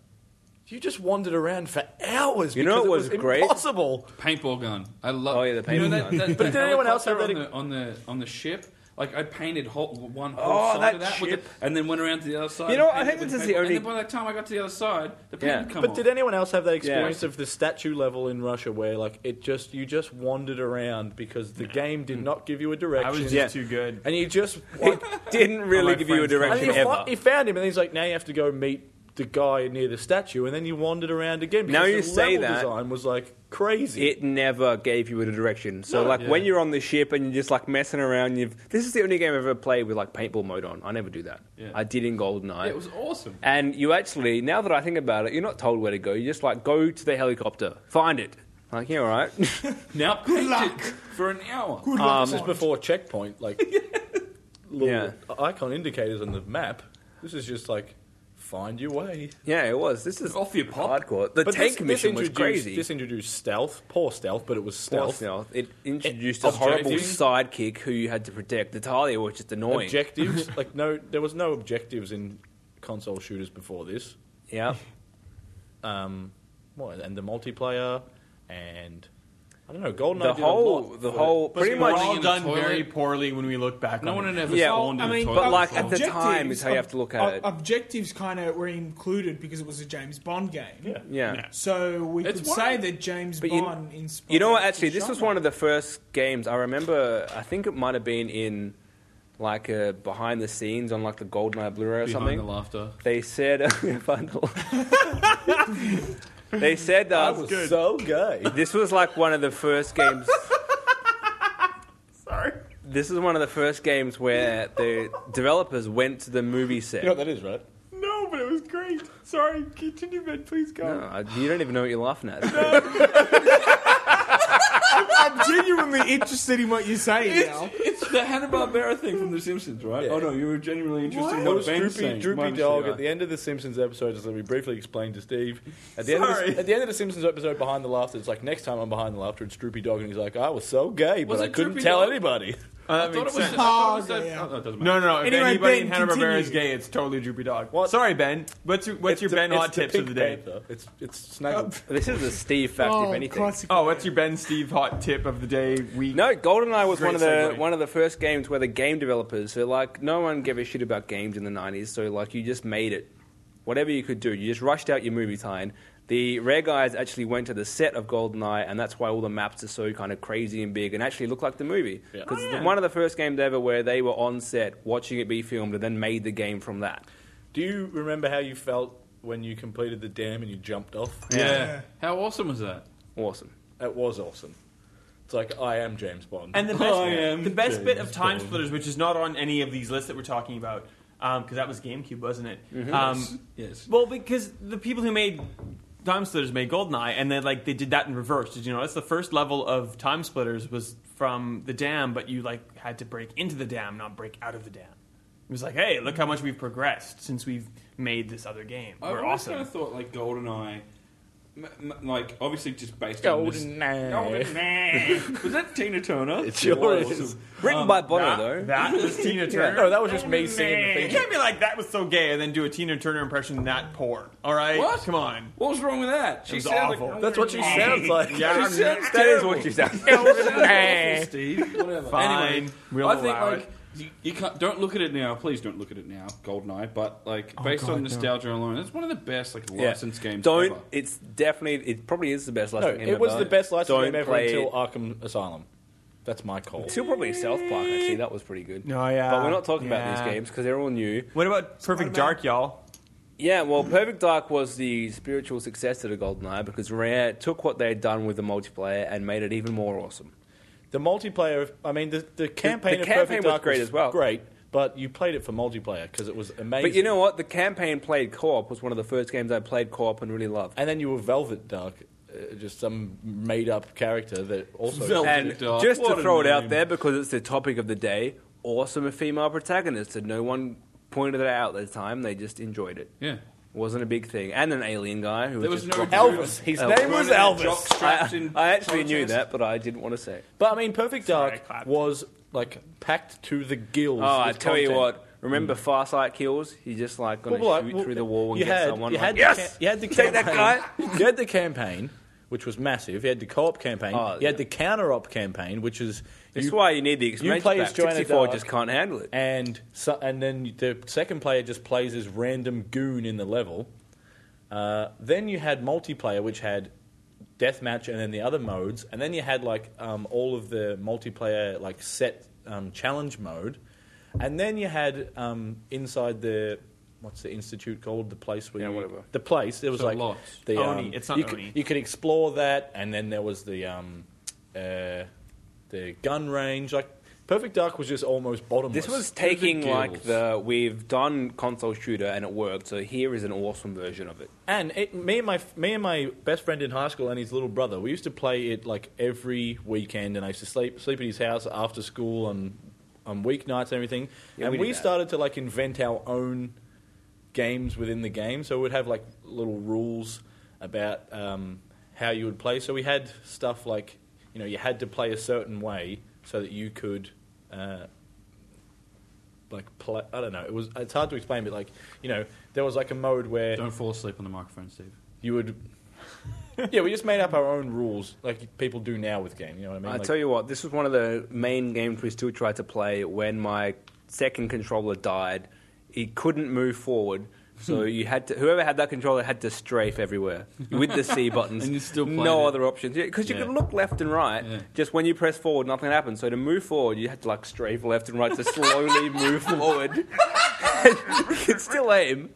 [SPEAKER 5] You just wandered around for hours.
[SPEAKER 1] You know
[SPEAKER 5] because
[SPEAKER 1] what was
[SPEAKER 5] it was
[SPEAKER 1] great?
[SPEAKER 5] Impossible.
[SPEAKER 3] paintball gun. I love.
[SPEAKER 1] Oh, yeah, the
[SPEAKER 3] You know
[SPEAKER 1] paintball gun.
[SPEAKER 5] But did anyone else have
[SPEAKER 3] helicopter
[SPEAKER 5] that
[SPEAKER 3] on the, on the on the ship? Like I painted whole, one whole
[SPEAKER 1] Oh,
[SPEAKER 3] side
[SPEAKER 1] that
[SPEAKER 3] of that,
[SPEAKER 1] ship.
[SPEAKER 3] With the, and then went around to the other side.
[SPEAKER 1] You know,
[SPEAKER 3] and
[SPEAKER 1] I
[SPEAKER 3] painted
[SPEAKER 1] think
[SPEAKER 3] with
[SPEAKER 1] this is the
[SPEAKER 3] paintball.
[SPEAKER 1] only-
[SPEAKER 3] And then by the time I got to the other side, the paint
[SPEAKER 1] Yeah.
[SPEAKER 3] had come
[SPEAKER 5] But
[SPEAKER 3] off.
[SPEAKER 5] did anyone else have that experience
[SPEAKER 1] Yeah.
[SPEAKER 5] of the statue level in Russia where like it just you just wandered around because the game
[SPEAKER 1] Hmm.
[SPEAKER 5] did not give you a direction?
[SPEAKER 6] I was just
[SPEAKER 1] Yeah.
[SPEAKER 6] too good.
[SPEAKER 5] and you just
[SPEAKER 1] It didn't really
[SPEAKER 6] my
[SPEAKER 1] give you a
[SPEAKER 6] friends call it
[SPEAKER 5] and
[SPEAKER 1] direction
[SPEAKER 5] he,
[SPEAKER 1] ever.
[SPEAKER 5] fi- he found him and he's like, now you have to go meet the guy near the statue, and then you wandered around again.
[SPEAKER 1] Now
[SPEAKER 5] because
[SPEAKER 1] you
[SPEAKER 5] the
[SPEAKER 1] say
[SPEAKER 5] level
[SPEAKER 1] that.
[SPEAKER 5] design was like crazy.
[SPEAKER 1] it never gave you a direction. So
[SPEAKER 5] No.
[SPEAKER 1] like when
[SPEAKER 3] Yeah.
[SPEAKER 1] you're on the ship and you're just like messing around, you've this is the only game I've ever played with like paintball mode on. I never do that.
[SPEAKER 3] Yeah.
[SPEAKER 1] I did in Goldeneye.
[SPEAKER 3] It was awesome.
[SPEAKER 1] and you actually, now that I think about it, you're not told where to go. You just like go to the helicopter, find it. Like yeah, all right.
[SPEAKER 3] Now painted for an hour.
[SPEAKER 5] this is before checkpoint, like little
[SPEAKER 1] um, Yeah.
[SPEAKER 5] icon indicators on the map. This is just like find your way.
[SPEAKER 1] yeah, it was. This is
[SPEAKER 3] Off you pop.
[SPEAKER 1] hardcore. The
[SPEAKER 5] But
[SPEAKER 1] tank
[SPEAKER 5] this,
[SPEAKER 1] mission
[SPEAKER 5] this
[SPEAKER 1] was
[SPEAKER 5] introduced-
[SPEAKER 1] crazy.
[SPEAKER 5] This introduced stealth, poor stealth, but it was
[SPEAKER 1] Poor
[SPEAKER 5] stealth.
[SPEAKER 1] Snell. It introduced
[SPEAKER 5] It-
[SPEAKER 1] a horrible
[SPEAKER 5] objectives-
[SPEAKER 1] sidekick who you had to protect. Natalia was just annoying.
[SPEAKER 5] Objectives, like no, there was no objectives in console shooters before this.
[SPEAKER 1] yeah.
[SPEAKER 5] Um, what, and the multiplayer, and I don't know, Goldeneye.
[SPEAKER 1] The
[SPEAKER 5] did a
[SPEAKER 1] whole,
[SPEAKER 5] lot
[SPEAKER 1] the
[SPEAKER 5] for-
[SPEAKER 1] whole,
[SPEAKER 6] But
[SPEAKER 1] pretty
[SPEAKER 6] we
[SPEAKER 1] much
[SPEAKER 6] were all
[SPEAKER 3] in the
[SPEAKER 6] done
[SPEAKER 3] toilet.
[SPEAKER 6] very poorly when we look back.
[SPEAKER 3] No
[SPEAKER 6] on
[SPEAKER 3] one
[SPEAKER 6] it.
[SPEAKER 3] had ever
[SPEAKER 1] Yeah,
[SPEAKER 3] fallen
[SPEAKER 4] I
[SPEAKER 3] to
[SPEAKER 4] mean,
[SPEAKER 3] the
[SPEAKER 1] but
[SPEAKER 3] toilet.
[SPEAKER 1] like
[SPEAKER 3] before.
[SPEAKER 1] at the time is how you have to look at it.
[SPEAKER 4] Objectives kind of were included because it was a James Bond game.
[SPEAKER 1] yeah.
[SPEAKER 4] So we
[SPEAKER 3] It's
[SPEAKER 4] could
[SPEAKER 3] one
[SPEAKER 4] say
[SPEAKER 3] of-
[SPEAKER 4] that James
[SPEAKER 1] But you-
[SPEAKER 4] Bond inspired.
[SPEAKER 1] You know what? Actually,
[SPEAKER 4] the
[SPEAKER 1] this was
[SPEAKER 4] genre.
[SPEAKER 1] one of the first games I remember. I think it might have been in like a behind the scenes on like the Goldeneye Blu-ray or
[SPEAKER 3] Behind
[SPEAKER 1] something.
[SPEAKER 3] the laughter.
[SPEAKER 1] they said, Behind the laugh. they said uh,
[SPEAKER 5] I was so gay.
[SPEAKER 1] this was like one of the first games.
[SPEAKER 6] Sorry.
[SPEAKER 1] This is one of the first games where the developers went to the movie set.
[SPEAKER 5] that is, right?
[SPEAKER 6] No, but it was great. Sorry, continue, Ben. Please go.
[SPEAKER 1] No, I- you don't even know what you're laughing at.
[SPEAKER 4] I'm genuinely interested in what you're saying now.
[SPEAKER 3] It's the Hanna Barbera thing from The Simpsons, right?
[SPEAKER 5] Yeah.
[SPEAKER 3] Oh no, you were genuinely interested in
[SPEAKER 5] It
[SPEAKER 3] what
[SPEAKER 5] was
[SPEAKER 3] Ben was
[SPEAKER 5] droopy,
[SPEAKER 3] saying.
[SPEAKER 5] droopy
[SPEAKER 3] My mistake.
[SPEAKER 5] dog at the end of the Simpsons episode, as we briefly explained to Steve. At the, end of
[SPEAKER 6] Sorry.
[SPEAKER 5] the, at the end of the Simpsons episode, behind the laughter, it's like next time I'm behind the laughter, it's droopy dog, and he's like, "I was so gay, but
[SPEAKER 3] Was
[SPEAKER 5] I
[SPEAKER 3] it
[SPEAKER 5] couldn't
[SPEAKER 3] Droopy
[SPEAKER 5] tell
[SPEAKER 3] Dog?
[SPEAKER 5] anybody."
[SPEAKER 3] I thought it was. I
[SPEAKER 4] sense.
[SPEAKER 3] thought it was
[SPEAKER 4] Oh,
[SPEAKER 3] that-
[SPEAKER 4] yeah, yeah.
[SPEAKER 3] oh, it doesn't
[SPEAKER 6] No,
[SPEAKER 3] matter.
[SPEAKER 6] no, no. If
[SPEAKER 4] Anyway,
[SPEAKER 6] anybody
[SPEAKER 4] Ben,
[SPEAKER 6] in Hanna Barbera is
[SPEAKER 4] continue.
[SPEAKER 6] gay, it's totally Droopy Dog.
[SPEAKER 5] What?
[SPEAKER 6] Sorry, Ben. What's your, what's your
[SPEAKER 5] It's a-
[SPEAKER 6] Ben
[SPEAKER 5] it's
[SPEAKER 6] Hot
[SPEAKER 5] the
[SPEAKER 6] Tips of
[SPEAKER 5] Pink
[SPEAKER 6] the day?
[SPEAKER 5] Panther. It's it's snaggle.
[SPEAKER 1] this is a Steve fact, if anything.
[SPEAKER 4] classic.
[SPEAKER 6] Oh, what's your Ben Steve Hot Tip of the day week?
[SPEAKER 1] No, GoldenEye was
[SPEAKER 6] Great
[SPEAKER 1] one of the
[SPEAKER 6] segue.
[SPEAKER 1] one of the first games where the game developers, so like no one gave a shit about games in the '90s, so like you just made it. whatever you could do. You just rushed out your movie time. The rare guys actually went to the set of GoldenEye, and that's why all the maps are so kind of crazy and big and actually look like the movie.
[SPEAKER 5] Yeah.
[SPEAKER 1] Because one of the first games ever where they were on set watching it be filmed and then made the game from that.
[SPEAKER 5] Do you remember how you felt when you completed the dam and you jumped off?
[SPEAKER 3] yeah. How awesome was that?
[SPEAKER 1] Awesome.
[SPEAKER 5] It was awesome. It's like I am James Bond.
[SPEAKER 6] And the best,
[SPEAKER 3] I am
[SPEAKER 6] the best bit
[SPEAKER 5] James
[SPEAKER 6] of time
[SPEAKER 5] Bond.
[SPEAKER 6] splitters, which is not on any of these lists that we're talking about, because that was GameCube, wasn't it? Um,
[SPEAKER 3] Yes.
[SPEAKER 6] Well, because the people who made time splitters made GoldenEye, and then like they did that in reverse. Did you notice the first level of time splitters was from the dam, but you like had to break into the dam, not break out of the dam. It was like, hey, look how much we've progressed since we've made this other game.
[SPEAKER 3] I
[SPEAKER 6] we're
[SPEAKER 3] always
[SPEAKER 6] awesome.
[SPEAKER 3] kind of thought like GoldenEye, m- m- like obviously just based on this.
[SPEAKER 5] GoldenEye.
[SPEAKER 3] GoldenEye. was that Tina Turner? It
[SPEAKER 5] sure
[SPEAKER 3] was.
[SPEAKER 5] is.
[SPEAKER 1] Written by Bono, though. Oh,
[SPEAKER 6] that was Tina Turner.
[SPEAKER 5] no, that was just me singing the
[SPEAKER 6] You
[SPEAKER 5] thing.
[SPEAKER 6] can't be like that was so gay and then do a Tina Turner impression that poor. All right,
[SPEAKER 3] What?
[SPEAKER 6] Come on.
[SPEAKER 3] Um, What was wrong with that? She
[SPEAKER 6] was
[SPEAKER 3] sounded
[SPEAKER 6] awful.
[SPEAKER 5] That's what she sounds like.
[SPEAKER 3] She sounds
[SPEAKER 1] That is
[SPEAKER 3] terrible.
[SPEAKER 1] what you sound.
[SPEAKER 3] awful, Steve. Whatever.
[SPEAKER 6] Fine.
[SPEAKER 3] Anyway,
[SPEAKER 6] We'll
[SPEAKER 3] I think
[SPEAKER 6] allow
[SPEAKER 3] like
[SPEAKER 6] it.
[SPEAKER 3] you, you can't. Don't look at it now. Please don't look at it now. GoldenEye, but like based
[SPEAKER 6] God,
[SPEAKER 3] on
[SPEAKER 6] no.
[SPEAKER 3] nostalgia alone, it's one of the best like
[SPEAKER 1] Yeah.
[SPEAKER 3] licensed games.
[SPEAKER 1] Don't.
[SPEAKER 3] Ever.
[SPEAKER 1] It's definitely. It probably is the best
[SPEAKER 5] No,
[SPEAKER 1] licensed game
[SPEAKER 5] it was
[SPEAKER 1] ever.
[SPEAKER 5] the best license
[SPEAKER 1] Don't
[SPEAKER 5] game ever
[SPEAKER 1] play-
[SPEAKER 5] until Arkham Asylum. That's my call.
[SPEAKER 1] Till probably South Park. Actually, that was pretty good.
[SPEAKER 6] No, yeah.
[SPEAKER 1] But we're not talking about
[SPEAKER 6] Yeah.
[SPEAKER 1] these games because they're all new.
[SPEAKER 6] What about Perfect
[SPEAKER 4] Spider-Man.
[SPEAKER 6] Dark, y'all?
[SPEAKER 1] Yeah, well, Perfect Dark was the spiritual successor to GoldenEye because Rare took what they had done with the multiplayer and made it even more awesome.
[SPEAKER 5] The multiplayer, I mean, the, the campaign
[SPEAKER 1] the
[SPEAKER 5] of
[SPEAKER 1] campaign
[SPEAKER 5] Perfect
[SPEAKER 1] was
[SPEAKER 5] Dark
[SPEAKER 1] great as well.
[SPEAKER 5] Great, but you played it for multiplayer because it was amazing.
[SPEAKER 1] But you know what? The campaign played co-op was one of the first games I played co-op and really loved.
[SPEAKER 5] and then you were Velvet Dark, uh, just some made-up character that also.
[SPEAKER 3] Velvet.
[SPEAKER 1] And
[SPEAKER 3] Dark,
[SPEAKER 1] just to
[SPEAKER 3] what a
[SPEAKER 1] throw it out
[SPEAKER 3] name.
[SPEAKER 1] there because it's the topic of the day, awesome female protagonist, and no one pointed it out at the time. They just enjoyed it.
[SPEAKER 3] yeah.
[SPEAKER 1] Wasn't a big thing. And an alien guy who
[SPEAKER 3] There
[SPEAKER 1] was,
[SPEAKER 3] was
[SPEAKER 1] just
[SPEAKER 3] no
[SPEAKER 1] rocking-
[SPEAKER 5] Elvis. His
[SPEAKER 1] Elvis.
[SPEAKER 5] name was Elvis.
[SPEAKER 3] Jockstraps in
[SPEAKER 1] I, I actually knew
[SPEAKER 3] contest.
[SPEAKER 1] that, but I didn't want to say. it.
[SPEAKER 5] But I mean, Perfect
[SPEAKER 6] I
[SPEAKER 5] Dark
[SPEAKER 6] clapped.
[SPEAKER 5] was like packed to the gills.
[SPEAKER 1] Oh, I
[SPEAKER 5] with
[SPEAKER 1] tell you
[SPEAKER 5] content.
[SPEAKER 1] what. Remember Far Sight Kills? He's just like going to
[SPEAKER 5] Well, well,
[SPEAKER 1] shoot
[SPEAKER 5] well,
[SPEAKER 1] through the wall and
[SPEAKER 5] you
[SPEAKER 1] get
[SPEAKER 5] had-
[SPEAKER 1] someone.
[SPEAKER 5] You
[SPEAKER 1] like,
[SPEAKER 5] had, the,
[SPEAKER 1] yes!
[SPEAKER 5] ca- you had the
[SPEAKER 1] Take that
[SPEAKER 5] campaign- you had the campaign, which was massive. You had the co-op campaign.
[SPEAKER 1] Oh,
[SPEAKER 5] you
[SPEAKER 1] yeah.
[SPEAKER 5] had the counter-op campaign, which is
[SPEAKER 1] That's
[SPEAKER 5] you-
[SPEAKER 1] why you need the expansion
[SPEAKER 5] play
[SPEAKER 1] pack.
[SPEAKER 5] as Joanna
[SPEAKER 1] 64
[SPEAKER 5] Dark.
[SPEAKER 1] just can't handle it.
[SPEAKER 5] and so, and then the second player just plays as random goon in the level. Uh, then you had multiplayer, which had deathmatch and then the other modes, and then you had like um, all of the multiplayer like set um, challenge mode, and then you had um, inside the what's the institute called the place where
[SPEAKER 1] Yeah,
[SPEAKER 5] you-
[SPEAKER 1] whatever.
[SPEAKER 5] the place it was
[SPEAKER 3] So
[SPEAKER 5] like
[SPEAKER 3] lots.
[SPEAKER 5] the
[SPEAKER 6] Oni.
[SPEAKER 5] um,
[SPEAKER 6] It's not
[SPEAKER 5] you
[SPEAKER 6] Oni.
[SPEAKER 5] could, you could explore that, and then there was the um, uh, the gun range like. Perfect Dark was just almost bottomless.
[SPEAKER 1] This was taking like
[SPEAKER 3] gills.
[SPEAKER 1] the we've done console shooter and it worked, so here is an awesome version of it.
[SPEAKER 5] And it, me and my me and my best friend in high school and his little brother, we used to play it like every weekend, and I used to sleep sleep at his house after school on on weeknights and everything.
[SPEAKER 1] Yeah,
[SPEAKER 5] and
[SPEAKER 1] we
[SPEAKER 5] we,
[SPEAKER 1] did that.
[SPEAKER 5] started to like invent our own games within the game, so we'd have like little rules about um, how you would play. So we had stuff like you know you had to play a certain way so that you could. Uh, like play, I don't know. It was it's hard to explain, but like you know, there was like a mode where
[SPEAKER 3] Don't fall asleep on the microphone, Steve.
[SPEAKER 5] you would. yeah, we just made up our own rules, like people do now with game. You know what I mean?
[SPEAKER 1] I
[SPEAKER 5] Like,
[SPEAKER 1] tell you what, this was one of the main games we still tried to play when my second controller died. He couldn't move forward. So you had to, whoever had that controller had to strafe everywhere with the C buttons.
[SPEAKER 3] And you still played
[SPEAKER 1] no
[SPEAKER 3] it.
[SPEAKER 1] other options because you
[SPEAKER 3] Yeah.
[SPEAKER 1] could look left and right.
[SPEAKER 3] Yeah.
[SPEAKER 1] Just when you press forward, nothing happened. So to move forward, you had to like strafe left and right to slowly move forward. you could still aim.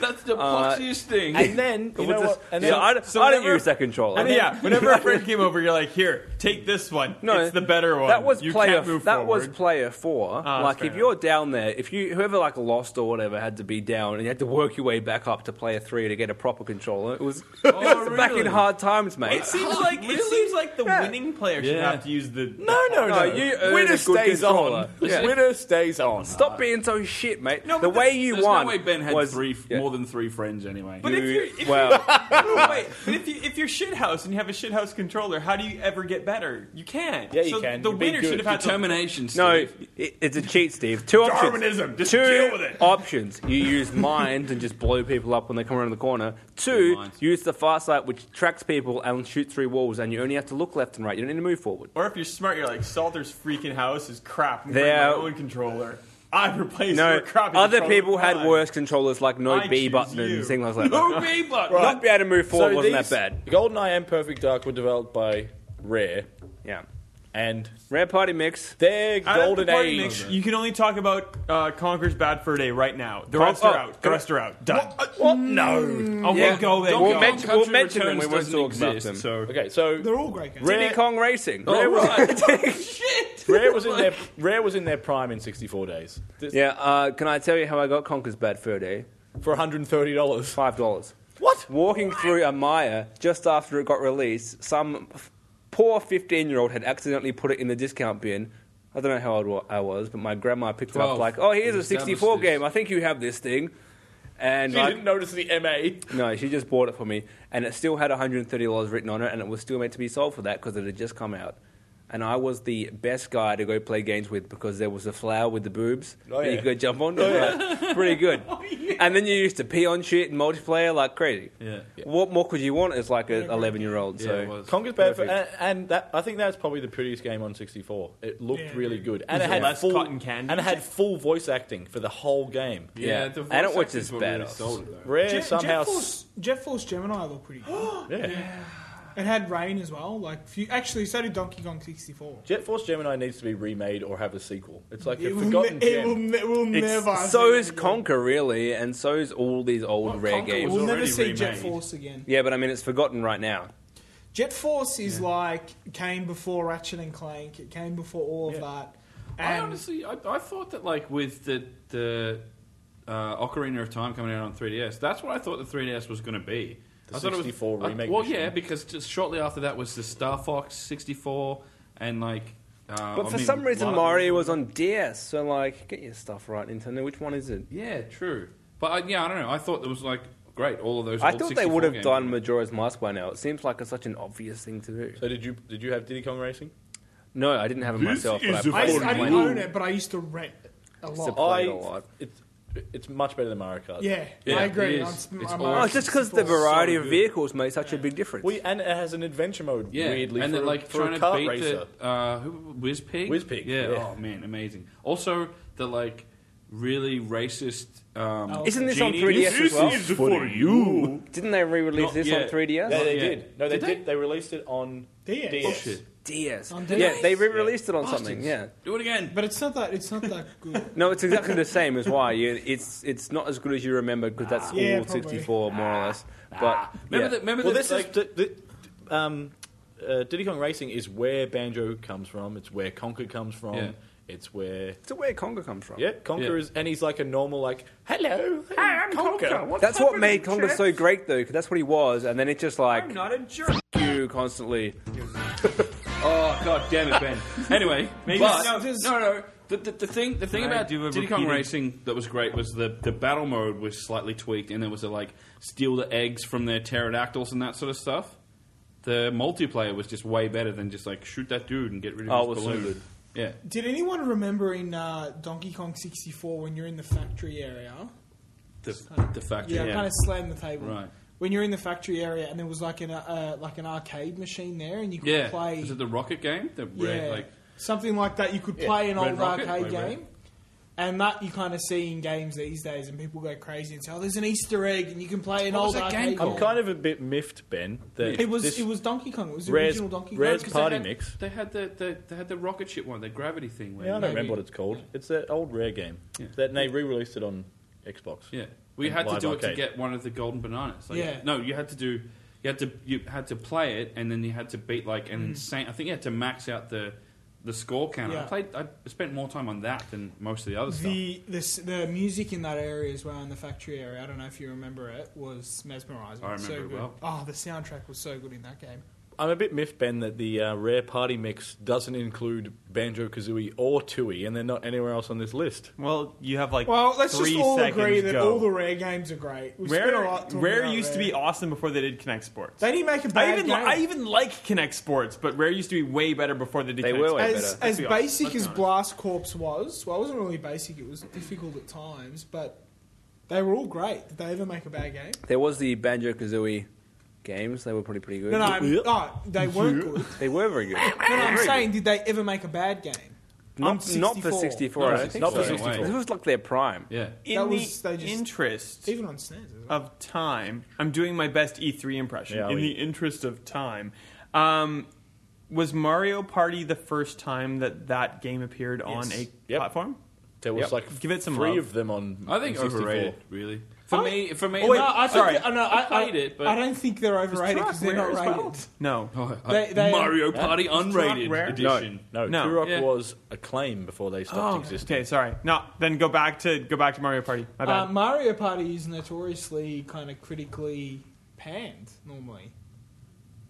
[SPEAKER 3] That's the
[SPEAKER 1] Uh,
[SPEAKER 3] boxiest thing.
[SPEAKER 5] and then you know what? And then
[SPEAKER 1] so I,
[SPEAKER 6] so
[SPEAKER 1] I don't
[SPEAKER 6] whenever-
[SPEAKER 1] use that controller.
[SPEAKER 6] And yeah, whenever a friend came over, you're like, here, take this one. No, it's the better one.
[SPEAKER 1] That was
[SPEAKER 6] you
[SPEAKER 1] player.
[SPEAKER 6] Can't move
[SPEAKER 1] that was
[SPEAKER 6] forward."
[SPEAKER 1] player four.
[SPEAKER 6] that's
[SPEAKER 1] like
[SPEAKER 6] fair
[SPEAKER 1] if you're down there, if you whoever like lost or whatever had to be down, and you had to work your way back up to player three to get a proper controller. It was, it was back in
[SPEAKER 3] really?
[SPEAKER 1] hard times, mate.
[SPEAKER 6] It seems like it seems like the
[SPEAKER 1] Yeah.
[SPEAKER 6] winning player should
[SPEAKER 3] Yeah.
[SPEAKER 6] have to use the
[SPEAKER 5] no, no,
[SPEAKER 1] No,
[SPEAKER 5] no.
[SPEAKER 1] you earn a
[SPEAKER 5] winner
[SPEAKER 1] good
[SPEAKER 5] stays
[SPEAKER 1] controller.
[SPEAKER 5] on.
[SPEAKER 1] Yeah.
[SPEAKER 5] Winner stays on.
[SPEAKER 1] Stop being so shit, mate.
[SPEAKER 6] No,
[SPEAKER 1] the
[SPEAKER 6] but
[SPEAKER 1] way
[SPEAKER 6] there's-
[SPEAKER 1] you
[SPEAKER 3] There's
[SPEAKER 1] won
[SPEAKER 3] no way Ben had
[SPEAKER 1] was
[SPEAKER 3] three,
[SPEAKER 1] yeah.
[SPEAKER 3] more than three friends anyway.
[SPEAKER 6] But if
[SPEAKER 1] You-
[SPEAKER 6] you're if
[SPEAKER 1] well.
[SPEAKER 6] you're, wait, but if you if you're shithouse and you have a shithouse controller, how do you ever get better? You can't.
[SPEAKER 5] Yeah, you
[SPEAKER 6] so
[SPEAKER 5] can.
[SPEAKER 6] The
[SPEAKER 5] You'd be
[SPEAKER 6] winner
[SPEAKER 5] good.
[SPEAKER 6] should have had to
[SPEAKER 3] Determination, Steve.
[SPEAKER 1] No, it, it's a cheat, Steve. Two options.
[SPEAKER 7] Darwinism. Just
[SPEAKER 1] Two
[SPEAKER 7] deal with it.
[SPEAKER 1] options. You use mind and just blow people up when they come around the corner.
[SPEAKER 3] Good
[SPEAKER 1] Two,
[SPEAKER 3] minds.
[SPEAKER 1] use the far sight, which tracks people and shoots through walls, and you only have to look left and right. You don't need to move forward.
[SPEAKER 6] Or if you're smart, you're like Salter's freaking house is crap. I'm
[SPEAKER 1] There-
[SPEAKER 6] bringing my own controller. I replaced
[SPEAKER 1] No,
[SPEAKER 6] your crappy
[SPEAKER 1] other
[SPEAKER 6] controller
[SPEAKER 1] people
[SPEAKER 6] with
[SPEAKER 1] had
[SPEAKER 6] mine.
[SPEAKER 1] worse controllers like no
[SPEAKER 6] I
[SPEAKER 1] B
[SPEAKER 6] choose
[SPEAKER 1] button
[SPEAKER 6] you.
[SPEAKER 1] and things like that.
[SPEAKER 6] No B button.
[SPEAKER 1] Not be able to move forward wasn't
[SPEAKER 5] these-
[SPEAKER 1] that bad.
[SPEAKER 5] GoldenEye and Perfect Dark were developed by Rare,
[SPEAKER 1] Yeah.
[SPEAKER 5] and
[SPEAKER 1] Rare Party Mix.
[SPEAKER 5] their
[SPEAKER 6] Out of
[SPEAKER 5] golden
[SPEAKER 6] the party
[SPEAKER 5] age.
[SPEAKER 6] mix, you can only talk about uh, Conker's Bad Fur Day right now. The
[SPEAKER 1] Con-
[SPEAKER 6] rest are
[SPEAKER 1] oh,
[SPEAKER 6] out. The
[SPEAKER 1] can I-
[SPEAKER 6] rest are out. Done.
[SPEAKER 4] uh,
[SPEAKER 5] What? No.
[SPEAKER 6] Oh,
[SPEAKER 1] Yeah.
[SPEAKER 6] we'll go there.
[SPEAKER 1] We'll
[SPEAKER 6] go.
[SPEAKER 1] mention-
[SPEAKER 3] Country
[SPEAKER 1] we'll mention them
[SPEAKER 3] Returns
[SPEAKER 1] when we
[SPEAKER 3] doesn't
[SPEAKER 1] talk about
[SPEAKER 3] exist,
[SPEAKER 1] them.
[SPEAKER 3] So
[SPEAKER 5] Okay, so
[SPEAKER 4] They're all great games.
[SPEAKER 1] Diddy Kong Racing.
[SPEAKER 5] Rare was,
[SPEAKER 6] Shit.
[SPEAKER 5] Rare was in their Rare was in their prime in 64 days This-
[SPEAKER 1] Yeah, uh, can I tell you how I got Conker's Bad eh? Fur Day?
[SPEAKER 5] for 130 dollars.
[SPEAKER 1] Five dollars.
[SPEAKER 5] What?
[SPEAKER 1] Walking through a mire just after it got released, some f- poor 15 year old had accidentally put it in the discount bin. I don't know how old wa- I was, but my grandma picked it up
[SPEAKER 3] Twelve.
[SPEAKER 1] like, oh, here's
[SPEAKER 3] We
[SPEAKER 1] a
[SPEAKER 3] established
[SPEAKER 1] 64
[SPEAKER 3] this.
[SPEAKER 1] game. I think you have this thing. And
[SPEAKER 5] She
[SPEAKER 1] I-
[SPEAKER 5] didn't notice the MA.
[SPEAKER 1] no, she just bought it for me. And it still had $130 written on it, and it was still meant to be sold for that because it had just come out. And I was the best guy to go play games with because there was a flower with the boobs
[SPEAKER 5] Oh,
[SPEAKER 1] that
[SPEAKER 5] yeah.
[SPEAKER 1] you could jump on. Pretty good. And then you used to pee on shit in multiplayer like crazy.
[SPEAKER 3] Yeah. Yeah.
[SPEAKER 1] What more could you want as like an 11 year old?
[SPEAKER 3] Yeah,
[SPEAKER 1] So
[SPEAKER 3] it was.
[SPEAKER 5] Conker's Bad Fur, and,
[SPEAKER 1] Perfect.
[SPEAKER 5] and that, I think that's probably the prettiest game on 64. It looked
[SPEAKER 4] Yeah.
[SPEAKER 5] really good, and it
[SPEAKER 6] it
[SPEAKER 5] had
[SPEAKER 6] less
[SPEAKER 5] full
[SPEAKER 6] cotton candy?
[SPEAKER 5] and it had full voice acting for the whole game.
[SPEAKER 1] Yeah.
[SPEAKER 3] the voice
[SPEAKER 1] I don't watch
[SPEAKER 3] acting's
[SPEAKER 1] this
[SPEAKER 3] what really
[SPEAKER 1] badass.
[SPEAKER 3] sold it, though.
[SPEAKER 5] Rare
[SPEAKER 4] Jet,
[SPEAKER 5] somehow,
[SPEAKER 4] Jet, Force, Jet Force Gemini looked pretty good.
[SPEAKER 5] s- yeah.
[SPEAKER 4] it had rain as well. Like few, actually, so did Donkey Kong 64.
[SPEAKER 5] Jet Force Gemini needs to be remade or have a sequel. It's like
[SPEAKER 4] It
[SPEAKER 5] a
[SPEAKER 4] will,
[SPEAKER 5] forgotten
[SPEAKER 4] ne- it will,
[SPEAKER 5] gem.
[SPEAKER 4] ne- it will never.
[SPEAKER 1] so is Conker really, and so is all these old
[SPEAKER 3] Well,
[SPEAKER 1] rare
[SPEAKER 3] Conker
[SPEAKER 1] games.
[SPEAKER 3] was
[SPEAKER 4] We'll never
[SPEAKER 3] already
[SPEAKER 4] see Jet
[SPEAKER 3] remade.
[SPEAKER 4] Force again.
[SPEAKER 1] yeah, but I mean it's forgotten right now.
[SPEAKER 4] Jet Force is like came before Ratchet and Clank. It came before all of that.
[SPEAKER 3] I
[SPEAKER 4] And
[SPEAKER 3] honestly, I, I thought that like with the the uh, Ocarina of Time coming out on 3DS, that's what I thought the 3DS was going to be.
[SPEAKER 5] The
[SPEAKER 3] I thought it was-
[SPEAKER 5] 64
[SPEAKER 3] I-
[SPEAKER 5] remake
[SPEAKER 3] Well,
[SPEAKER 5] machine.
[SPEAKER 3] yeah, because just shortly after that was the Star Fox 64 and like. Uh,
[SPEAKER 1] But
[SPEAKER 3] I
[SPEAKER 1] for
[SPEAKER 3] mean,
[SPEAKER 1] some reason
[SPEAKER 3] Lana-
[SPEAKER 1] Mario was on DS, so like get your stuff right, Nintendo. Which one is it?
[SPEAKER 3] Yeah, true. But I, yeah, I don't know. I thought there was like great all of those.
[SPEAKER 1] I
[SPEAKER 3] old
[SPEAKER 1] thought they
[SPEAKER 3] 64
[SPEAKER 1] would have
[SPEAKER 3] games.
[SPEAKER 1] done Majora's Mask by now. It seems like it's such an obvious thing to do.
[SPEAKER 5] So did you did you have Diddy Kong Racing?
[SPEAKER 1] No, I didn't have it myself.
[SPEAKER 3] is
[SPEAKER 1] But
[SPEAKER 3] the
[SPEAKER 1] I,
[SPEAKER 4] I,
[SPEAKER 1] played
[SPEAKER 4] used,
[SPEAKER 1] it
[SPEAKER 4] I didn't
[SPEAKER 1] when-
[SPEAKER 4] own it, but I used to rent a lot.
[SPEAKER 1] Support- Played a
[SPEAKER 5] I-
[SPEAKER 1] lot.
[SPEAKER 5] It's it's much better than Mario Kart.
[SPEAKER 4] yeah,
[SPEAKER 3] Yeah,
[SPEAKER 4] I
[SPEAKER 3] it
[SPEAKER 4] agree.
[SPEAKER 3] is.
[SPEAKER 4] I'm sp-
[SPEAKER 3] It's
[SPEAKER 4] I'm
[SPEAKER 3] all-
[SPEAKER 1] Oh,
[SPEAKER 4] on
[SPEAKER 1] it's just because the
[SPEAKER 4] support.
[SPEAKER 1] variety
[SPEAKER 3] so
[SPEAKER 1] of
[SPEAKER 3] good.
[SPEAKER 1] vehicles made such a big difference.
[SPEAKER 5] We and it has an adventure mode.
[SPEAKER 3] Yeah,
[SPEAKER 5] weirdly,
[SPEAKER 3] and
[SPEAKER 5] for
[SPEAKER 3] they're
[SPEAKER 5] a-
[SPEAKER 3] like
[SPEAKER 5] for a
[SPEAKER 3] trying to
[SPEAKER 5] kart
[SPEAKER 3] beat
[SPEAKER 5] racer.
[SPEAKER 3] the uh, who, Whizpig.
[SPEAKER 5] Whizpig,
[SPEAKER 3] yeah.
[SPEAKER 5] yeah.
[SPEAKER 3] Oh man, amazing. Also, the like really racist. Um,
[SPEAKER 4] Oh.
[SPEAKER 1] Isn't this on
[SPEAKER 3] genies-
[SPEAKER 1] 3DS as well?
[SPEAKER 3] for you.
[SPEAKER 1] Didn't they re-release
[SPEAKER 3] Not
[SPEAKER 1] this on
[SPEAKER 3] yet.
[SPEAKER 1] 3DS?
[SPEAKER 5] No, they
[SPEAKER 3] Yeah.
[SPEAKER 5] did. No, they
[SPEAKER 3] Did
[SPEAKER 5] did.
[SPEAKER 3] they?
[SPEAKER 5] They? released it on
[SPEAKER 4] DS.
[SPEAKER 5] DS.
[SPEAKER 3] Shit.
[SPEAKER 1] DS.
[SPEAKER 4] On
[SPEAKER 1] Yeah,
[SPEAKER 4] DS?
[SPEAKER 1] they re-released it on something.
[SPEAKER 3] Bastards.
[SPEAKER 1] Yeah.
[SPEAKER 3] Do it again.
[SPEAKER 4] But it's not that. It's not that good.
[SPEAKER 1] No, it's exactly the same as why. You, it's it's not as good as you remember because that's
[SPEAKER 4] Ah. Yeah,
[SPEAKER 1] all
[SPEAKER 4] probably. Ah.
[SPEAKER 1] 64 more or less. But
[SPEAKER 3] Ah. remember
[SPEAKER 1] yeah.
[SPEAKER 3] that? Remember
[SPEAKER 5] Well,
[SPEAKER 3] that,
[SPEAKER 5] this
[SPEAKER 3] like,
[SPEAKER 5] is d- d- um, uh, Diddy Kong Racing is where Banjo comes from. It's where Conker comes from.
[SPEAKER 3] Yeah.
[SPEAKER 5] It's where
[SPEAKER 1] It's where Conga comes from.
[SPEAKER 5] yeah, Conker
[SPEAKER 3] Yeah.
[SPEAKER 5] is, and he's like a normal like, hello,
[SPEAKER 2] Hi, I'm Conker. What's
[SPEAKER 1] That's what
[SPEAKER 2] happening,
[SPEAKER 1] made Conga so
[SPEAKER 2] chaps?
[SPEAKER 1] great though, because that's what he was, and then it's just like
[SPEAKER 6] I'm not a jerk.
[SPEAKER 1] you constantly.
[SPEAKER 3] Oh god damn it, Ben. anyway,
[SPEAKER 6] Maybe
[SPEAKER 3] but,
[SPEAKER 6] it's-
[SPEAKER 3] no, no, no. The, the, the thing, the thing
[SPEAKER 6] Can I
[SPEAKER 3] about
[SPEAKER 6] do a
[SPEAKER 3] Diddy Kong
[SPEAKER 6] repeated-
[SPEAKER 3] Racing that was great was the, the battle mode was slightly tweaked, and there was a like steal the eggs from their pterodactyls and that sort of stuff. The multiplayer was just way better than just like shoot that dude and get rid of
[SPEAKER 1] Oh,
[SPEAKER 3] his
[SPEAKER 1] it was so
[SPEAKER 3] balloon.
[SPEAKER 1] good.
[SPEAKER 3] Yeah,
[SPEAKER 4] Did anyone remember in uh, Donkey Kong 64 when you're in the factory area?
[SPEAKER 3] the, the factory.
[SPEAKER 4] Yeah,
[SPEAKER 3] Yeah,
[SPEAKER 4] I kind of slammed the table.
[SPEAKER 3] Right.
[SPEAKER 4] When you're in the factory area and there was like an uh, uh, like an arcade machine there and you could
[SPEAKER 3] Yeah.
[SPEAKER 4] play
[SPEAKER 3] Was it the rocket game? The
[SPEAKER 4] yeah,
[SPEAKER 3] red, like
[SPEAKER 4] something like that. You could play an
[SPEAKER 3] Red
[SPEAKER 4] old
[SPEAKER 3] Rocket,
[SPEAKER 4] arcade
[SPEAKER 3] play Red.
[SPEAKER 4] game. And that you kind of see in games these days, and people go crazy and say, "Oh, there's an Easter egg, and you can play an
[SPEAKER 3] What was
[SPEAKER 4] old
[SPEAKER 3] that game
[SPEAKER 4] arcade
[SPEAKER 3] called?
[SPEAKER 5] I'm kind of a bit miffed, Ben. That
[SPEAKER 4] It was
[SPEAKER 5] this
[SPEAKER 4] it was Donkey Kong. It was the
[SPEAKER 5] Rare's-
[SPEAKER 4] original Donkey
[SPEAKER 5] Rare's
[SPEAKER 4] Kong.
[SPEAKER 3] they
[SPEAKER 5] Party
[SPEAKER 3] had-
[SPEAKER 5] mix.
[SPEAKER 3] They had the, the they had the rocket ship one, the gravity thing. Where
[SPEAKER 5] Yeah, I
[SPEAKER 3] you-
[SPEAKER 5] don't remember what it's called. It's that old rare game
[SPEAKER 3] Yeah.
[SPEAKER 5] that and they re-released it on Xbox.
[SPEAKER 3] Yeah, we
[SPEAKER 5] And
[SPEAKER 3] had to
[SPEAKER 5] Live
[SPEAKER 3] do it to
[SPEAKER 5] Arcade.
[SPEAKER 3] get one of the golden bananas. Like,
[SPEAKER 4] Yeah.
[SPEAKER 3] No, you had to do. You had to you had to play it, and then you had to beat like an insane. I think you had to max out the the score counter. I
[SPEAKER 4] Yeah.
[SPEAKER 3] played. I spent more time on that than most of the other stuff.
[SPEAKER 4] The, the s- the music in that area as well in the factory area. I don't know if you remember it was mesmerizing.
[SPEAKER 3] I
[SPEAKER 4] It was
[SPEAKER 3] remember it
[SPEAKER 4] so good.
[SPEAKER 3] well.
[SPEAKER 4] Oh, the soundtrack was so good in that game.
[SPEAKER 5] I'm a bit miffed, Ben, that the uh, rare party mix doesn't include Banjo Kazooie or Tui, and they're not anywhere else on this list.
[SPEAKER 6] Well, you have like
[SPEAKER 4] Well, let's
[SPEAKER 6] three
[SPEAKER 4] just all
[SPEAKER 6] seconds
[SPEAKER 4] agree that
[SPEAKER 6] go.
[SPEAKER 4] all the rare games are great. We've spent a
[SPEAKER 6] Rare,
[SPEAKER 4] lot talking
[SPEAKER 6] Rare
[SPEAKER 4] about
[SPEAKER 6] used to
[SPEAKER 4] Rare.
[SPEAKER 6] be awesome before they did Connect Sports.
[SPEAKER 4] They didn't make a bad
[SPEAKER 6] I even,
[SPEAKER 4] game.
[SPEAKER 6] li- I even like Connect Sports, but Rare used to be way better before they did
[SPEAKER 1] They
[SPEAKER 6] Connect
[SPEAKER 1] were way
[SPEAKER 6] Sports.
[SPEAKER 4] as
[SPEAKER 1] better.
[SPEAKER 6] Let's
[SPEAKER 4] as
[SPEAKER 6] be honest.
[SPEAKER 4] basic
[SPEAKER 6] Let's
[SPEAKER 4] as
[SPEAKER 6] be honest.
[SPEAKER 4] Blast Corps was, well, it wasn't really basic. It was difficult at times, but they were all great. Did they ever make a bad game?
[SPEAKER 1] There was the Banjo Kazooie games. They were pretty pretty good.
[SPEAKER 4] No, no, I'm, oh, they weren't good.
[SPEAKER 1] They were very good.
[SPEAKER 4] No, no, I'm saying, did they ever make a bad game?
[SPEAKER 1] Not, not for 64.
[SPEAKER 3] Not
[SPEAKER 1] I
[SPEAKER 3] for
[SPEAKER 1] don't think
[SPEAKER 3] not
[SPEAKER 1] so.
[SPEAKER 3] for
[SPEAKER 1] This
[SPEAKER 3] 64.
[SPEAKER 1] was like their prime.
[SPEAKER 3] Yeah.
[SPEAKER 6] In
[SPEAKER 4] That was-
[SPEAKER 6] the
[SPEAKER 4] they just-
[SPEAKER 6] interest
[SPEAKER 4] Even on SNES. as well.
[SPEAKER 6] of time, I'm doing my best E3 impression.
[SPEAKER 5] Yeah,
[SPEAKER 6] in
[SPEAKER 5] we-
[SPEAKER 6] the interest of time, um, was Mario Party the first time that that game appeared on
[SPEAKER 4] Yes.
[SPEAKER 6] a
[SPEAKER 5] Yep.
[SPEAKER 6] platform?
[SPEAKER 5] There was
[SPEAKER 6] Yep.
[SPEAKER 5] like
[SPEAKER 6] Give it some
[SPEAKER 5] three
[SPEAKER 6] love.
[SPEAKER 5] of them on.
[SPEAKER 3] I think
[SPEAKER 5] 64.
[SPEAKER 3] overrated, really. For me, for me,
[SPEAKER 6] Oh, wait,
[SPEAKER 3] no, I,
[SPEAKER 6] sorry.
[SPEAKER 3] I, no, I, played it, but
[SPEAKER 4] I don't think they're overrated because they're not
[SPEAKER 6] Rare as
[SPEAKER 4] rated.
[SPEAKER 6] well? No.
[SPEAKER 3] Oh,
[SPEAKER 4] They-
[SPEAKER 3] I-
[SPEAKER 4] they-
[SPEAKER 3] Mario Party Unrated
[SPEAKER 6] Rare?
[SPEAKER 3] Edition.
[SPEAKER 5] No,
[SPEAKER 6] No.
[SPEAKER 5] no. Turok
[SPEAKER 3] Yeah.
[SPEAKER 5] was acclaimed before they stopped existing.
[SPEAKER 6] Oh, Okay, sorry. No, then go back to go back to Mario Party. My bad.
[SPEAKER 4] Uh, Mario Party is notoriously kind of critically panned normally.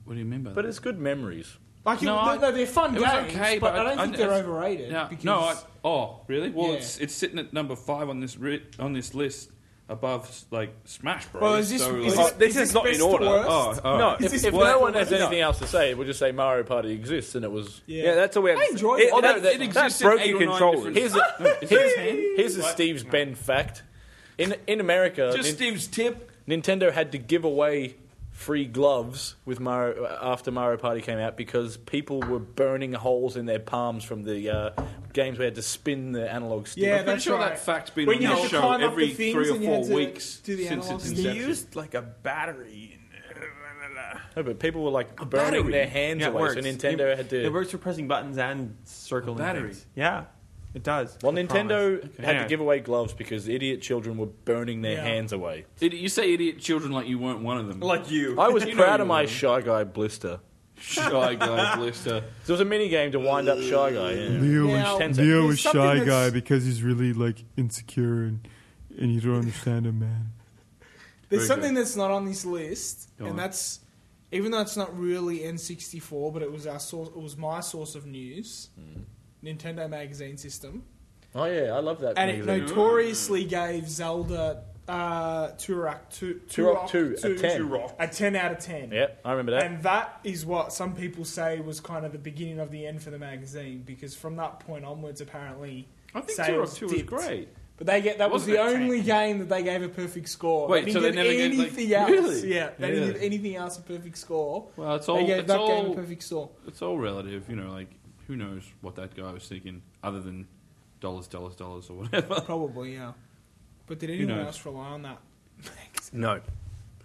[SPEAKER 3] What do you mean by
[SPEAKER 5] But
[SPEAKER 3] that?
[SPEAKER 5] it's good memories.
[SPEAKER 4] Like
[SPEAKER 3] No,
[SPEAKER 4] it,
[SPEAKER 3] I-
[SPEAKER 4] no, they're fun
[SPEAKER 3] it
[SPEAKER 4] games,
[SPEAKER 3] was okay,
[SPEAKER 4] but,
[SPEAKER 3] but
[SPEAKER 4] I don't
[SPEAKER 3] I-
[SPEAKER 4] think
[SPEAKER 3] I-
[SPEAKER 4] they're
[SPEAKER 3] I-
[SPEAKER 4] overrated.
[SPEAKER 3] No,
[SPEAKER 4] because
[SPEAKER 3] no I, oh, really? Well,
[SPEAKER 4] Yeah.
[SPEAKER 3] it's it's sitting at number five on this ri- on this list above like Smash Bros.
[SPEAKER 4] Well, is this-
[SPEAKER 3] so,
[SPEAKER 4] is
[SPEAKER 3] like,
[SPEAKER 1] Oh, this is,
[SPEAKER 4] this
[SPEAKER 1] not in
[SPEAKER 4] best to
[SPEAKER 1] order.
[SPEAKER 4] worst?
[SPEAKER 1] Oh, oh. No,
[SPEAKER 4] Is
[SPEAKER 1] if-
[SPEAKER 4] this
[SPEAKER 5] If
[SPEAKER 4] best
[SPEAKER 5] no
[SPEAKER 4] to
[SPEAKER 5] one has
[SPEAKER 4] worst?
[SPEAKER 5] anything else to say, we'll just say Mario Party exists, and it was.
[SPEAKER 1] yeah. that's a way.
[SPEAKER 4] I enjoyed it.
[SPEAKER 1] although
[SPEAKER 4] Although
[SPEAKER 1] that,
[SPEAKER 3] it
[SPEAKER 1] that
[SPEAKER 3] exists in
[SPEAKER 1] broke
[SPEAKER 3] eight
[SPEAKER 1] your
[SPEAKER 3] or nine
[SPEAKER 1] controllers.
[SPEAKER 3] different-
[SPEAKER 5] Here's a, here's, here's a Steve's Ben fact. In in America,
[SPEAKER 3] just
[SPEAKER 5] Nin-
[SPEAKER 3] Steve's tip.
[SPEAKER 5] Nintendo had to give away free gloves with Mario after Mario Party came out because people were burning holes in their palms from the uh, games where you had to spin the analog stick.
[SPEAKER 4] Yeah,
[SPEAKER 3] I'm pretty
[SPEAKER 4] that's
[SPEAKER 3] sure
[SPEAKER 4] right.
[SPEAKER 3] that fact's been
[SPEAKER 4] When
[SPEAKER 3] on
[SPEAKER 4] you
[SPEAKER 3] the
[SPEAKER 4] had to
[SPEAKER 3] show
[SPEAKER 4] climb up
[SPEAKER 3] every
[SPEAKER 4] the things
[SPEAKER 3] three or
[SPEAKER 4] and you had
[SPEAKER 3] four
[SPEAKER 4] to
[SPEAKER 3] weeks
[SPEAKER 4] do the
[SPEAKER 3] since
[SPEAKER 4] analog
[SPEAKER 3] its
[SPEAKER 4] stick.
[SPEAKER 6] He
[SPEAKER 3] inception.
[SPEAKER 6] used like a battery. and-
[SPEAKER 5] No, but people were like burning
[SPEAKER 3] battery.
[SPEAKER 5] their hands
[SPEAKER 6] Yeah, it
[SPEAKER 5] away.
[SPEAKER 6] works.
[SPEAKER 5] So Nintendo
[SPEAKER 6] it,
[SPEAKER 5] had
[SPEAKER 6] It
[SPEAKER 5] to.
[SPEAKER 6] works for pressing buttons and circling
[SPEAKER 3] Battery.
[SPEAKER 6] things. Yeah, it does.
[SPEAKER 5] Well,
[SPEAKER 6] I
[SPEAKER 5] Nintendo
[SPEAKER 6] promise.
[SPEAKER 5] had
[SPEAKER 6] Anyway.
[SPEAKER 5] to give away gloves because idiot children were burning their
[SPEAKER 4] Yeah.
[SPEAKER 5] hands away.
[SPEAKER 3] Idi- you say idiot children like you weren't one of them.
[SPEAKER 6] like you.
[SPEAKER 5] I was
[SPEAKER 3] You know
[SPEAKER 5] proud
[SPEAKER 3] you
[SPEAKER 5] of my
[SPEAKER 3] were.
[SPEAKER 5] Shy Guy blister.
[SPEAKER 3] shy guy blister.
[SPEAKER 5] So it was a mini game to wind up Shy Guy. Yeah.
[SPEAKER 8] Leo,
[SPEAKER 4] Now,
[SPEAKER 8] is,
[SPEAKER 5] Tencent.
[SPEAKER 8] Leo
[SPEAKER 4] there's
[SPEAKER 8] is
[SPEAKER 4] something
[SPEAKER 8] shy guy
[SPEAKER 4] that's-
[SPEAKER 8] because he's really like insecure and and you don't understand him, man.
[SPEAKER 3] Very
[SPEAKER 4] There's
[SPEAKER 3] good.
[SPEAKER 4] something that's not on this list,
[SPEAKER 3] Go
[SPEAKER 4] and
[SPEAKER 3] on.
[SPEAKER 4] that's even though it's not really N64, but it was our source. It was my source of news. Nintendo magazine system,
[SPEAKER 5] Oh yeah, I love that.
[SPEAKER 4] and
[SPEAKER 5] magazine.
[SPEAKER 4] it notoriously gave Zelda uh, Turok two,
[SPEAKER 5] Turok two, a 10.
[SPEAKER 4] a ten out of ten.
[SPEAKER 5] yeah, I remember that.
[SPEAKER 4] And that is what some people say was kind of the beginning of the end for the magazine because from that point onwards, apparently,
[SPEAKER 3] I think
[SPEAKER 4] sales
[SPEAKER 3] Turok 2 was
[SPEAKER 4] dipped.
[SPEAKER 3] great.
[SPEAKER 4] But they get that was
[SPEAKER 3] Wasn't
[SPEAKER 4] the
[SPEAKER 3] it
[SPEAKER 4] only game that they gave a perfect score.
[SPEAKER 3] Wait,
[SPEAKER 4] they
[SPEAKER 3] so
[SPEAKER 4] didn't
[SPEAKER 3] they
[SPEAKER 4] give
[SPEAKER 3] never gave, like-
[SPEAKER 4] anything else.
[SPEAKER 3] Really?
[SPEAKER 4] Yeah, they didn't give
[SPEAKER 3] Really?
[SPEAKER 4] anything else a perfect score.
[SPEAKER 3] Well, it's
[SPEAKER 4] they
[SPEAKER 3] all
[SPEAKER 4] gave
[SPEAKER 3] it's
[SPEAKER 4] that
[SPEAKER 3] all
[SPEAKER 4] game a perfect score.
[SPEAKER 3] it's all relative, you know. Like who knows what that guy was thinking, other than dollars, dollars, dollars, or whatever.
[SPEAKER 4] Probably, yeah. But did anyone
[SPEAKER 3] knows?
[SPEAKER 4] else rely on that?
[SPEAKER 1] No.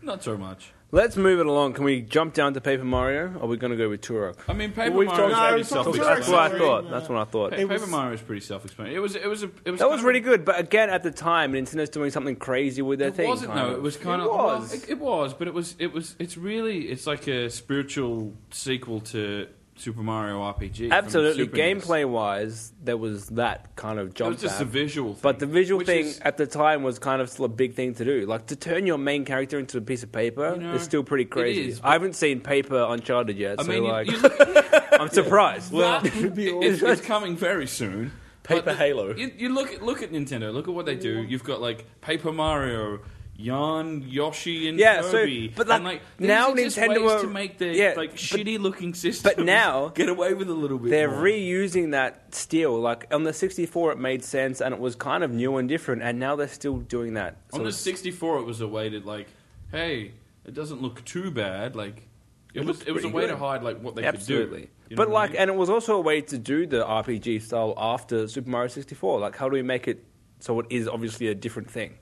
[SPEAKER 3] Not so much.
[SPEAKER 1] Let's move it along. Can we jump down to Paper Mario? Or are we going to go with Turok?
[SPEAKER 3] I mean, Paper
[SPEAKER 5] We've
[SPEAKER 3] Mario.
[SPEAKER 5] talked
[SPEAKER 4] about
[SPEAKER 3] pretty
[SPEAKER 4] it, talked
[SPEAKER 1] That's
[SPEAKER 3] self-explanatory.
[SPEAKER 4] about
[SPEAKER 1] what I
[SPEAKER 4] Turok.
[SPEAKER 1] thought. That's what I thought.
[SPEAKER 3] Pa-
[SPEAKER 4] It
[SPEAKER 3] Paper
[SPEAKER 4] was-
[SPEAKER 3] Mario is pretty self-explanatory. It was, it was, a, it was.
[SPEAKER 1] That
[SPEAKER 3] kind
[SPEAKER 1] was
[SPEAKER 3] of-
[SPEAKER 1] really good, but again, at the time, Nintendo's doing something crazy with their
[SPEAKER 3] It
[SPEAKER 1] thing.
[SPEAKER 3] wasn't
[SPEAKER 1] kind
[SPEAKER 3] though. It was kind
[SPEAKER 1] It
[SPEAKER 3] of. well,
[SPEAKER 1] was.
[SPEAKER 3] it, it was, but it was. It was. It's really. It's like a spiritual sequel to Super Mario RPG. from
[SPEAKER 1] Absolutely,
[SPEAKER 3] Super E NES.
[SPEAKER 1] gameplay-wise, there was that kind of
[SPEAKER 3] It
[SPEAKER 1] jump.
[SPEAKER 3] was just a
[SPEAKER 1] back.
[SPEAKER 3] visual. Thing,
[SPEAKER 1] But the visual
[SPEAKER 3] which
[SPEAKER 1] thing
[SPEAKER 3] is-
[SPEAKER 1] at the time was kind of still a big thing to do. Like to turn your main character into a piece of paper
[SPEAKER 3] You know,
[SPEAKER 1] is still pretty
[SPEAKER 3] it
[SPEAKER 1] crazy.
[SPEAKER 3] is,
[SPEAKER 1] I haven't seen paper Uncharted yet,
[SPEAKER 3] I
[SPEAKER 1] so
[SPEAKER 3] mean, you-
[SPEAKER 1] like
[SPEAKER 3] you look-
[SPEAKER 1] I'm surprised.
[SPEAKER 3] Well,
[SPEAKER 4] be
[SPEAKER 3] it- it's, it's coming very soon.
[SPEAKER 5] Paper
[SPEAKER 3] But the-
[SPEAKER 5] Halo.
[SPEAKER 3] You, you look at look at Nintendo. Look at what they do. You've got like Paper Mario, Yarn, Yoshi, and
[SPEAKER 1] Yeah, so-
[SPEAKER 3] Kirby.
[SPEAKER 1] but,
[SPEAKER 3] And,
[SPEAKER 1] like,
[SPEAKER 3] these
[SPEAKER 1] now
[SPEAKER 3] are just
[SPEAKER 1] Nintendo
[SPEAKER 3] ways
[SPEAKER 1] are-
[SPEAKER 3] to make their
[SPEAKER 1] yeah,
[SPEAKER 3] like
[SPEAKER 1] but-
[SPEAKER 3] shitty looking systems.
[SPEAKER 1] now
[SPEAKER 3] get away with a little bit.
[SPEAKER 1] They're
[SPEAKER 3] more.
[SPEAKER 1] reusing that still. Like on the 64, it made sense and it was kind of new and different. And now they're still doing that. So
[SPEAKER 3] on the
[SPEAKER 1] it's-
[SPEAKER 3] 64. It was a way to like, hey, it doesn't look too bad. Like it, was
[SPEAKER 1] looks
[SPEAKER 3] it was a
[SPEAKER 1] pretty
[SPEAKER 3] way
[SPEAKER 1] good.
[SPEAKER 3] to hide like what they
[SPEAKER 1] Absolutely.
[SPEAKER 3] could do. You know
[SPEAKER 1] but
[SPEAKER 3] what I
[SPEAKER 1] like,
[SPEAKER 3] mean?
[SPEAKER 1] and it was also a way to do the RPG style after Super Mario 64. Like, how do we make it so it is obviously a different thing?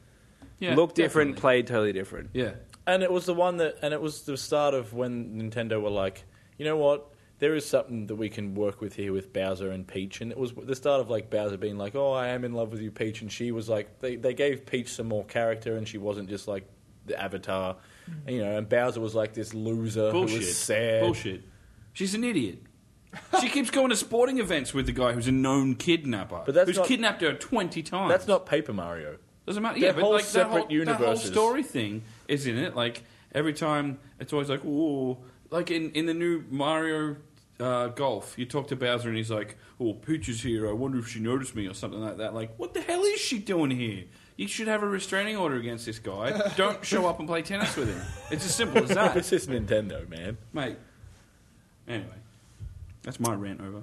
[SPEAKER 3] Yeah,
[SPEAKER 1] Look different,
[SPEAKER 3] definitely.
[SPEAKER 1] play totally different.
[SPEAKER 3] Yeah.
[SPEAKER 5] And it was the one that, and it was the start of when Nintendo were like, you know what? There is something that we can work with here with Bowser and Peach, and it was the start of like Bowser being like, "Oh, I am in love with you, Peach," and she was like, they they gave Peach some more character, and she wasn't just like the avatar, and, you know. And Bowser was like this loser who
[SPEAKER 3] Bullshit.
[SPEAKER 5] was sad.
[SPEAKER 3] Bullshit. She's an idiot. She keeps going to sporting events with the guy who's a known kidnapper,
[SPEAKER 5] But that's
[SPEAKER 3] who's
[SPEAKER 5] not-
[SPEAKER 3] kidnapped her twenty times.
[SPEAKER 5] That's not Paper Mario.
[SPEAKER 3] doesn't matter.
[SPEAKER 5] they're
[SPEAKER 3] Yeah, but
[SPEAKER 5] whole
[SPEAKER 3] like
[SPEAKER 5] separate
[SPEAKER 3] that whole, That whole
[SPEAKER 5] universes.
[SPEAKER 3] story thing is in it. Like every time, it's always like, oh, like in in the new Mario. Uh, golf. You talk to Bowser and he's like, "Oh, Peach is here. I wonder if she noticed me or something like that." Like, what the hell is she doing here? You should have a restraining order against this guy. Don't show up and play tennis with him. It's as simple as that.
[SPEAKER 5] this is Nintendo, man.
[SPEAKER 3] Mate. Anyway, that's my rant over.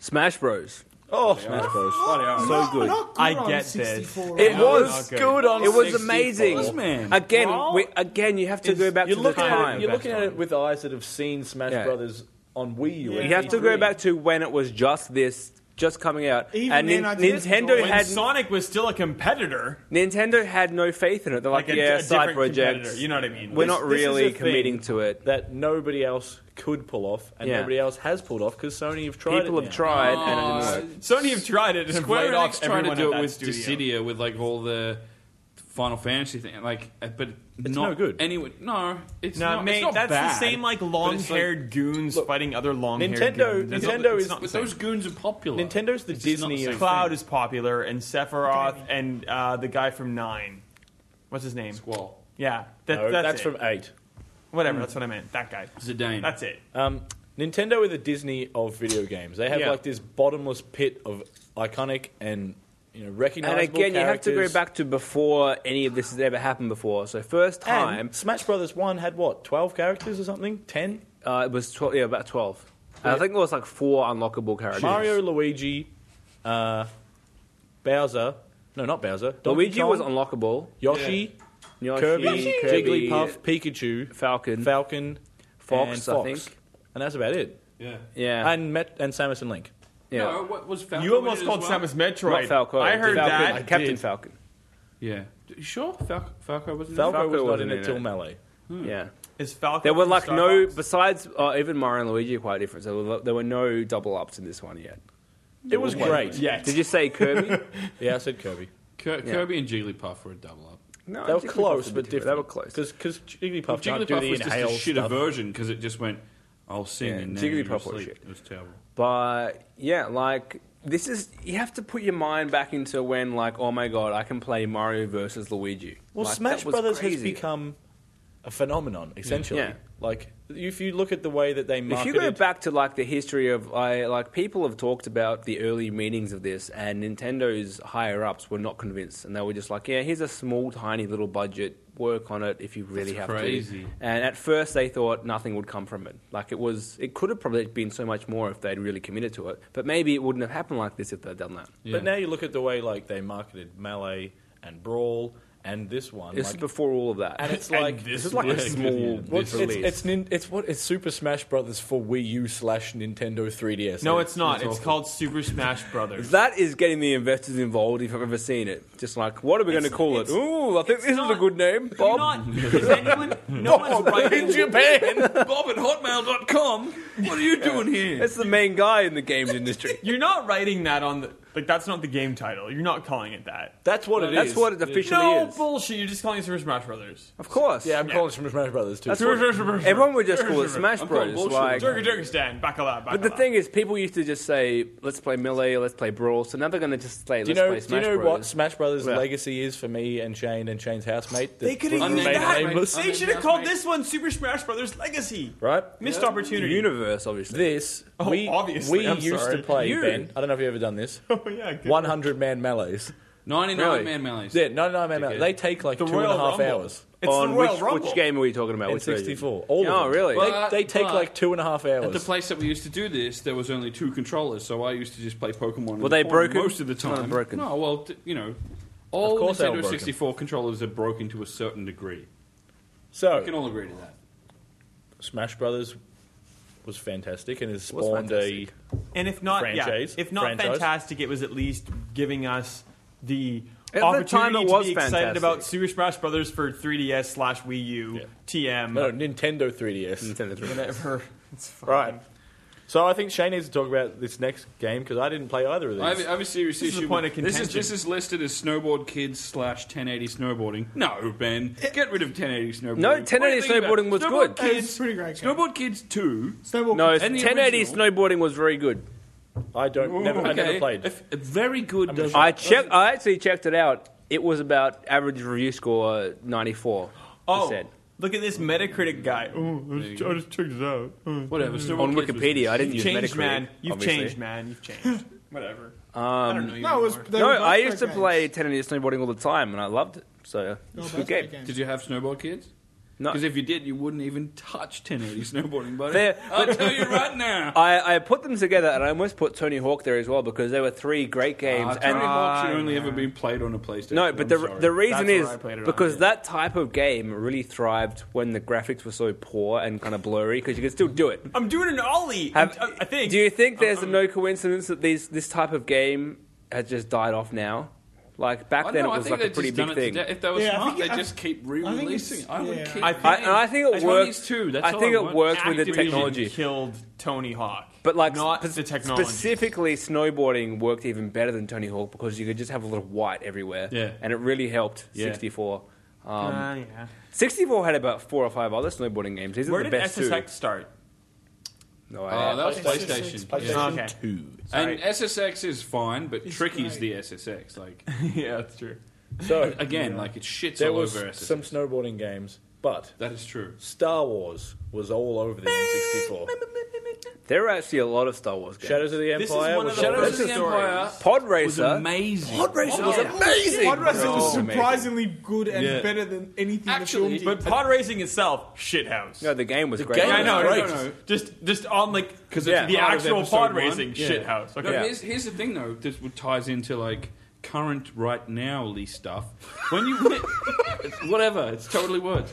[SPEAKER 1] Smash Bros.
[SPEAKER 5] Oh, Smash Bros.
[SPEAKER 4] so
[SPEAKER 1] good.
[SPEAKER 6] I get this.
[SPEAKER 1] It
[SPEAKER 6] No,
[SPEAKER 1] was
[SPEAKER 6] not good.
[SPEAKER 1] good on. It was
[SPEAKER 5] 64.
[SPEAKER 1] amazing.
[SPEAKER 3] Man.
[SPEAKER 1] Again,
[SPEAKER 6] Well,
[SPEAKER 1] we, again, you have to
[SPEAKER 5] It's-
[SPEAKER 1] go back to
[SPEAKER 5] you're
[SPEAKER 1] the
[SPEAKER 5] looking at it-
[SPEAKER 1] time.
[SPEAKER 5] you're
[SPEAKER 1] You
[SPEAKER 5] looking at it with eyes that have seen Smash
[SPEAKER 1] Yeah.
[SPEAKER 5] Brothers on Wii U.
[SPEAKER 4] Yeah.
[SPEAKER 5] and
[SPEAKER 4] You
[SPEAKER 1] have to
[SPEAKER 5] E3.
[SPEAKER 1] go back to when it was just this just coming out,
[SPEAKER 4] Even
[SPEAKER 1] and
[SPEAKER 4] then,
[SPEAKER 1] Nin-
[SPEAKER 4] I did this
[SPEAKER 1] Nintendo
[SPEAKER 4] before.
[SPEAKER 6] When
[SPEAKER 1] had
[SPEAKER 6] Sonic was still a competitor,
[SPEAKER 1] Nintendo had no faith in it. They're like,
[SPEAKER 6] like a,
[SPEAKER 1] yeah,
[SPEAKER 6] a
[SPEAKER 1] side
[SPEAKER 6] different
[SPEAKER 1] project.
[SPEAKER 6] competitor. You know what I mean?
[SPEAKER 1] We're
[SPEAKER 6] This-
[SPEAKER 1] not
[SPEAKER 5] this is
[SPEAKER 1] really
[SPEAKER 5] the thing
[SPEAKER 1] committing to it.
[SPEAKER 5] that nobody else could pull off, and
[SPEAKER 1] Yeah.
[SPEAKER 5] nobody else has pulled off because Sony have tried.
[SPEAKER 1] People
[SPEAKER 5] it
[SPEAKER 1] have
[SPEAKER 5] now. Oh.
[SPEAKER 1] tried, and it didn't work.
[SPEAKER 6] Sony have tried it. And have
[SPEAKER 3] Square
[SPEAKER 6] laid
[SPEAKER 3] Enix
[SPEAKER 6] off
[SPEAKER 3] trying to
[SPEAKER 6] everyone at
[SPEAKER 3] do it
[SPEAKER 6] that
[SPEAKER 3] with
[SPEAKER 6] studio.
[SPEAKER 3] Dissidia with like all the Final Fantasy thing, like, uh, but
[SPEAKER 5] It's
[SPEAKER 3] not
[SPEAKER 5] no good.
[SPEAKER 3] Anyway, no, it's
[SPEAKER 6] No,
[SPEAKER 3] not.
[SPEAKER 6] mate,
[SPEAKER 3] it's not
[SPEAKER 6] that's
[SPEAKER 3] bad,
[SPEAKER 6] the same like
[SPEAKER 3] but it's
[SPEAKER 6] long-haired goons fighting other long-haired
[SPEAKER 5] Nintendo-
[SPEAKER 6] goons. That's
[SPEAKER 5] Nintendo
[SPEAKER 6] not- it's
[SPEAKER 5] is-
[SPEAKER 6] not the
[SPEAKER 3] But
[SPEAKER 6] same.
[SPEAKER 3] those goons are popular.
[SPEAKER 5] Nintendo's the
[SPEAKER 3] It's just not
[SPEAKER 5] Disney
[SPEAKER 3] the
[SPEAKER 5] of-
[SPEAKER 3] same
[SPEAKER 6] Cloud
[SPEAKER 3] thing.
[SPEAKER 6] is popular, and Sephiroth, and uh, the guy from Nine. What's his name?
[SPEAKER 3] Squall.
[SPEAKER 6] Yeah, that,
[SPEAKER 5] No,
[SPEAKER 6] that's,
[SPEAKER 5] that's
[SPEAKER 6] it.
[SPEAKER 5] from eight.
[SPEAKER 6] whatever. That's what I meant. That guy.
[SPEAKER 3] Zidane.
[SPEAKER 6] That's it.
[SPEAKER 5] Um, Nintendo are the Disney of video games. They have
[SPEAKER 6] Yeah.
[SPEAKER 5] like this bottomless pit of iconic and you know
[SPEAKER 1] And
[SPEAKER 5] recognizable.
[SPEAKER 1] again, you have to go
[SPEAKER 5] characters.
[SPEAKER 1] back to before any of this has ever happened before. So first time,
[SPEAKER 5] And Smash Brothers One had what twelve characters or something? Ten?
[SPEAKER 1] uh, it was 12, yeah, about 12. And I think it was like four unlockable characters.
[SPEAKER 5] Mario, Luigi, uh, Bowser. No, not Bowser. Donkey
[SPEAKER 1] Luigi
[SPEAKER 5] Kong,
[SPEAKER 1] was unlockable.
[SPEAKER 5] Yoshi,
[SPEAKER 1] Yoshi,
[SPEAKER 5] Kirby,
[SPEAKER 1] Kirby,
[SPEAKER 5] Jigglypuff, Pikachu,
[SPEAKER 1] Falcon,
[SPEAKER 5] Falcon,
[SPEAKER 1] Fox,
[SPEAKER 5] and
[SPEAKER 1] I
[SPEAKER 5] Fox.
[SPEAKER 1] think.
[SPEAKER 5] And that's about it.
[SPEAKER 3] Yeah.
[SPEAKER 1] yeah,
[SPEAKER 5] And Met and Samus and Link.
[SPEAKER 1] yeah.
[SPEAKER 3] No, what was Falcon?
[SPEAKER 6] You almost called
[SPEAKER 3] well?
[SPEAKER 6] Samus Metroid.
[SPEAKER 1] not Falco.
[SPEAKER 6] I heard
[SPEAKER 1] Falcon,
[SPEAKER 6] that.
[SPEAKER 1] like Captain Falcon.
[SPEAKER 3] Yeah. D- Sure, Fal- Falco was in
[SPEAKER 5] Falco,
[SPEAKER 1] Mm. Falco
[SPEAKER 5] was not in
[SPEAKER 1] wasn't
[SPEAKER 5] it
[SPEAKER 1] in
[SPEAKER 5] till
[SPEAKER 1] it.
[SPEAKER 5] Melee.
[SPEAKER 1] Yeah,
[SPEAKER 6] Is Falcon.
[SPEAKER 1] there were
[SPEAKER 6] from
[SPEAKER 1] like
[SPEAKER 6] Star
[SPEAKER 1] no
[SPEAKER 6] Fox?
[SPEAKER 1] besides uh, even Mario and Luigi are quite different. So there were- there were no double ups in this one yet.
[SPEAKER 5] It was great.
[SPEAKER 6] Yeah.
[SPEAKER 1] Did you say Kirby?
[SPEAKER 5] Yeah, I said Kirby.
[SPEAKER 3] Kir- Kirby and Jigglypuff were a double up.
[SPEAKER 1] no,
[SPEAKER 5] They were
[SPEAKER 1] Jigglypuff's a
[SPEAKER 5] close,
[SPEAKER 1] bit
[SPEAKER 5] but different.
[SPEAKER 1] They were close.
[SPEAKER 5] Because Jigglypuff, can't do
[SPEAKER 3] Jigglypuff
[SPEAKER 5] the
[SPEAKER 3] was just a
[SPEAKER 5] inhale
[SPEAKER 3] shitter
[SPEAKER 5] stuff.
[SPEAKER 3] version because it just went, I'll sing
[SPEAKER 1] Yeah,
[SPEAKER 3] and then you're
[SPEAKER 1] Jigglypuff was
[SPEAKER 3] asleep.
[SPEAKER 1] shit.
[SPEAKER 3] It was terrible.
[SPEAKER 1] But yeah, like this is you have to put your mind back into when like oh my god, I can play Mario versus Luigi.
[SPEAKER 5] Well,
[SPEAKER 1] Like,
[SPEAKER 5] Smash
[SPEAKER 1] that was
[SPEAKER 5] Brothers has
[SPEAKER 1] crazy. Mm.
[SPEAKER 5] become a phenomenon, essentially.
[SPEAKER 1] Yeah.
[SPEAKER 5] Like, if you look at the way that they
[SPEAKER 1] If you
[SPEAKER 5] marketed...
[SPEAKER 1] go back to like the history of I like people have talked about the early meetings of this and Nintendo's higher ups were not convinced and they were just like, Yeah, here's a small tiny little budget, work on it if you really
[SPEAKER 3] That's
[SPEAKER 1] have
[SPEAKER 3] crazy.
[SPEAKER 1] to. And at first they thought nothing would come from it. Like it was it could have probably been so much more if they'd really committed to it. But maybe it wouldn't have happened like this if they'd done that.
[SPEAKER 3] Yeah.
[SPEAKER 5] But now you look at the way, like, they marketed Melee and Brawl and this one.
[SPEAKER 1] This
[SPEAKER 5] like,
[SPEAKER 1] is before all of that.
[SPEAKER 5] and it's
[SPEAKER 3] and
[SPEAKER 5] like...
[SPEAKER 1] This
[SPEAKER 3] this
[SPEAKER 1] is like a
[SPEAKER 3] was-
[SPEAKER 1] small
[SPEAKER 3] yeah,
[SPEAKER 5] Well,
[SPEAKER 1] release.
[SPEAKER 5] it's, it's, it's, nin, it's what it's Super Smash Brothers for Wii U slash Nintendo 3DS.
[SPEAKER 6] No, it's not.
[SPEAKER 3] It's
[SPEAKER 6] It's,
[SPEAKER 3] awful.
[SPEAKER 6] called Super Smash Brothers.
[SPEAKER 1] that is getting the investors involved if I've ever seen it. Just like, what are we going to call it?
[SPEAKER 6] it's-
[SPEAKER 1] Ooh, I think
[SPEAKER 6] it's
[SPEAKER 1] this is a
[SPEAKER 6] not-
[SPEAKER 1] good name. Bob.
[SPEAKER 6] You're not, is anyone, no one's writing.
[SPEAKER 5] Japan!
[SPEAKER 3] Bob at hotmail.com? What are you doing here?
[SPEAKER 1] That's the main guy in the games industry.
[SPEAKER 6] You're not writing that on the like. That's not the game title. You're not calling it that.
[SPEAKER 5] That's what it is.
[SPEAKER 1] That's what it officially
[SPEAKER 6] no
[SPEAKER 1] is.
[SPEAKER 6] bullshit. You're just calling it Super Smash Brothers.
[SPEAKER 1] Of course.
[SPEAKER 5] Yeah, I'm calling it Super Smash Brothers, too.
[SPEAKER 1] That's what- everyone would just call it Smash
[SPEAKER 3] I'm calling
[SPEAKER 1] Bros.
[SPEAKER 3] bullshit.
[SPEAKER 1] Like,
[SPEAKER 6] Durga Durga Stan, back alive, back
[SPEAKER 1] but the thing is, people used to just say, let's play Melee, let's play Brawl. So now they're going to just say, let's
[SPEAKER 5] Do you know,
[SPEAKER 1] play
[SPEAKER 5] do you
[SPEAKER 1] Smash
[SPEAKER 5] know what
[SPEAKER 1] Bros.
[SPEAKER 5] Smash Brothers'
[SPEAKER 1] Yeah.
[SPEAKER 5] legacy is for me and Shane and Shane's housemate?
[SPEAKER 4] They could have used
[SPEAKER 5] remain
[SPEAKER 4] that.
[SPEAKER 5] nameless,
[SPEAKER 6] They should have called this one Super Smash Brothers Legacy.
[SPEAKER 5] right?
[SPEAKER 6] Missed
[SPEAKER 1] The
[SPEAKER 6] opportunity.
[SPEAKER 1] universe, obviously.
[SPEAKER 5] This
[SPEAKER 6] Oh,
[SPEAKER 5] we
[SPEAKER 6] obviously,
[SPEAKER 5] we
[SPEAKER 6] I'm
[SPEAKER 5] used
[SPEAKER 6] sorry.
[SPEAKER 5] to play.
[SPEAKER 1] You.
[SPEAKER 5] Ben, I don't know if you've ever done this.
[SPEAKER 6] Oh, yeah, good.
[SPEAKER 5] One hundred man melees.
[SPEAKER 3] 99
[SPEAKER 1] Really?
[SPEAKER 3] man melees.
[SPEAKER 5] Yeah, no, no, man, mele-
[SPEAKER 3] Okay.
[SPEAKER 5] They take like two and a half
[SPEAKER 6] Rumble.
[SPEAKER 5] hours.
[SPEAKER 6] It's
[SPEAKER 1] On
[SPEAKER 6] the
[SPEAKER 1] which,
[SPEAKER 6] Royal Rumble.
[SPEAKER 1] which game are we talking about?
[SPEAKER 5] In
[SPEAKER 1] Which version?
[SPEAKER 5] 64, all of
[SPEAKER 1] Oh,
[SPEAKER 5] them.
[SPEAKER 1] really?
[SPEAKER 3] Well,
[SPEAKER 5] They, they take
[SPEAKER 3] but-
[SPEAKER 5] like two and a half hours.
[SPEAKER 3] At the place that we used to do this, there was only two controllers, so I used to just play Pokemon. in
[SPEAKER 1] Were
[SPEAKER 3] the
[SPEAKER 1] they
[SPEAKER 3] corner
[SPEAKER 1] broken?
[SPEAKER 3] Most of the
[SPEAKER 1] Some of
[SPEAKER 3] time.
[SPEAKER 1] them broken.
[SPEAKER 3] No, well, d- you know, all
[SPEAKER 5] Of course they were
[SPEAKER 3] Nintendo
[SPEAKER 5] broken.
[SPEAKER 3] 64 controllers are broken to a certain degree. We can
[SPEAKER 5] so
[SPEAKER 3] all agree to that.
[SPEAKER 5] Smash Brothers was fantastic and has
[SPEAKER 1] Was
[SPEAKER 5] spawned a.
[SPEAKER 1] fantastic.
[SPEAKER 6] And if not,
[SPEAKER 5] Franchise.
[SPEAKER 6] yeah, if not
[SPEAKER 5] Franchise.
[SPEAKER 6] fantastic, it was at least giving us the
[SPEAKER 1] At the
[SPEAKER 6] opportunity
[SPEAKER 1] time, it was
[SPEAKER 6] to be
[SPEAKER 1] fantastic.
[SPEAKER 6] excited about Super Smash Brothers for 3DS slash Wii U
[SPEAKER 5] Yeah.
[SPEAKER 6] TM.
[SPEAKER 5] No, Nintendo 3DS.
[SPEAKER 1] Nintendo 3.
[SPEAKER 6] Whatever.
[SPEAKER 5] Right. So I think Shane needs to talk about this next game because I didn't play either of these.
[SPEAKER 3] I have, I have a serious
[SPEAKER 6] This is
[SPEAKER 3] issue.
[SPEAKER 6] the point
[SPEAKER 3] with-
[SPEAKER 6] of
[SPEAKER 3] This is,
[SPEAKER 6] contention.
[SPEAKER 3] this is listed as snowboard kids slash 1080 snowboarding. No, Ben, get rid of 1080 snowboarding.
[SPEAKER 1] No,
[SPEAKER 3] What are you
[SPEAKER 1] 1080
[SPEAKER 3] thinking about?
[SPEAKER 1] snowboarding was
[SPEAKER 3] snowboard
[SPEAKER 1] good.
[SPEAKER 3] Kids,
[SPEAKER 4] It's a pretty great game.
[SPEAKER 3] Snowboard Kids Two.
[SPEAKER 4] Snowball
[SPEAKER 1] No,
[SPEAKER 3] And the
[SPEAKER 1] 1080
[SPEAKER 3] original.
[SPEAKER 1] snowboarding was very good.
[SPEAKER 5] I don't. never, I never
[SPEAKER 3] Okay,
[SPEAKER 5] played.
[SPEAKER 3] if- very good. doesn't-
[SPEAKER 1] I checked. I actually checked it out. It was about average review score ninety four.
[SPEAKER 6] Oh, look at this Metacritic guy. Ooh,
[SPEAKER 8] Oh, I just, I just checked it out. Oh.
[SPEAKER 3] Whatever. Snowboard
[SPEAKER 1] on
[SPEAKER 3] Kids was-
[SPEAKER 1] Wikipedia. I didn't use
[SPEAKER 6] you've changed,
[SPEAKER 1] Metacritic.
[SPEAKER 6] man. You've
[SPEAKER 1] obviously.
[SPEAKER 6] changed, man. You've changed. Whatever. I
[SPEAKER 1] um,
[SPEAKER 6] don't know you
[SPEAKER 4] No, it was,
[SPEAKER 6] anymore.
[SPEAKER 4] they
[SPEAKER 1] no,
[SPEAKER 4] were both Oh,
[SPEAKER 1] I used
[SPEAKER 4] great
[SPEAKER 1] to
[SPEAKER 4] games.
[SPEAKER 1] play 1080 snowboarding all the time, and I loved it. So it's a
[SPEAKER 4] both
[SPEAKER 1] good game.
[SPEAKER 4] great games.
[SPEAKER 3] Did you have snowboard kids?
[SPEAKER 1] No.
[SPEAKER 3] Because if you did, you wouldn't even touch 1080 snowboarding, buddy.
[SPEAKER 1] There-
[SPEAKER 3] I'll tell you right now.
[SPEAKER 1] I, I put them together and I almost put Tony Hawk there as well because they were three great games.
[SPEAKER 3] Uh,
[SPEAKER 1] and
[SPEAKER 3] Tony Hawk should only ever been played on a PlayStation.
[SPEAKER 1] No, but
[SPEAKER 3] I'm
[SPEAKER 1] the,
[SPEAKER 3] sorry.
[SPEAKER 1] the reason
[SPEAKER 6] That's what I
[SPEAKER 1] is
[SPEAKER 6] played it on,
[SPEAKER 1] because
[SPEAKER 6] yeah.
[SPEAKER 1] that type of game really thrived when the graphics were so poor and kind of blurry because you could still do it.
[SPEAKER 6] I'm doing an ollie.
[SPEAKER 1] Have-
[SPEAKER 6] I, I think.
[SPEAKER 1] Do you think there's no coincidence that these this type of game has just died off now? Like back
[SPEAKER 3] I
[SPEAKER 1] then,
[SPEAKER 3] know,
[SPEAKER 1] it
[SPEAKER 3] I
[SPEAKER 1] was
[SPEAKER 3] think
[SPEAKER 1] like a
[SPEAKER 3] they've
[SPEAKER 1] pretty
[SPEAKER 3] just done
[SPEAKER 1] big
[SPEAKER 3] it to
[SPEAKER 1] thing.
[SPEAKER 3] death. If they were
[SPEAKER 4] Yeah, I
[SPEAKER 3] smart,
[SPEAKER 4] think-
[SPEAKER 3] they
[SPEAKER 4] I-
[SPEAKER 3] just keep
[SPEAKER 4] I think
[SPEAKER 3] re-releasing.
[SPEAKER 4] it's-
[SPEAKER 3] I would
[SPEAKER 4] yeah.
[SPEAKER 3] keep.
[SPEAKER 6] I
[SPEAKER 1] I, and I think it
[SPEAKER 3] It's one of
[SPEAKER 1] worked.
[SPEAKER 3] these two, that's
[SPEAKER 1] I
[SPEAKER 3] all
[SPEAKER 1] think
[SPEAKER 3] I
[SPEAKER 1] it
[SPEAKER 3] want.
[SPEAKER 1] worked with the
[SPEAKER 6] Activision
[SPEAKER 1] technology,
[SPEAKER 6] killed Tony Hawk,
[SPEAKER 1] but like
[SPEAKER 6] not
[SPEAKER 1] spe-
[SPEAKER 6] the technology.
[SPEAKER 1] specifically, snowboarding worked even better than Tony Hawk because you could just have a lot of white everywhere,
[SPEAKER 3] Yeah.
[SPEAKER 1] and it really helped.
[SPEAKER 3] Yeah.
[SPEAKER 1] 64. Um,
[SPEAKER 6] Uh, yeah.
[SPEAKER 1] 64 had about four or five other snowboarding games. These are
[SPEAKER 6] Where
[SPEAKER 1] the
[SPEAKER 6] did
[SPEAKER 1] best two.
[SPEAKER 6] SSX start?
[SPEAKER 1] No,
[SPEAKER 3] Oh,
[SPEAKER 1] I,
[SPEAKER 3] that was PlayStation.
[SPEAKER 4] PlayStation. PlayStation.
[SPEAKER 3] Yeah.
[SPEAKER 6] okay.
[SPEAKER 5] Two.
[SPEAKER 3] And SSX is fine, but
[SPEAKER 4] It's
[SPEAKER 3] tricky's the
[SPEAKER 4] great.
[SPEAKER 3] SSX. Like
[SPEAKER 6] yeah, that's true.
[SPEAKER 5] So
[SPEAKER 3] again, like it shits
[SPEAKER 5] there
[SPEAKER 3] all
[SPEAKER 5] was
[SPEAKER 3] over SSX.
[SPEAKER 5] some snowboarding games, but
[SPEAKER 3] that is true.
[SPEAKER 5] Star Wars was all over the N64.
[SPEAKER 1] there were actually a lot of Star Wars games.
[SPEAKER 5] Shadows of the
[SPEAKER 6] This is
[SPEAKER 5] Empire.
[SPEAKER 6] one of
[SPEAKER 5] was
[SPEAKER 6] the
[SPEAKER 5] all over-
[SPEAKER 3] Shadows of
[SPEAKER 6] That's
[SPEAKER 3] the
[SPEAKER 6] a story.
[SPEAKER 3] Empire
[SPEAKER 1] Pod
[SPEAKER 3] was
[SPEAKER 1] Racer.
[SPEAKER 3] amazing.
[SPEAKER 1] Pod Racer
[SPEAKER 3] Oh,
[SPEAKER 1] was amazing.
[SPEAKER 4] Pod Racer was
[SPEAKER 1] Oh, amazing.
[SPEAKER 4] surprisingly good and
[SPEAKER 3] Yeah.
[SPEAKER 4] better than anything
[SPEAKER 3] Actually,
[SPEAKER 4] the film
[SPEAKER 6] But
[SPEAKER 4] did.
[SPEAKER 6] pod racing itself, shithouse.
[SPEAKER 1] No, the game was great.
[SPEAKER 5] game
[SPEAKER 6] yeah, I know.
[SPEAKER 5] Right.
[SPEAKER 6] no, no, no. Just, just on like because
[SPEAKER 1] Yeah.
[SPEAKER 6] the
[SPEAKER 3] Part of
[SPEAKER 6] actual
[SPEAKER 3] episode
[SPEAKER 6] pod
[SPEAKER 3] one.
[SPEAKER 6] racing
[SPEAKER 3] Yeah.
[SPEAKER 6] shithouse.
[SPEAKER 3] No,
[SPEAKER 6] Okay.
[SPEAKER 1] Yeah.
[SPEAKER 3] here's, here's the thing though. This would- ties into like current right now Lee stuff. When you it's, whatever, it's totally words.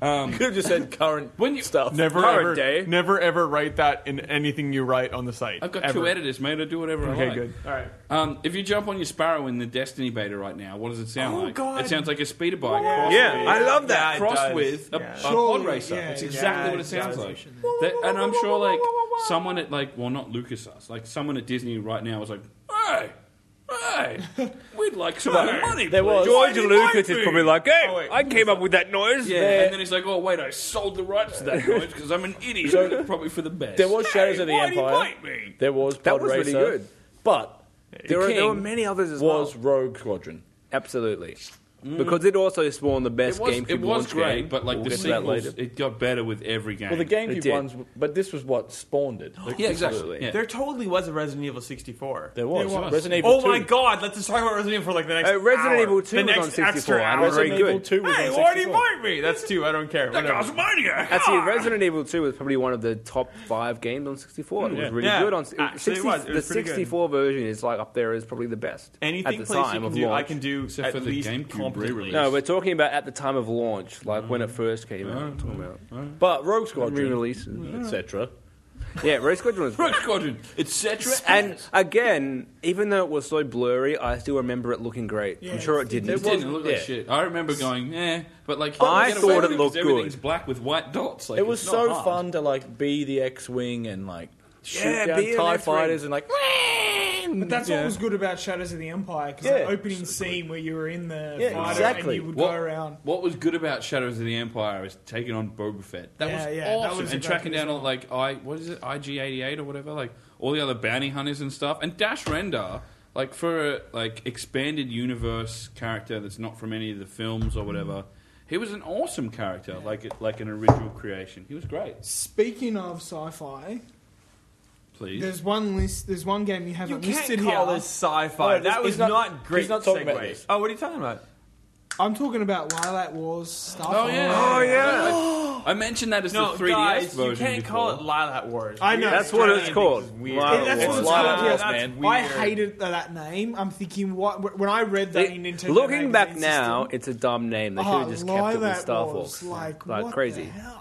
[SPEAKER 5] You could have just said current
[SPEAKER 3] When you
[SPEAKER 5] stuff.
[SPEAKER 6] Never
[SPEAKER 1] Current
[SPEAKER 6] ever,
[SPEAKER 1] day.
[SPEAKER 6] never ever write that in anything you write on the site.
[SPEAKER 3] I've got
[SPEAKER 6] ever.
[SPEAKER 3] two editors, mate. I do whatever I
[SPEAKER 6] Okay,
[SPEAKER 3] like.
[SPEAKER 6] good. All right.
[SPEAKER 3] Um, if you jump on your Sparrow in the Destiny beta right now, what does it sound
[SPEAKER 4] Oh,
[SPEAKER 3] like?
[SPEAKER 4] God.
[SPEAKER 3] It sounds like a speeder bike. crossed
[SPEAKER 1] Yeah,
[SPEAKER 3] with-
[SPEAKER 1] I love that.
[SPEAKER 6] It
[SPEAKER 3] crossed
[SPEAKER 6] does.
[SPEAKER 3] with a,
[SPEAKER 6] Yeah.
[SPEAKER 3] a pod
[SPEAKER 4] Surely,
[SPEAKER 3] racer.
[SPEAKER 4] yeah,
[SPEAKER 3] it's
[SPEAKER 4] yeah,
[SPEAKER 3] exactly
[SPEAKER 6] yeah,
[SPEAKER 3] what it
[SPEAKER 6] it
[SPEAKER 3] sounds
[SPEAKER 6] does.
[SPEAKER 3] like. That- and I'm sure, like someone at like, well, not LucasArts, like someone at Disney right now was like, hey, hey, we'd like some more money.
[SPEAKER 5] there
[SPEAKER 3] please.
[SPEAKER 5] was-
[SPEAKER 1] George
[SPEAKER 3] Why do you
[SPEAKER 1] Lucas
[SPEAKER 3] like
[SPEAKER 1] is
[SPEAKER 3] me?"
[SPEAKER 1] probably like, hey,
[SPEAKER 6] Oh, wait.
[SPEAKER 1] I came up with that noise.
[SPEAKER 3] Yeah, and then he's like, "Oh wait, I sold the rights to that noise because I'm an idiot, probably for the best."
[SPEAKER 5] There was Shadows of the
[SPEAKER 3] why do you
[SPEAKER 5] Empire.
[SPEAKER 3] like me?
[SPEAKER 5] There was Pod
[SPEAKER 1] That was
[SPEAKER 5] Racer,
[SPEAKER 1] really good.
[SPEAKER 5] But
[SPEAKER 1] There
[SPEAKER 5] the
[SPEAKER 1] were,
[SPEAKER 5] king
[SPEAKER 1] there were many others as
[SPEAKER 5] was
[SPEAKER 1] well.
[SPEAKER 5] Rogue Squadron.
[SPEAKER 1] Absolutely. Because it also spawned the best
[SPEAKER 3] Mm. It was,
[SPEAKER 1] GameCube
[SPEAKER 3] it was
[SPEAKER 1] launch
[SPEAKER 3] great,
[SPEAKER 1] game.
[SPEAKER 3] but like
[SPEAKER 1] We'll
[SPEAKER 3] the
[SPEAKER 1] get to that
[SPEAKER 3] sequels,
[SPEAKER 1] later.
[SPEAKER 3] it got better with every game.
[SPEAKER 5] Well, the
[SPEAKER 1] It
[SPEAKER 5] GameCube
[SPEAKER 1] did.
[SPEAKER 5] ones, but this was what spawned it.
[SPEAKER 3] yeah, exactly.
[SPEAKER 1] Absolutely.
[SPEAKER 3] Yeah.
[SPEAKER 6] There totally was a Resident Evil 64.
[SPEAKER 5] There was,
[SPEAKER 4] There was.
[SPEAKER 5] Resident Evil
[SPEAKER 6] Oh
[SPEAKER 5] 2.
[SPEAKER 6] my god, let's just talk about Resident Evil for like the next
[SPEAKER 1] Uh, Resident
[SPEAKER 6] hour.
[SPEAKER 1] Evil 2
[SPEAKER 6] the
[SPEAKER 1] was
[SPEAKER 6] next
[SPEAKER 1] on 64.
[SPEAKER 6] Extra
[SPEAKER 1] I
[SPEAKER 6] hour.
[SPEAKER 1] was
[SPEAKER 5] Resident
[SPEAKER 1] very
[SPEAKER 5] Evil
[SPEAKER 1] good.
[SPEAKER 5] 2 was
[SPEAKER 6] Hey,
[SPEAKER 5] on
[SPEAKER 6] why do you
[SPEAKER 5] 64.
[SPEAKER 6] bite me? That's two. I don't care.
[SPEAKER 7] That's
[SPEAKER 6] Whatever.
[SPEAKER 7] maniac.
[SPEAKER 1] Actually, Resident Evil 2 was probably one of the top five games on 64. It was really
[SPEAKER 6] Yeah.
[SPEAKER 1] good on
[SPEAKER 6] Actually, it was. It was
[SPEAKER 1] the
[SPEAKER 6] pretty good.
[SPEAKER 1] 64 version is like up there is probably the best
[SPEAKER 6] Anything
[SPEAKER 1] at the
[SPEAKER 6] PlayStation
[SPEAKER 1] time
[SPEAKER 6] can
[SPEAKER 1] of
[SPEAKER 6] do, I
[SPEAKER 1] launch.
[SPEAKER 6] can do
[SPEAKER 3] Except
[SPEAKER 6] at
[SPEAKER 3] for the
[SPEAKER 6] least
[SPEAKER 3] GameCube
[SPEAKER 6] competently.
[SPEAKER 3] re-release.
[SPEAKER 1] No, we're talking about at the time of launch, like when it first came out. I'm talking about
[SPEAKER 5] But Rogue Squadron,
[SPEAKER 1] re-releases.
[SPEAKER 5] etc.
[SPEAKER 1] Yeah, Mm. Rogue Squadron was
[SPEAKER 3] Rogue Squadron, etc.
[SPEAKER 1] And again, even though it was so blurry, I still remember it looking great. I'm
[SPEAKER 4] Yeah,
[SPEAKER 1] sure it
[SPEAKER 4] it did.
[SPEAKER 1] didn't.
[SPEAKER 3] it didn't look like
[SPEAKER 5] yeah.
[SPEAKER 3] shit. I remember going, eh, but like
[SPEAKER 1] I
[SPEAKER 3] you get
[SPEAKER 1] thought
[SPEAKER 3] away
[SPEAKER 1] it
[SPEAKER 3] with 'cause
[SPEAKER 1] looked
[SPEAKER 3] everything's
[SPEAKER 1] good.
[SPEAKER 3] black with white dots. Like,
[SPEAKER 5] It was
[SPEAKER 3] it's
[SPEAKER 5] so
[SPEAKER 3] not hard.
[SPEAKER 5] fun to like be the X-wing and like shoot
[SPEAKER 1] Yeah,
[SPEAKER 5] down
[SPEAKER 1] be an
[SPEAKER 5] Tie
[SPEAKER 1] X-wing.
[SPEAKER 5] fighters and like.
[SPEAKER 4] But that's
[SPEAKER 5] Yeah.
[SPEAKER 4] what was good about Shadows of the Empire because
[SPEAKER 5] Yeah.
[SPEAKER 4] the opening scene where you were in the
[SPEAKER 5] Yeah,
[SPEAKER 4] fighter
[SPEAKER 5] exactly.
[SPEAKER 4] and you would
[SPEAKER 3] What,
[SPEAKER 4] go around.
[SPEAKER 3] what was good about Shadows of the Empire is taking on Boba Fett. That
[SPEAKER 4] Yeah,
[SPEAKER 3] was
[SPEAKER 4] yeah, that
[SPEAKER 3] awesome.
[SPEAKER 4] was
[SPEAKER 3] and
[SPEAKER 4] exactly
[SPEAKER 3] tracking
[SPEAKER 4] the
[SPEAKER 3] down
[SPEAKER 4] same.
[SPEAKER 3] all, like I what is it IG88 or whatever, like all the other bounty hunters and stuff. And Dash Render, like for a like expanded universe character that's not from any of the films or whatever. He was an awesome character, like it, like an original creation. He was great.
[SPEAKER 4] Speaking of sci-fi,
[SPEAKER 3] Please,
[SPEAKER 4] there's one list. There's one game you
[SPEAKER 6] You
[SPEAKER 4] haven't listed
[SPEAKER 6] can't
[SPEAKER 4] here.
[SPEAKER 6] call this sci-fi.
[SPEAKER 5] No, this-
[SPEAKER 6] that was
[SPEAKER 5] he's not-
[SPEAKER 6] not great.
[SPEAKER 5] he's not talking about
[SPEAKER 6] segue.
[SPEAKER 5] this.
[SPEAKER 6] Oh, what are you talking about?
[SPEAKER 4] I'm talking about Lilac Wars stuff.
[SPEAKER 3] Oh yeah!
[SPEAKER 4] Oh,
[SPEAKER 3] yeah! I, I mentioned that as
[SPEAKER 6] No,
[SPEAKER 3] the 3DS
[SPEAKER 6] guys,
[SPEAKER 3] version.
[SPEAKER 6] you can't
[SPEAKER 3] before.
[SPEAKER 6] call it Lilac Wars.
[SPEAKER 4] I know.
[SPEAKER 1] That's what it's
[SPEAKER 6] Australian
[SPEAKER 1] called.
[SPEAKER 6] thing is weird.
[SPEAKER 1] Lilac
[SPEAKER 4] Yeah, that's
[SPEAKER 1] Wars.
[SPEAKER 4] what it's
[SPEAKER 5] Lilac Wars,
[SPEAKER 4] called. yeah, that's-
[SPEAKER 5] man.
[SPEAKER 4] I
[SPEAKER 6] Weird.
[SPEAKER 4] hated that name. I'm thinking, what? When I read that
[SPEAKER 1] They-
[SPEAKER 4] in Nintendo,
[SPEAKER 1] looking
[SPEAKER 4] magazine
[SPEAKER 1] back
[SPEAKER 4] system,
[SPEAKER 1] now, it's a dumb name. They should
[SPEAKER 4] oh,
[SPEAKER 1] have just kept it with
[SPEAKER 4] Lilac
[SPEAKER 1] Star
[SPEAKER 4] Wars,
[SPEAKER 1] Fox.
[SPEAKER 4] Like, what
[SPEAKER 1] crazy.
[SPEAKER 4] The hell?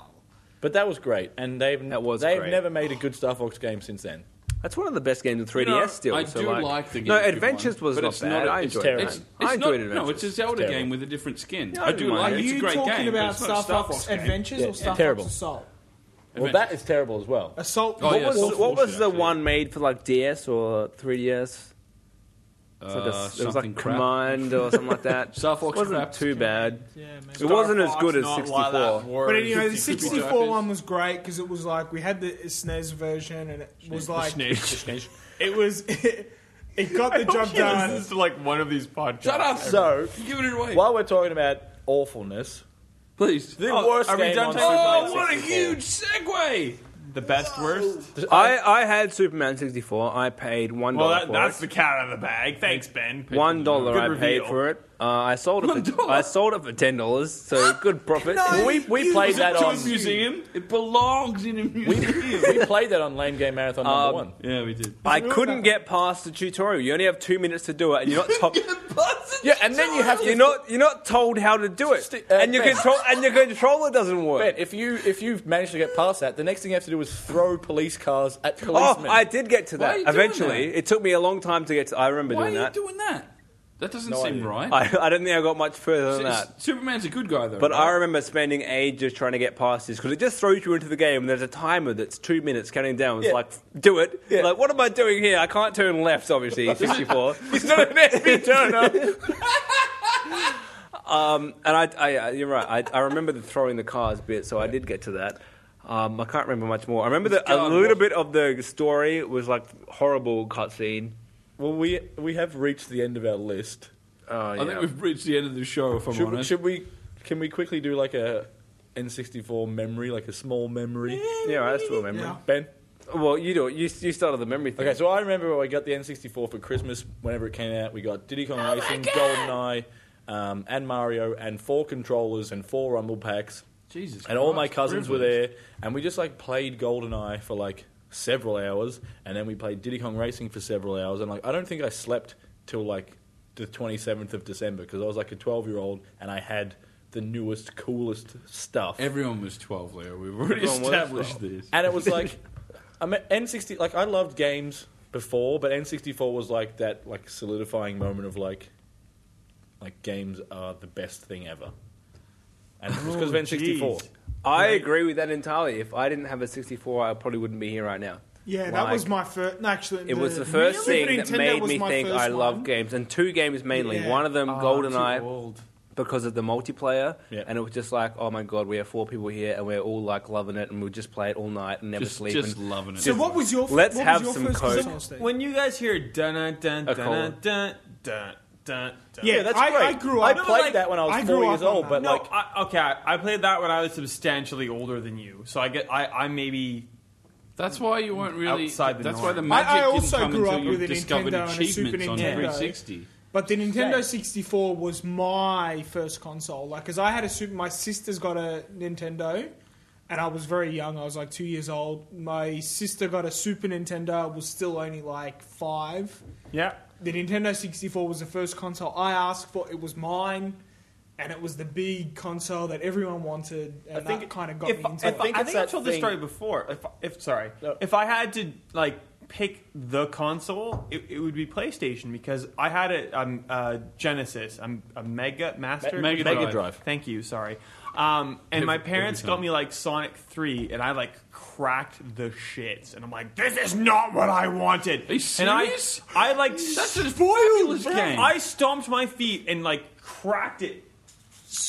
[SPEAKER 5] But that was great, and they've
[SPEAKER 1] That was
[SPEAKER 5] they've
[SPEAKER 1] great.
[SPEAKER 5] never made a good Star Fox game since then.
[SPEAKER 1] That's one of the best games in 3DS
[SPEAKER 3] You know,
[SPEAKER 1] still.
[SPEAKER 3] I
[SPEAKER 1] so
[SPEAKER 3] do
[SPEAKER 1] like,
[SPEAKER 3] like the
[SPEAKER 1] No,
[SPEAKER 3] GameCube
[SPEAKER 1] Adventures
[SPEAKER 3] one,
[SPEAKER 1] was
[SPEAKER 3] but
[SPEAKER 1] not
[SPEAKER 3] it's
[SPEAKER 1] bad.
[SPEAKER 3] not-
[SPEAKER 1] I
[SPEAKER 5] it's
[SPEAKER 1] enjoyed
[SPEAKER 5] terrible.
[SPEAKER 1] it.
[SPEAKER 3] It's, it's
[SPEAKER 1] I enjoyed
[SPEAKER 3] not,
[SPEAKER 1] Adventures.
[SPEAKER 3] No, it's a Zelda
[SPEAKER 5] terrible.
[SPEAKER 3] game with a different skin.
[SPEAKER 1] Yeah, I
[SPEAKER 3] I do
[SPEAKER 1] don't
[SPEAKER 3] like
[SPEAKER 1] mind
[SPEAKER 3] it.
[SPEAKER 4] Are
[SPEAKER 1] it.
[SPEAKER 3] It's a
[SPEAKER 4] you
[SPEAKER 3] great
[SPEAKER 4] talking
[SPEAKER 3] game. but
[SPEAKER 4] about
[SPEAKER 3] it's not
[SPEAKER 4] Star
[SPEAKER 3] a Star
[SPEAKER 4] Fox
[SPEAKER 3] game.
[SPEAKER 4] Adventures
[SPEAKER 5] Yeah,
[SPEAKER 4] or Star
[SPEAKER 5] terrible.
[SPEAKER 4] Fox Assault?
[SPEAKER 5] Well, that is terrible as well.
[SPEAKER 4] Assault.
[SPEAKER 3] Oh,
[SPEAKER 1] What
[SPEAKER 3] yeah,
[SPEAKER 1] was
[SPEAKER 3] Soul
[SPEAKER 1] what was
[SPEAKER 3] Fortune,
[SPEAKER 1] the
[SPEAKER 3] actually.
[SPEAKER 1] one made for like DS or 3DS? It's like a-
[SPEAKER 3] Uh,
[SPEAKER 1] it was like
[SPEAKER 3] something crap.
[SPEAKER 1] Command or something like that.
[SPEAKER 3] Star Fox
[SPEAKER 1] wasn't
[SPEAKER 3] crap.
[SPEAKER 1] too bad.
[SPEAKER 4] Yeah,
[SPEAKER 1] It
[SPEAKER 4] maybe.
[SPEAKER 1] wasn't as good as
[SPEAKER 6] Not
[SPEAKER 1] 64.
[SPEAKER 6] Lilac Wars.
[SPEAKER 4] But anyway, the
[SPEAKER 3] 64
[SPEAKER 4] 64 one was great because it was like we had the SNES version and it was like it was it, got the job done.
[SPEAKER 6] This is like one of these podcasts.
[SPEAKER 3] Shut up!
[SPEAKER 5] So
[SPEAKER 3] You're giving it away.
[SPEAKER 5] while we're talking about awfulness,
[SPEAKER 3] Please.
[SPEAKER 5] the
[SPEAKER 6] Oh,
[SPEAKER 5] worst
[SPEAKER 6] are we
[SPEAKER 5] game
[SPEAKER 6] done
[SPEAKER 5] on
[SPEAKER 6] talking
[SPEAKER 5] Superman
[SPEAKER 3] Oh, what a
[SPEAKER 5] 64.
[SPEAKER 3] huge segue!
[SPEAKER 6] The best worst.
[SPEAKER 1] I, I had Superman 64. I paid one
[SPEAKER 6] Well,
[SPEAKER 1] dollar
[SPEAKER 6] that,
[SPEAKER 1] for
[SPEAKER 6] that's
[SPEAKER 1] it.
[SPEAKER 6] the cat out of the bag. Thanks, Ben.
[SPEAKER 1] One dollar
[SPEAKER 6] Good
[SPEAKER 1] I paid
[SPEAKER 6] reveal.
[SPEAKER 1] for it. Uh, I sold it. For, I sold it for ten dollars, so good profit.
[SPEAKER 5] we we played that
[SPEAKER 3] to
[SPEAKER 5] on.
[SPEAKER 3] a museum. It belongs in a
[SPEAKER 5] We,
[SPEAKER 3] museum.
[SPEAKER 5] we played that on Lame Game Marathon number
[SPEAKER 1] Um,
[SPEAKER 5] one.
[SPEAKER 3] yeah, we did.
[SPEAKER 1] I couldn't get past the tutorial. You only have two minutes to do it, and you're not top.
[SPEAKER 5] Yeah, and then you have to.
[SPEAKER 1] You're not you're not told how to do it,
[SPEAKER 5] Sti- uh,
[SPEAKER 1] and your
[SPEAKER 5] Ben.
[SPEAKER 1] control and your controller doesn't work.
[SPEAKER 5] Ben, if you if you've managed to get past that, the next thing you have to do is throw police cars at
[SPEAKER 1] Oh,
[SPEAKER 5] policemen.
[SPEAKER 1] I did get to
[SPEAKER 3] Why are
[SPEAKER 1] that
[SPEAKER 3] you doing
[SPEAKER 1] eventually.
[SPEAKER 3] that?
[SPEAKER 1] It took me a long time to get to. I remember
[SPEAKER 3] Why are
[SPEAKER 1] doing
[SPEAKER 3] you
[SPEAKER 1] that.
[SPEAKER 3] doing that? That doesn't
[SPEAKER 5] No
[SPEAKER 3] seem
[SPEAKER 5] idea.
[SPEAKER 3] right.
[SPEAKER 1] I, I don't think I got much further than
[SPEAKER 3] S-
[SPEAKER 1] that.
[SPEAKER 3] Superman's a good guy though.
[SPEAKER 1] But
[SPEAKER 3] right?
[SPEAKER 1] I remember spending ages trying to get past this because it just throws you into the game. And there's a timer that's two minutes counting down. It's
[SPEAKER 5] Yeah.
[SPEAKER 1] like, do it.
[SPEAKER 5] Yeah.
[SPEAKER 1] Like, what am I doing here? I can't turn left. Obviously, 64. He's not an FB turner. um, and I, I, I- you're right. I, I remember the throwing the cars bit, so I did get to that. Um, I can't remember much more. I remember that a
[SPEAKER 3] God,
[SPEAKER 1] little
[SPEAKER 3] what-
[SPEAKER 1] bit of the story was like horrible cutscene.
[SPEAKER 5] well, we we have reached the end of our list.
[SPEAKER 1] Oh,
[SPEAKER 3] I think we've reached the end of the show. If I'm
[SPEAKER 5] Should we,
[SPEAKER 3] honest,
[SPEAKER 5] should we? Can we quickly do like a N64 memory, like a small memory?
[SPEAKER 1] yeah, that's still a memory.
[SPEAKER 4] Yeah.
[SPEAKER 5] Ben.
[SPEAKER 1] Well, you do it. You, you started the memory thing.
[SPEAKER 5] Okay, so I remember when we got the N64 for Christmas whenever it came out. We got Diddy
[SPEAKER 3] Oh
[SPEAKER 5] Kong Racing, GoldenEye, um, and Mario, and four controllers and four Rumble packs.
[SPEAKER 3] Jesus.
[SPEAKER 5] and all my
[SPEAKER 3] Christ,
[SPEAKER 5] cousins were
[SPEAKER 3] privilege.
[SPEAKER 5] there, and we just like played GoldenEye for like several hours, and then we played Diddy Kong Racing for several hours, and like I don't think I slept till like the 27th of December because I was like a 12 year old and I had the newest, coolest stuff.
[SPEAKER 3] Everyone was 12, Leo. We've already
[SPEAKER 1] Everyone was
[SPEAKER 3] established this.
[SPEAKER 5] and it was like I mean, N60 like I loved games before, but N64 was like that like solidifying moment of like like games are the best thing ever. And it was
[SPEAKER 1] Oh,
[SPEAKER 5] because of N64.
[SPEAKER 1] I agree with that entirely. If I didn't have a 64, I probably wouldn't be here right now.
[SPEAKER 4] Yeah, that
[SPEAKER 1] Like,
[SPEAKER 4] was my first. No, actually,
[SPEAKER 1] It was the first
[SPEAKER 4] Really?
[SPEAKER 1] thing that
[SPEAKER 4] Nintendo
[SPEAKER 1] made
[SPEAKER 4] was
[SPEAKER 1] me
[SPEAKER 4] my
[SPEAKER 1] think
[SPEAKER 4] first
[SPEAKER 1] I love
[SPEAKER 4] one.
[SPEAKER 1] games, and two games mainly.
[SPEAKER 4] Yeah.
[SPEAKER 1] One of
[SPEAKER 3] Oh,
[SPEAKER 1] them,
[SPEAKER 6] Too
[SPEAKER 1] GoldenEye,
[SPEAKER 6] old.
[SPEAKER 1] because of the multiplayer,
[SPEAKER 5] Yeah.
[SPEAKER 1] and it was just like, oh my god, we have four people here, and we're all like loving it, and we'll just play it all night and never
[SPEAKER 3] Just,
[SPEAKER 1] sleep.
[SPEAKER 3] just
[SPEAKER 1] and
[SPEAKER 3] loving it.
[SPEAKER 4] So what was your?
[SPEAKER 1] Let's
[SPEAKER 4] what was
[SPEAKER 1] have
[SPEAKER 4] your
[SPEAKER 1] some
[SPEAKER 4] first
[SPEAKER 1] code.
[SPEAKER 4] console, Steve?
[SPEAKER 6] When you guys hear dun dun dun
[SPEAKER 1] A
[SPEAKER 6] dun
[SPEAKER 1] colon.
[SPEAKER 6] dun dun dun dun.
[SPEAKER 4] Yeah,
[SPEAKER 5] Yeah, that's
[SPEAKER 4] I-
[SPEAKER 5] great.
[SPEAKER 4] I grew up-
[SPEAKER 5] I
[SPEAKER 4] No,
[SPEAKER 5] played
[SPEAKER 6] like,
[SPEAKER 5] that when I was
[SPEAKER 4] I grew
[SPEAKER 5] four
[SPEAKER 4] up
[SPEAKER 5] years
[SPEAKER 4] on
[SPEAKER 5] old,
[SPEAKER 4] that.
[SPEAKER 5] but
[SPEAKER 6] No,
[SPEAKER 5] like
[SPEAKER 6] I, okay, I I played that when I was substantially older than you, so I get I, I maybe
[SPEAKER 3] That's why you weren't really.
[SPEAKER 6] Outside the
[SPEAKER 3] that's
[SPEAKER 6] norm.
[SPEAKER 3] why the
[SPEAKER 4] I
[SPEAKER 3] magic
[SPEAKER 4] also
[SPEAKER 3] didn't come
[SPEAKER 4] grew
[SPEAKER 3] until
[SPEAKER 4] up
[SPEAKER 3] you
[SPEAKER 4] with a
[SPEAKER 3] discovered
[SPEAKER 4] Nintendo and a
[SPEAKER 3] achievements
[SPEAKER 4] Super
[SPEAKER 3] on
[SPEAKER 4] Nintendo.
[SPEAKER 3] 360.
[SPEAKER 4] But the Nintendo 64 was my first console. Like, because I had a super. My sister's got a Nintendo, and I was very young. I was like two years old. My sister got a Super Nintendo. I was still only like five.
[SPEAKER 6] yeah.
[SPEAKER 4] The Nintendo 64 was the first console I asked for. It was mine, and it was the big console that everyone wanted. And I think that kind of got
[SPEAKER 6] if,
[SPEAKER 4] me into
[SPEAKER 6] if-
[SPEAKER 4] it.
[SPEAKER 5] think
[SPEAKER 6] I
[SPEAKER 5] it's
[SPEAKER 6] think I
[SPEAKER 5] that
[SPEAKER 6] told this
[SPEAKER 5] thing-
[SPEAKER 6] story before. If, if sorry,
[SPEAKER 5] No.
[SPEAKER 6] if I had to like pick the console, it, it would be PlayStation because I had a, um, a Genesis, a, a Mega Master
[SPEAKER 3] Mega Mega Drive. Drive.
[SPEAKER 6] Thank you. Sorry. Um, and my parents got
[SPEAKER 3] time.
[SPEAKER 6] me like Sonic Three, and I like cracked the shits, and I'm like, this
[SPEAKER 7] This is not what I wanted.
[SPEAKER 3] Are you
[SPEAKER 6] and I
[SPEAKER 3] serious?
[SPEAKER 6] I like
[SPEAKER 3] That's a fabulous
[SPEAKER 6] spoiled
[SPEAKER 3] game.
[SPEAKER 6] I stomped my feet and like cracked it.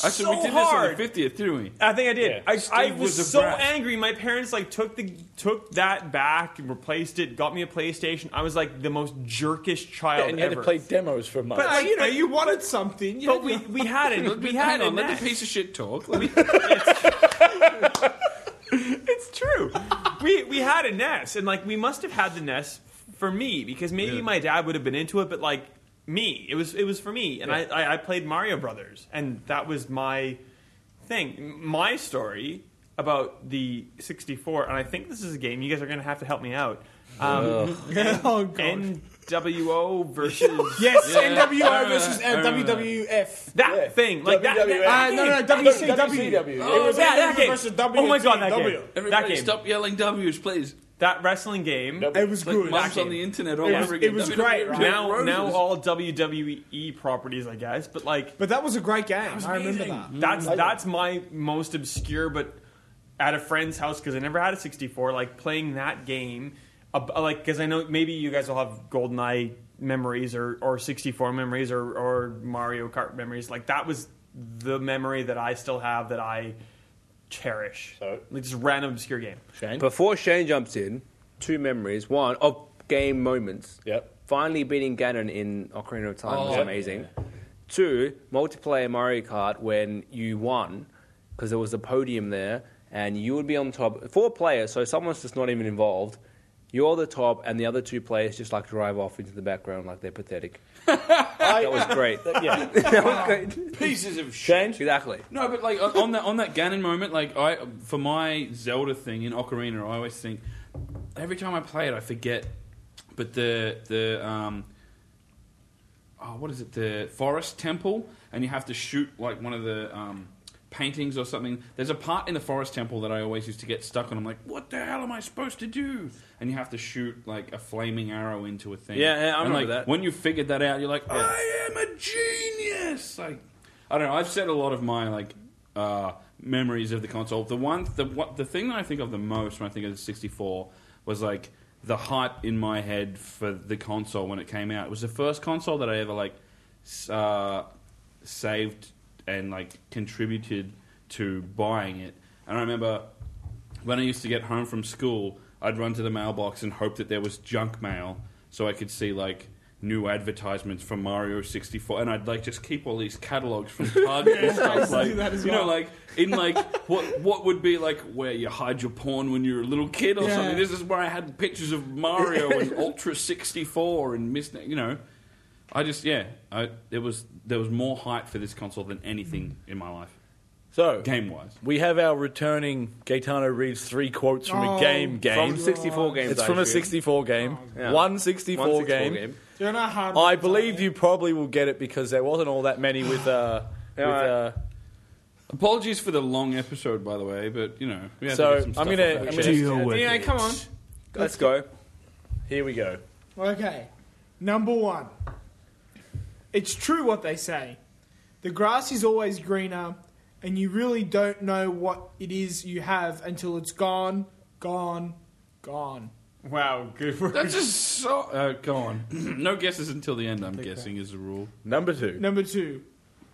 [SPEAKER 3] Actually,
[SPEAKER 6] so
[SPEAKER 3] we did
[SPEAKER 6] hard.
[SPEAKER 3] this on the 50th, didn't we?
[SPEAKER 6] I think I did. I, I
[SPEAKER 3] Steve
[SPEAKER 6] was,
[SPEAKER 3] was a
[SPEAKER 6] so
[SPEAKER 3] brat.
[SPEAKER 6] angry. My parents like took the took that back and replaced it. Got me a PlayStation. I was like the most jerkish child
[SPEAKER 5] and you had
[SPEAKER 6] ever.
[SPEAKER 5] to play demos for months.
[SPEAKER 4] but
[SPEAKER 6] like,
[SPEAKER 4] you know,
[SPEAKER 6] like-
[SPEAKER 4] you wanted something. You
[SPEAKER 6] but
[SPEAKER 4] had
[SPEAKER 6] we
[SPEAKER 4] to-
[SPEAKER 6] we had it. We
[SPEAKER 3] Hang
[SPEAKER 6] had it.
[SPEAKER 3] on, let the piece of shit talk. Let me-
[SPEAKER 6] it's true. we we had a NES, and like we must have had the NES for me because maybe my dad would have been into it, but like me, it was it was for me, and I, I I played Mario Brothers, and that was my thing. M- My story about the 64, and I think this is a game you guys are going to have to help me out. Um,
[SPEAKER 4] oh god.
[SPEAKER 6] NWO versus
[SPEAKER 4] yes,
[SPEAKER 3] Yeah,
[SPEAKER 4] NWO
[SPEAKER 3] I remember
[SPEAKER 4] versus
[SPEAKER 3] that. I remember that.
[SPEAKER 4] WWF.
[SPEAKER 6] that thing, like that.
[SPEAKER 5] WWF.
[SPEAKER 6] that-
[SPEAKER 4] Uh, no, no, WCW.
[SPEAKER 5] WCW.
[SPEAKER 4] It was
[SPEAKER 6] that, that
[SPEAKER 4] NWO
[SPEAKER 6] game.
[SPEAKER 4] versus
[SPEAKER 6] Oh my god, that
[SPEAKER 4] WCW.
[SPEAKER 6] game. that
[SPEAKER 3] Everybody,
[SPEAKER 6] game.
[SPEAKER 3] stop yelling W's, please.
[SPEAKER 6] That wrestling game.
[SPEAKER 5] Oh,
[SPEAKER 4] It was
[SPEAKER 3] It's like
[SPEAKER 4] good.
[SPEAKER 3] mums
[SPEAKER 6] game.
[SPEAKER 3] on the internet all
[SPEAKER 4] It was-
[SPEAKER 3] over again.
[SPEAKER 4] it was
[SPEAKER 3] WWE
[SPEAKER 4] great, right?
[SPEAKER 6] now,
[SPEAKER 3] Roses.
[SPEAKER 6] now all WWE properties, I guess. But like,
[SPEAKER 4] But that was a great game. I remember that.
[SPEAKER 6] that's that's my most obscure. But at a friend's house because I never had a 64. Like playing that game, uh, like because I know maybe you guys will have GoldenEye memories or or 64 memories or or Mario Kart memories. Like that was the memory that I still have that I cherish.
[SPEAKER 5] So-
[SPEAKER 6] like just random obscure game.
[SPEAKER 5] Shane?
[SPEAKER 1] Before Shane jumps in, two memories. One of game moments.
[SPEAKER 5] Yep.
[SPEAKER 1] Finally beating Ganon in Ocarina of Time was
[SPEAKER 3] Oh.
[SPEAKER 1] amazing. Two, multiplayer Mario Kart when you won, because there was a podium there, and you would be on top. Four players, so someone's just not even involved. You're the top, and the other two players just like drive off into the background like they're pathetic. that was great.
[SPEAKER 5] yeah.
[SPEAKER 1] that was great.
[SPEAKER 3] Pieces of
[SPEAKER 5] Shane?
[SPEAKER 3] shit.
[SPEAKER 1] Exactly.
[SPEAKER 3] No, but like on on that on that Ganon moment, like I for my Zelda thing in Ocarina, I always think every time I play it, I forget. But the the um, oh, what is it? The forest temple, and you have to shoot like one of the um, paintings or something. There's a part in the forest temple that I always used to get stuck on. I'm like, what the hell am I supposed to do? And you have to shoot like a flaming arrow into a thing.
[SPEAKER 1] Yeah, yeah, I
[SPEAKER 3] And,
[SPEAKER 1] remember
[SPEAKER 3] like,
[SPEAKER 1] that.
[SPEAKER 3] When you figured that out, you're like, I am a genius. Like, I don't know. I've said a lot of my like uh, memories of the console. The one, the what, the thing that I think of the most when I think of the 64 was like the hype in my head for the console when it came out. It was the first console that I ever like s- uh, saved and like contributed to buying it. And I remember when I used to get home from school, I'd run to the mailbox and hope that there was junk mail so I could see like new advertisements for Mario 64 and I'd like just keep all these catalogs from Target and stuff
[SPEAKER 4] to
[SPEAKER 3] like
[SPEAKER 4] do that as
[SPEAKER 3] you know
[SPEAKER 4] well.
[SPEAKER 3] like in like what what would be like where you hide your porn when you're a little kid or
[SPEAKER 4] Yeah.
[SPEAKER 3] something this is where I had pictures of Mario and Ultra 64 and Miss you know I just yeah I it was there was more hype for this console than anything
[SPEAKER 4] Mm.
[SPEAKER 3] in my life
[SPEAKER 5] So,
[SPEAKER 3] game wise
[SPEAKER 5] we have our returning Gaetano reads three quotes from
[SPEAKER 4] Oh,
[SPEAKER 5] a game game.
[SPEAKER 1] From 64 games.
[SPEAKER 5] it's
[SPEAKER 1] I
[SPEAKER 5] from a
[SPEAKER 1] assume. Oh,
[SPEAKER 5] 64 game.
[SPEAKER 1] Yeah.
[SPEAKER 5] One 64,
[SPEAKER 1] One 64
[SPEAKER 5] game.
[SPEAKER 1] game.
[SPEAKER 4] You're not hard.
[SPEAKER 5] I believe you probably will get it because there wasn't all that many with. Uh, with
[SPEAKER 1] Alright.
[SPEAKER 5] uh,
[SPEAKER 3] Apologies for the long episode, by the way, but you know. We had
[SPEAKER 5] So,
[SPEAKER 3] to get some
[SPEAKER 5] I'm
[SPEAKER 3] stuff
[SPEAKER 5] gonna-
[SPEAKER 3] off our
[SPEAKER 5] I'm
[SPEAKER 3] chest.
[SPEAKER 5] gonna-
[SPEAKER 8] Deal with
[SPEAKER 4] Yeah,
[SPEAKER 8] it.
[SPEAKER 4] come on.
[SPEAKER 1] Let's go.
[SPEAKER 5] here we go.
[SPEAKER 4] Okay. Number one. It's true what they say. The grass is always greener, and you really don't know what it is you have until it's gone, gone, gone.
[SPEAKER 6] Wow, good work.
[SPEAKER 3] That's just so. Uh, go on. no guesses until the end. I'm guessing is the rule.
[SPEAKER 5] Number two.
[SPEAKER 4] Number two.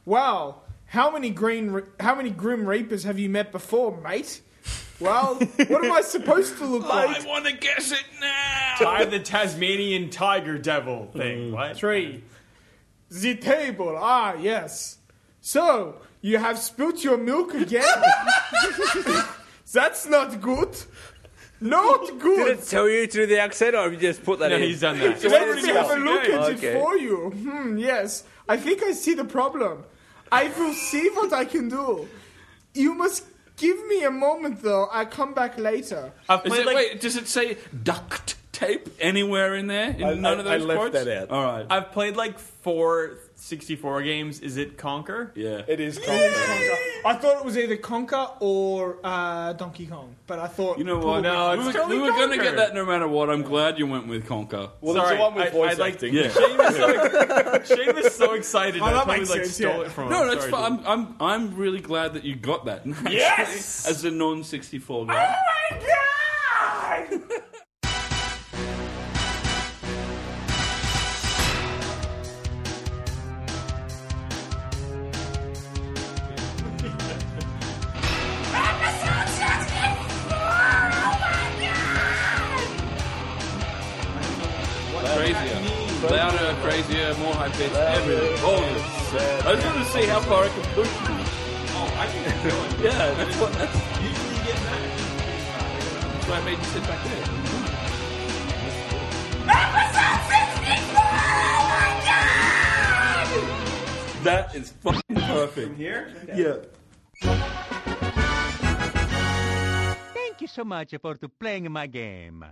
[SPEAKER 4] Wow, how many green, re- how many grim reapers have you met before, mate? Well, what am I supposed to look like?
[SPEAKER 3] want to guess it now.
[SPEAKER 6] By the Tasmanian tiger devil
[SPEAKER 3] Mm.
[SPEAKER 6] thing. What?
[SPEAKER 4] Three. The table. Ah, yes. So, you have spilt your milk again? That's not good. Not
[SPEAKER 1] Did
[SPEAKER 4] good.
[SPEAKER 1] it tell you to do the accent, or have you just put that
[SPEAKER 6] No,
[SPEAKER 1] in?
[SPEAKER 6] he's done that.
[SPEAKER 4] Let me have a look at
[SPEAKER 1] Okay.
[SPEAKER 4] it for you. Hmm, yes. I think I see the problem. I will see what I can do. You must give me a moment, though. I come back later.
[SPEAKER 6] I've
[SPEAKER 3] Is
[SPEAKER 6] played
[SPEAKER 3] it,
[SPEAKER 6] like
[SPEAKER 3] wait, does it say duct tape anywhere in there? In
[SPEAKER 5] I-
[SPEAKER 3] none of
[SPEAKER 5] I- I
[SPEAKER 3] those
[SPEAKER 5] left
[SPEAKER 3] quotes?
[SPEAKER 5] that out.
[SPEAKER 3] All right.
[SPEAKER 6] I've played like four 64 games. Is it Conquer?
[SPEAKER 3] yeah.
[SPEAKER 5] It is Conquer.
[SPEAKER 4] I thought it was either Conker or uh, Donkey Kong, but I thought
[SPEAKER 3] You know what?
[SPEAKER 6] No,
[SPEAKER 3] we
[SPEAKER 6] it's
[SPEAKER 3] were,
[SPEAKER 6] totally
[SPEAKER 3] we were gonna
[SPEAKER 6] Conquer.
[SPEAKER 3] get that no matter what. I'm glad you went with Conquer.
[SPEAKER 5] Well,
[SPEAKER 6] Sorry,
[SPEAKER 5] there's the one with
[SPEAKER 6] I-
[SPEAKER 5] voice
[SPEAKER 6] I'd like-
[SPEAKER 5] acting.
[SPEAKER 3] yeah.
[SPEAKER 6] Shane was so, Shane was so excited.
[SPEAKER 4] Oh,
[SPEAKER 6] I
[SPEAKER 4] that
[SPEAKER 6] totally
[SPEAKER 4] makes
[SPEAKER 6] like
[SPEAKER 4] sense,
[SPEAKER 6] stole
[SPEAKER 4] yeah.
[SPEAKER 6] it from him.
[SPEAKER 3] No, that's
[SPEAKER 6] Sorry,
[SPEAKER 3] fine. I'm, I'm I'm really glad that you got that.
[SPEAKER 7] Yes!
[SPEAKER 3] As a non-64 guy.
[SPEAKER 7] my god!
[SPEAKER 3] Crazier. Louder, crazier, more high pitched, everything. Bolder. I just want to see how far I can push you. Oh, I can keep going. yeah, that's what that's usually get back. That's why I made you sit back there. That is fucking perfect.
[SPEAKER 6] Here?
[SPEAKER 9] Thank you so much for to playing my game.